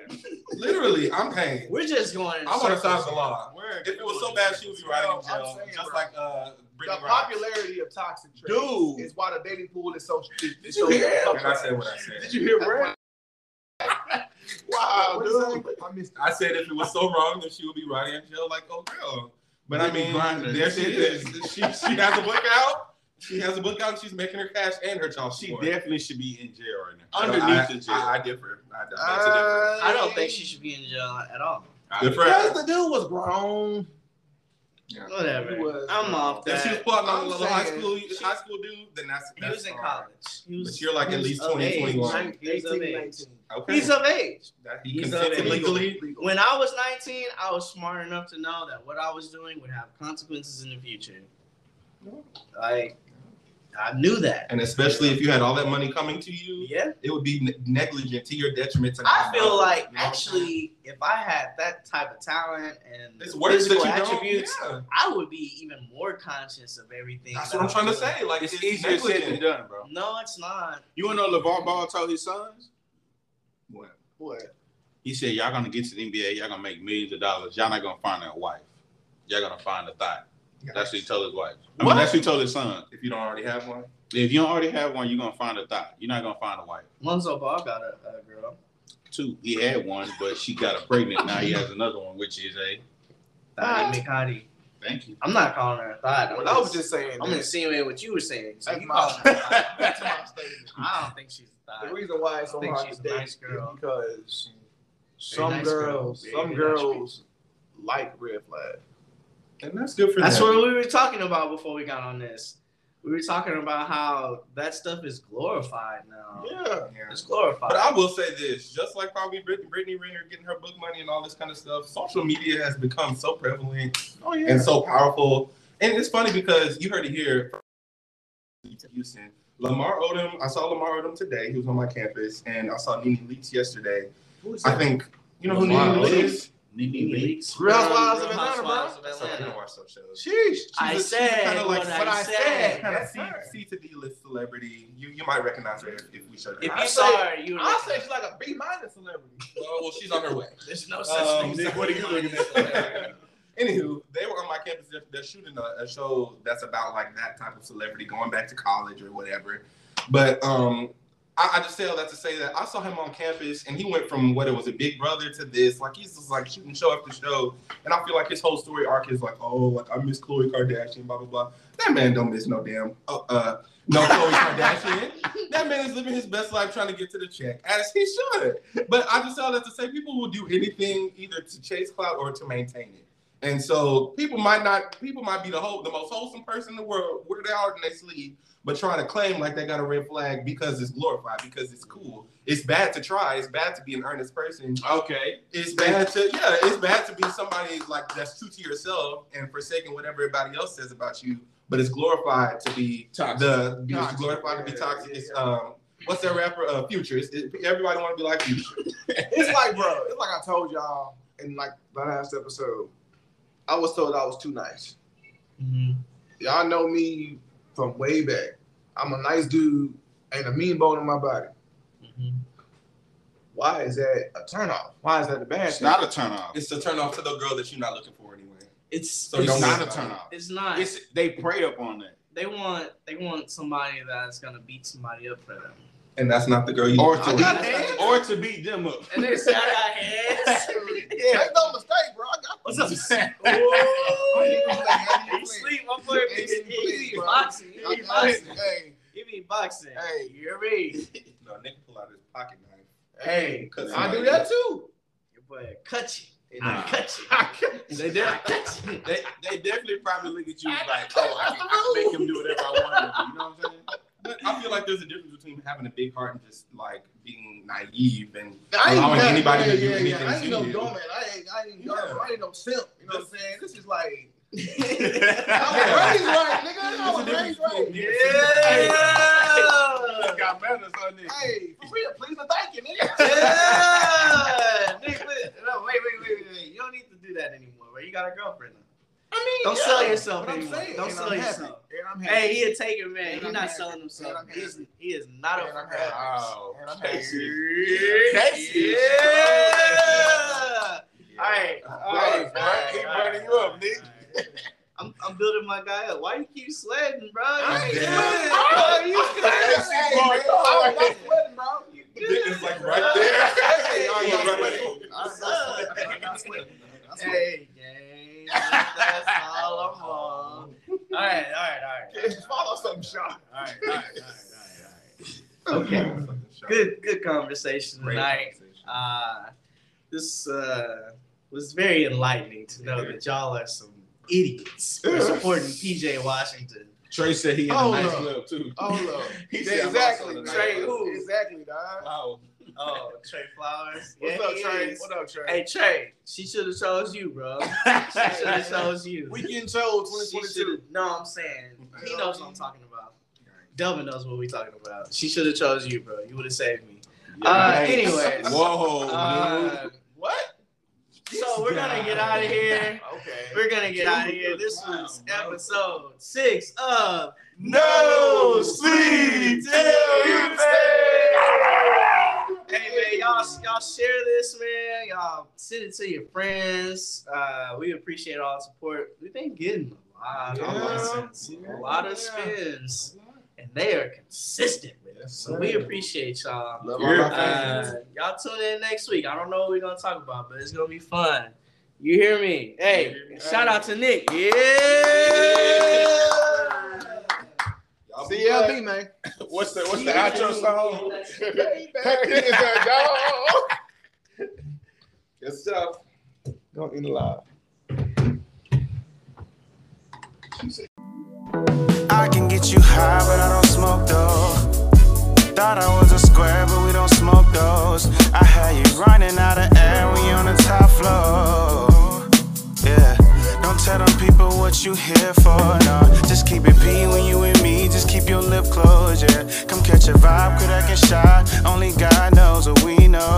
Speaker 5: Literally, I'm paying.
Speaker 2: We're just going. in
Speaker 5: I want to [LAUGHS]
Speaker 2: circles.
Speaker 5: stop the law.
Speaker 2: We're
Speaker 5: If it was so bad, she would be riding in
Speaker 6: Well, I'm
Speaker 5: jail,
Speaker 6: saying,
Speaker 5: just
Speaker 6: bro.
Speaker 5: like uh, Brittany
Speaker 6: the
Speaker 5: Griner.
Speaker 6: popularity of toxic traits
Speaker 4: Dude.
Speaker 6: is why the dating pool is so. Is, is
Speaker 4: you
Speaker 6: so
Speaker 4: hear
Speaker 6: so-
Speaker 5: And I said what I said.
Speaker 4: Did you hear Brad?
Speaker 6: Wow,
Speaker 4: What
Speaker 6: dude. I missed.
Speaker 5: I said if it was so wrong, then she would be riding in jail like, oh girl. But I
Speaker 4: Brittany
Speaker 5: mean,
Speaker 4: Griner.
Speaker 5: there she is. [LAUGHS] She she has a book out. She has a book out. She's making her cash and her child
Speaker 4: She
Speaker 5: support.
Speaker 4: definitely should be in jail right now.
Speaker 5: So
Speaker 4: Underneath
Speaker 5: I,
Speaker 4: the jail.
Speaker 5: I, I differ. I, I beg to differ.
Speaker 2: I don't think she should be in jail at all.
Speaker 5: I
Speaker 4: The
Speaker 5: differ.
Speaker 6: Because the dude was grown.
Speaker 2: Whatever.
Speaker 6: He was-
Speaker 2: I'm off
Speaker 5: If
Speaker 2: that.
Speaker 5: she was plotting on a
Speaker 6: I'm
Speaker 5: little high
Speaker 6: saying-
Speaker 5: school, high school dude, then that's
Speaker 2: he
Speaker 5: that's
Speaker 2: was in
Speaker 5: fine.
Speaker 2: college. He was.
Speaker 5: But you're like at least
Speaker 2: of
Speaker 5: 20,
Speaker 2: age.
Speaker 5: 21.
Speaker 2: He was of
Speaker 6: 18,
Speaker 2: age.
Speaker 6: 19.
Speaker 5: Okay,
Speaker 2: He's of age.
Speaker 5: that, he
Speaker 2: he's
Speaker 5: consented
Speaker 2: of age.
Speaker 5: legally.
Speaker 2: When I was 19, I was smart enough to know that what I was doing would have consequences in the future. Like, I knew that.
Speaker 5: And especially if you had all that money coming to you,
Speaker 2: Yeah.
Speaker 5: it would be ne- negligent to your detriment. To
Speaker 2: I
Speaker 5: not know.
Speaker 2: feel like
Speaker 5: You know what I'm saying?
Speaker 2: actually, if I had that type of talent and
Speaker 5: it's worse that you
Speaker 2: physical
Speaker 5: don't.
Speaker 2: attributes,
Speaker 5: yeah.
Speaker 2: I would be even more conscious of everything.
Speaker 5: That's
Speaker 2: that
Speaker 5: what I'm trying to
Speaker 2: doing.
Speaker 5: say. Like
Speaker 4: it's easier said than
Speaker 5: negligent.
Speaker 4: done, bro.
Speaker 2: No, it's not.
Speaker 4: You wanna know LeVar Ball told his sons?
Speaker 5: What?
Speaker 6: What?
Speaker 4: He said, Y'all gonna get to the NBA, y'all gonna make millions of dollars, y'all not gonna find a wife. Y'all gonna find a thought. That's what he told his wife. I mean,
Speaker 5: What?
Speaker 4: that's what he told his son.
Speaker 5: If you don't already have one,
Speaker 4: If you don't already have one, you're gonna find a thought. You're not gonna find a wife.
Speaker 2: Lonzo Ball got a, a girl.
Speaker 4: Two, he had one, but she got a pregnant. Now he has another one, which is a
Speaker 2: Dominic Hottie.
Speaker 4: Thank [LAUGHS] you.
Speaker 2: I'm not calling her a thought. I'm
Speaker 3: Well,
Speaker 2: just,
Speaker 3: I was just saying.
Speaker 2: I'm
Speaker 3: that.
Speaker 2: insinuating what you were saying. So
Speaker 3: That's
Speaker 2: you
Speaker 3: my-
Speaker 2: call her a
Speaker 5: [LAUGHS]
Speaker 2: thought.
Speaker 3: that's my statement.
Speaker 2: I don't think she's a
Speaker 3: The
Speaker 2: thought.
Speaker 3: reason why it's so
Speaker 2: I think
Speaker 3: hard
Speaker 2: she's
Speaker 3: to
Speaker 2: a
Speaker 3: date
Speaker 2: nice
Speaker 3: is
Speaker 2: girl.
Speaker 3: because some
Speaker 2: nice girl.
Speaker 3: girls,
Speaker 2: Very
Speaker 3: some
Speaker 2: nice
Speaker 3: girls like red flags.
Speaker 5: And that's good for
Speaker 2: That's
Speaker 5: them.
Speaker 2: what we were talking about before we got on this. We were talking about how that stuff is glorified now.
Speaker 3: Yeah,
Speaker 2: It's glorified.
Speaker 5: But I will say this, just like probably Brit- Brittany Renner getting her book money and all this kind of stuff, social media has become so prevalent
Speaker 3: oh yeah.
Speaker 5: and so powerful. And it's funny because you heard it here. Houston. Lamar Odom, I saw Lamar Odom today. He was on my campus, and I saw Nene Leaks yesterday.
Speaker 2: Who's
Speaker 5: I think you know who
Speaker 4: Lamar
Speaker 5: Nene Leakes
Speaker 4: Odom?
Speaker 5: is.
Speaker 4: Nene Leakes.
Speaker 3: Real
Speaker 2: Um,
Speaker 3: Housewives of
Speaker 2: Real
Speaker 3: Atlanta, bro.
Speaker 2: Housewives of
Speaker 5: So you
Speaker 2: Atlanta.
Speaker 5: don't watch those shows.
Speaker 3: Sheesh.
Speaker 2: I
Speaker 5: She's a- she's
Speaker 2: said
Speaker 5: kinda like
Speaker 2: what
Speaker 5: what
Speaker 2: I
Speaker 5: I
Speaker 2: said.
Speaker 5: Kind of
Speaker 3: That's
Speaker 5: C,
Speaker 3: her.
Speaker 5: C to D list celebrity. You you might recognize her if, if we showed her.
Speaker 2: If
Speaker 3: I
Speaker 2: you
Speaker 3: say-
Speaker 2: saw her, you would
Speaker 3: I say
Speaker 2: recognize
Speaker 3: she's like a B minus celebrity.
Speaker 5: well, well, she's on her way.
Speaker 2: There's no
Speaker 5: such Um, thing. Nick, what are you
Speaker 2: looking [LAUGHS]
Speaker 5: at? [LAUGHS] Anywho, they were on my campus. They're, they're shooting a, a show that's about like that type of celebrity going back to college or whatever. But um, I, I just say all that to say that I saw him on campus and he went from what it was a Big Brother to this. Like he's just like shooting show after show, and I feel like his whole story arc is like, oh, like I miss Khloe Kardashian, blah blah blah. That man don't miss no damn uh, uh no Khloe Kardashian. [LAUGHS] That man is living his best life trying to get to the check, as he should. But I just saw that to say people will do anything either to chase clout or to maintain it. And so people might not people might be the whole the most wholesome person in the world, wear their heart in their sleeve, but trying to claim like they got a red flag because it's glorified, because it's cool. It's bad to try, it's bad to be an earnest person.
Speaker 4: Okay.
Speaker 5: It's bad to yeah, it's bad to be somebody like that's true to yourself and forsaking what everybody else says about you, but it's glorified to be
Speaker 4: Toxic.
Speaker 5: the be
Speaker 3: Toxic,
Speaker 5: glorified to
Speaker 3: yeah,
Speaker 5: be toxic.
Speaker 3: yeah,
Speaker 5: It's um what's that rapper uh future? It's, it, everybody wanna be like future.
Speaker 3: it's like, bro, it's like I told y'all in like the last episode. I was told I was too nice.
Speaker 2: Mm-hmm,
Speaker 3: Y'all know me from way back. I'm a nice dude and a mean bone in my body.
Speaker 2: mm-hmm.
Speaker 3: Why is that a turnoff? Why is that a bad
Speaker 4: It's
Speaker 3: thing?
Speaker 4: not a turn off.
Speaker 5: It's to turn off to the girl that you're not looking for anyway.
Speaker 2: It's
Speaker 5: So
Speaker 4: It's
Speaker 5: don't
Speaker 4: not
Speaker 5: worry
Speaker 4: a
Speaker 5: about
Speaker 4: turn
Speaker 5: it.
Speaker 4: off.
Speaker 2: it's not.
Speaker 4: It's they preyed upon that.
Speaker 2: they want they want somebody that's gonna beat somebody up for them.
Speaker 5: And that's not the girl you
Speaker 4: Or
Speaker 5: I
Speaker 4: to
Speaker 5: got
Speaker 4: beat-
Speaker 2: hands.
Speaker 4: or to beat them up.
Speaker 2: And they say I got hands.
Speaker 3: Make no mistake, bro. I got
Speaker 2: [LAUGHS] What's up?
Speaker 5: [LAUGHS]
Speaker 3: Ooh.
Speaker 2: [LAUGHS] He sleep. I'm playing. He he be boxing. He be boxing.
Speaker 3: Hey,
Speaker 2: He be boxing.
Speaker 3: Hey.
Speaker 2: you hear me?
Speaker 5: No, nigga pull out his pocket knife.
Speaker 3: hey,
Speaker 5: Cut
Speaker 3: I
Speaker 5: somebody
Speaker 3: do that too.
Speaker 2: Your boy cut you.
Speaker 4: Nah.
Speaker 2: I cut you.
Speaker 4: They,
Speaker 3: [LAUGHS]
Speaker 4: definitely, they, they definitely probably look at you like, oh, I can, I can make him do whatever I want. You know what I'm saying?
Speaker 5: But I feel like there's a difference between having a big heart and just like being naive and
Speaker 3: I ain't
Speaker 5: Allowing
Speaker 3: got-
Speaker 5: anybody to
Speaker 3: yeah,
Speaker 5: do
Speaker 3: yeah, yeah.
Speaker 5: anything
Speaker 3: I ain't
Speaker 5: to
Speaker 3: no
Speaker 5: you.
Speaker 3: doorman. I ain't, I ain't,
Speaker 5: Yeah.
Speaker 3: I ain't no simp. You know what I'm saying? This is like, I was
Speaker 5: Yeah.
Speaker 3: raised right, nigga. I
Speaker 5: There's a
Speaker 3: was
Speaker 5: difference
Speaker 3: raised right.
Speaker 5: between-
Speaker 2: Yeah.
Speaker 4: got manners on this.
Speaker 3: Hey, for real, please and thank you, nigga.
Speaker 2: Yeah. Nick, wait, no, wait, wait, wait, wait, wait. You don't need to do that anymore, bro. You got a girlfriend now.
Speaker 3: I
Speaker 2: Don't sell yourself
Speaker 3: But I'm
Speaker 2: anymore.
Speaker 3: saying,
Speaker 2: Don't
Speaker 3: and
Speaker 2: sell
Speaker 3: I'm happy.
Speaker 2: yourself.
Speaker 3: And I'm happy.
Speaker 2: Hey, he a taker, man.
Speaker 3: And
Speaker 2: He's
Speaker 3: I'm
Speaker 2: not
Speaker 3: happy.
Speaker 2: selling
Speaker 3: And
Speaker 2: himself.
Speaker 3: I'm
Speaker 2: He is,
Speaker 3: happy.
Speaker 2: he is not
Speaker 3: And I'm
Speaker 2: a
Speaker 3: happy.
Speaker 2: Oh,
Speaker 4: Wow.
Speaker 3: And I'm happy.
Speaker 4: That's it.
Speaker 2: That's
Speaker 4: it.
Speaker 2: Yeah. All right. All right.
Speaker 4: Right, right. Keep running you up, Nick.
Speaker 2: I'm, I'm building my guy up. Why you keep sledding, bro?
Speaker 3: I ain't
Speaker 2: You
Speaker 3: sweating.
Speaker 2: good,
Speaker 3: I
Speaker 2: bro? You good?
Speaker 3: I'm not sweating, bro. You
Speaker 4: That's it, bro.
Speaker 5: it's like right
Speaker 2: bro.
Speaker 5: there.
Speaker 2: Hey,
Speaker 5: Y'all
Speaker 2: yeah,
Speaker 5: right
Speaker 2: yeah.
Speaker 5: there.
Speaker 2: What's up?
Speaker 3: I'm not sweating. I'm sweating.
Speaker 2: Hey, gang. That's all I'm on. All right, all right, all right.
Speaker 3: Follow some shot.
Speaker 2: All right, all right, all right, all right, all right. Okay. Good, good conversation
Speaker 5: Great
Speaker 2: tonight.
Speaker 5: conversation.
Speaker 2: Uh, this uh, was very enlightening to know that y'all are some idiots for supporting PJ Washington.
Speaker 4: Trey said he in
Speaker 3: Oh,
Speaker 4: a nice
Speaker 3: no.
Speaker 4: club too. [LAUGHS]
Speaker 3: Hold [LAUGHS] up.
Speaker 4: He said, "I'm also in
Speaker 3: Exactly,
Speaker 4: a nice
Speaker 3: Trey.
Speaker 4: club."
Speaker 3: Ooh, Exactly, dog.
Speaker 4: Wow.
Speaker 2: Oh, Trey Flowers.
Speaker 3: What's
Speaker 2: Yeah,
Speaker 3: up,
Speaker 2: he
Speaker 3: Trey?
Speaker 2: is.
Speaker 3: What up, Trey?
Speaker 2: Hey, Trey, she should have chose you, bro. She should
Speaker 3: [LAUGHS]
Speaker 2: have chose you.
Speaker 3: we getting chose
Speaker 2: She
Speaker 3: 2022.
Speaker 2: should've- No, I'm saying he knows what I'm talking about. Delvin knows what we're talking about. She should have chose you, bro. You would have saved me. Uh,
Speaker 4: Nice.
Speaker 2: anyways.
Speaker 4: Whoa, dude.
Speaker 2: Uh,
Speaker 3: What?
Speaker 2: so we're gonna get out of here.
Speaker 3: Okay.
Speaker 2: We're gonna get out of here. This was episode six of
Speaker 4: No sleep till you
Speaker 2: Hey man, y'all y'all share this, man. Y'all send it to your friends. Uh, we appreciate all the support. We've been getting a lot of
Speaker 3: Yeah.
Speaker 2: listens, a lot of spins, and they are consistent with us. So we appreciate y'all.
Speaker 4: You're-
Speaker 2: Uh, y'all tune in next week. I don't know what we're gonna talk about, but it's gonna be fun. You hear me? Hey, shout out to Nick. Yeah.
Speaker 4: Y'all be
Speaker 6: CLB, man.
Speaker 4: back. What's the what's the outro song?
Speaker 3: [LAUGHS]
Speaker 5: Yes, sir.
Speaker 6: Don't eat alive.
Speaker 1: I can get you high, but I don't smoke though. Thought I was a square, but we don't smoke those. I had you running out of air, we on the top floor. Yeah, don't tell them people what you here for, no. Just keep it P when you with me, just keep your lip closed, yeah. Come catch a vibe, quit acting shy. Only God knows what we know.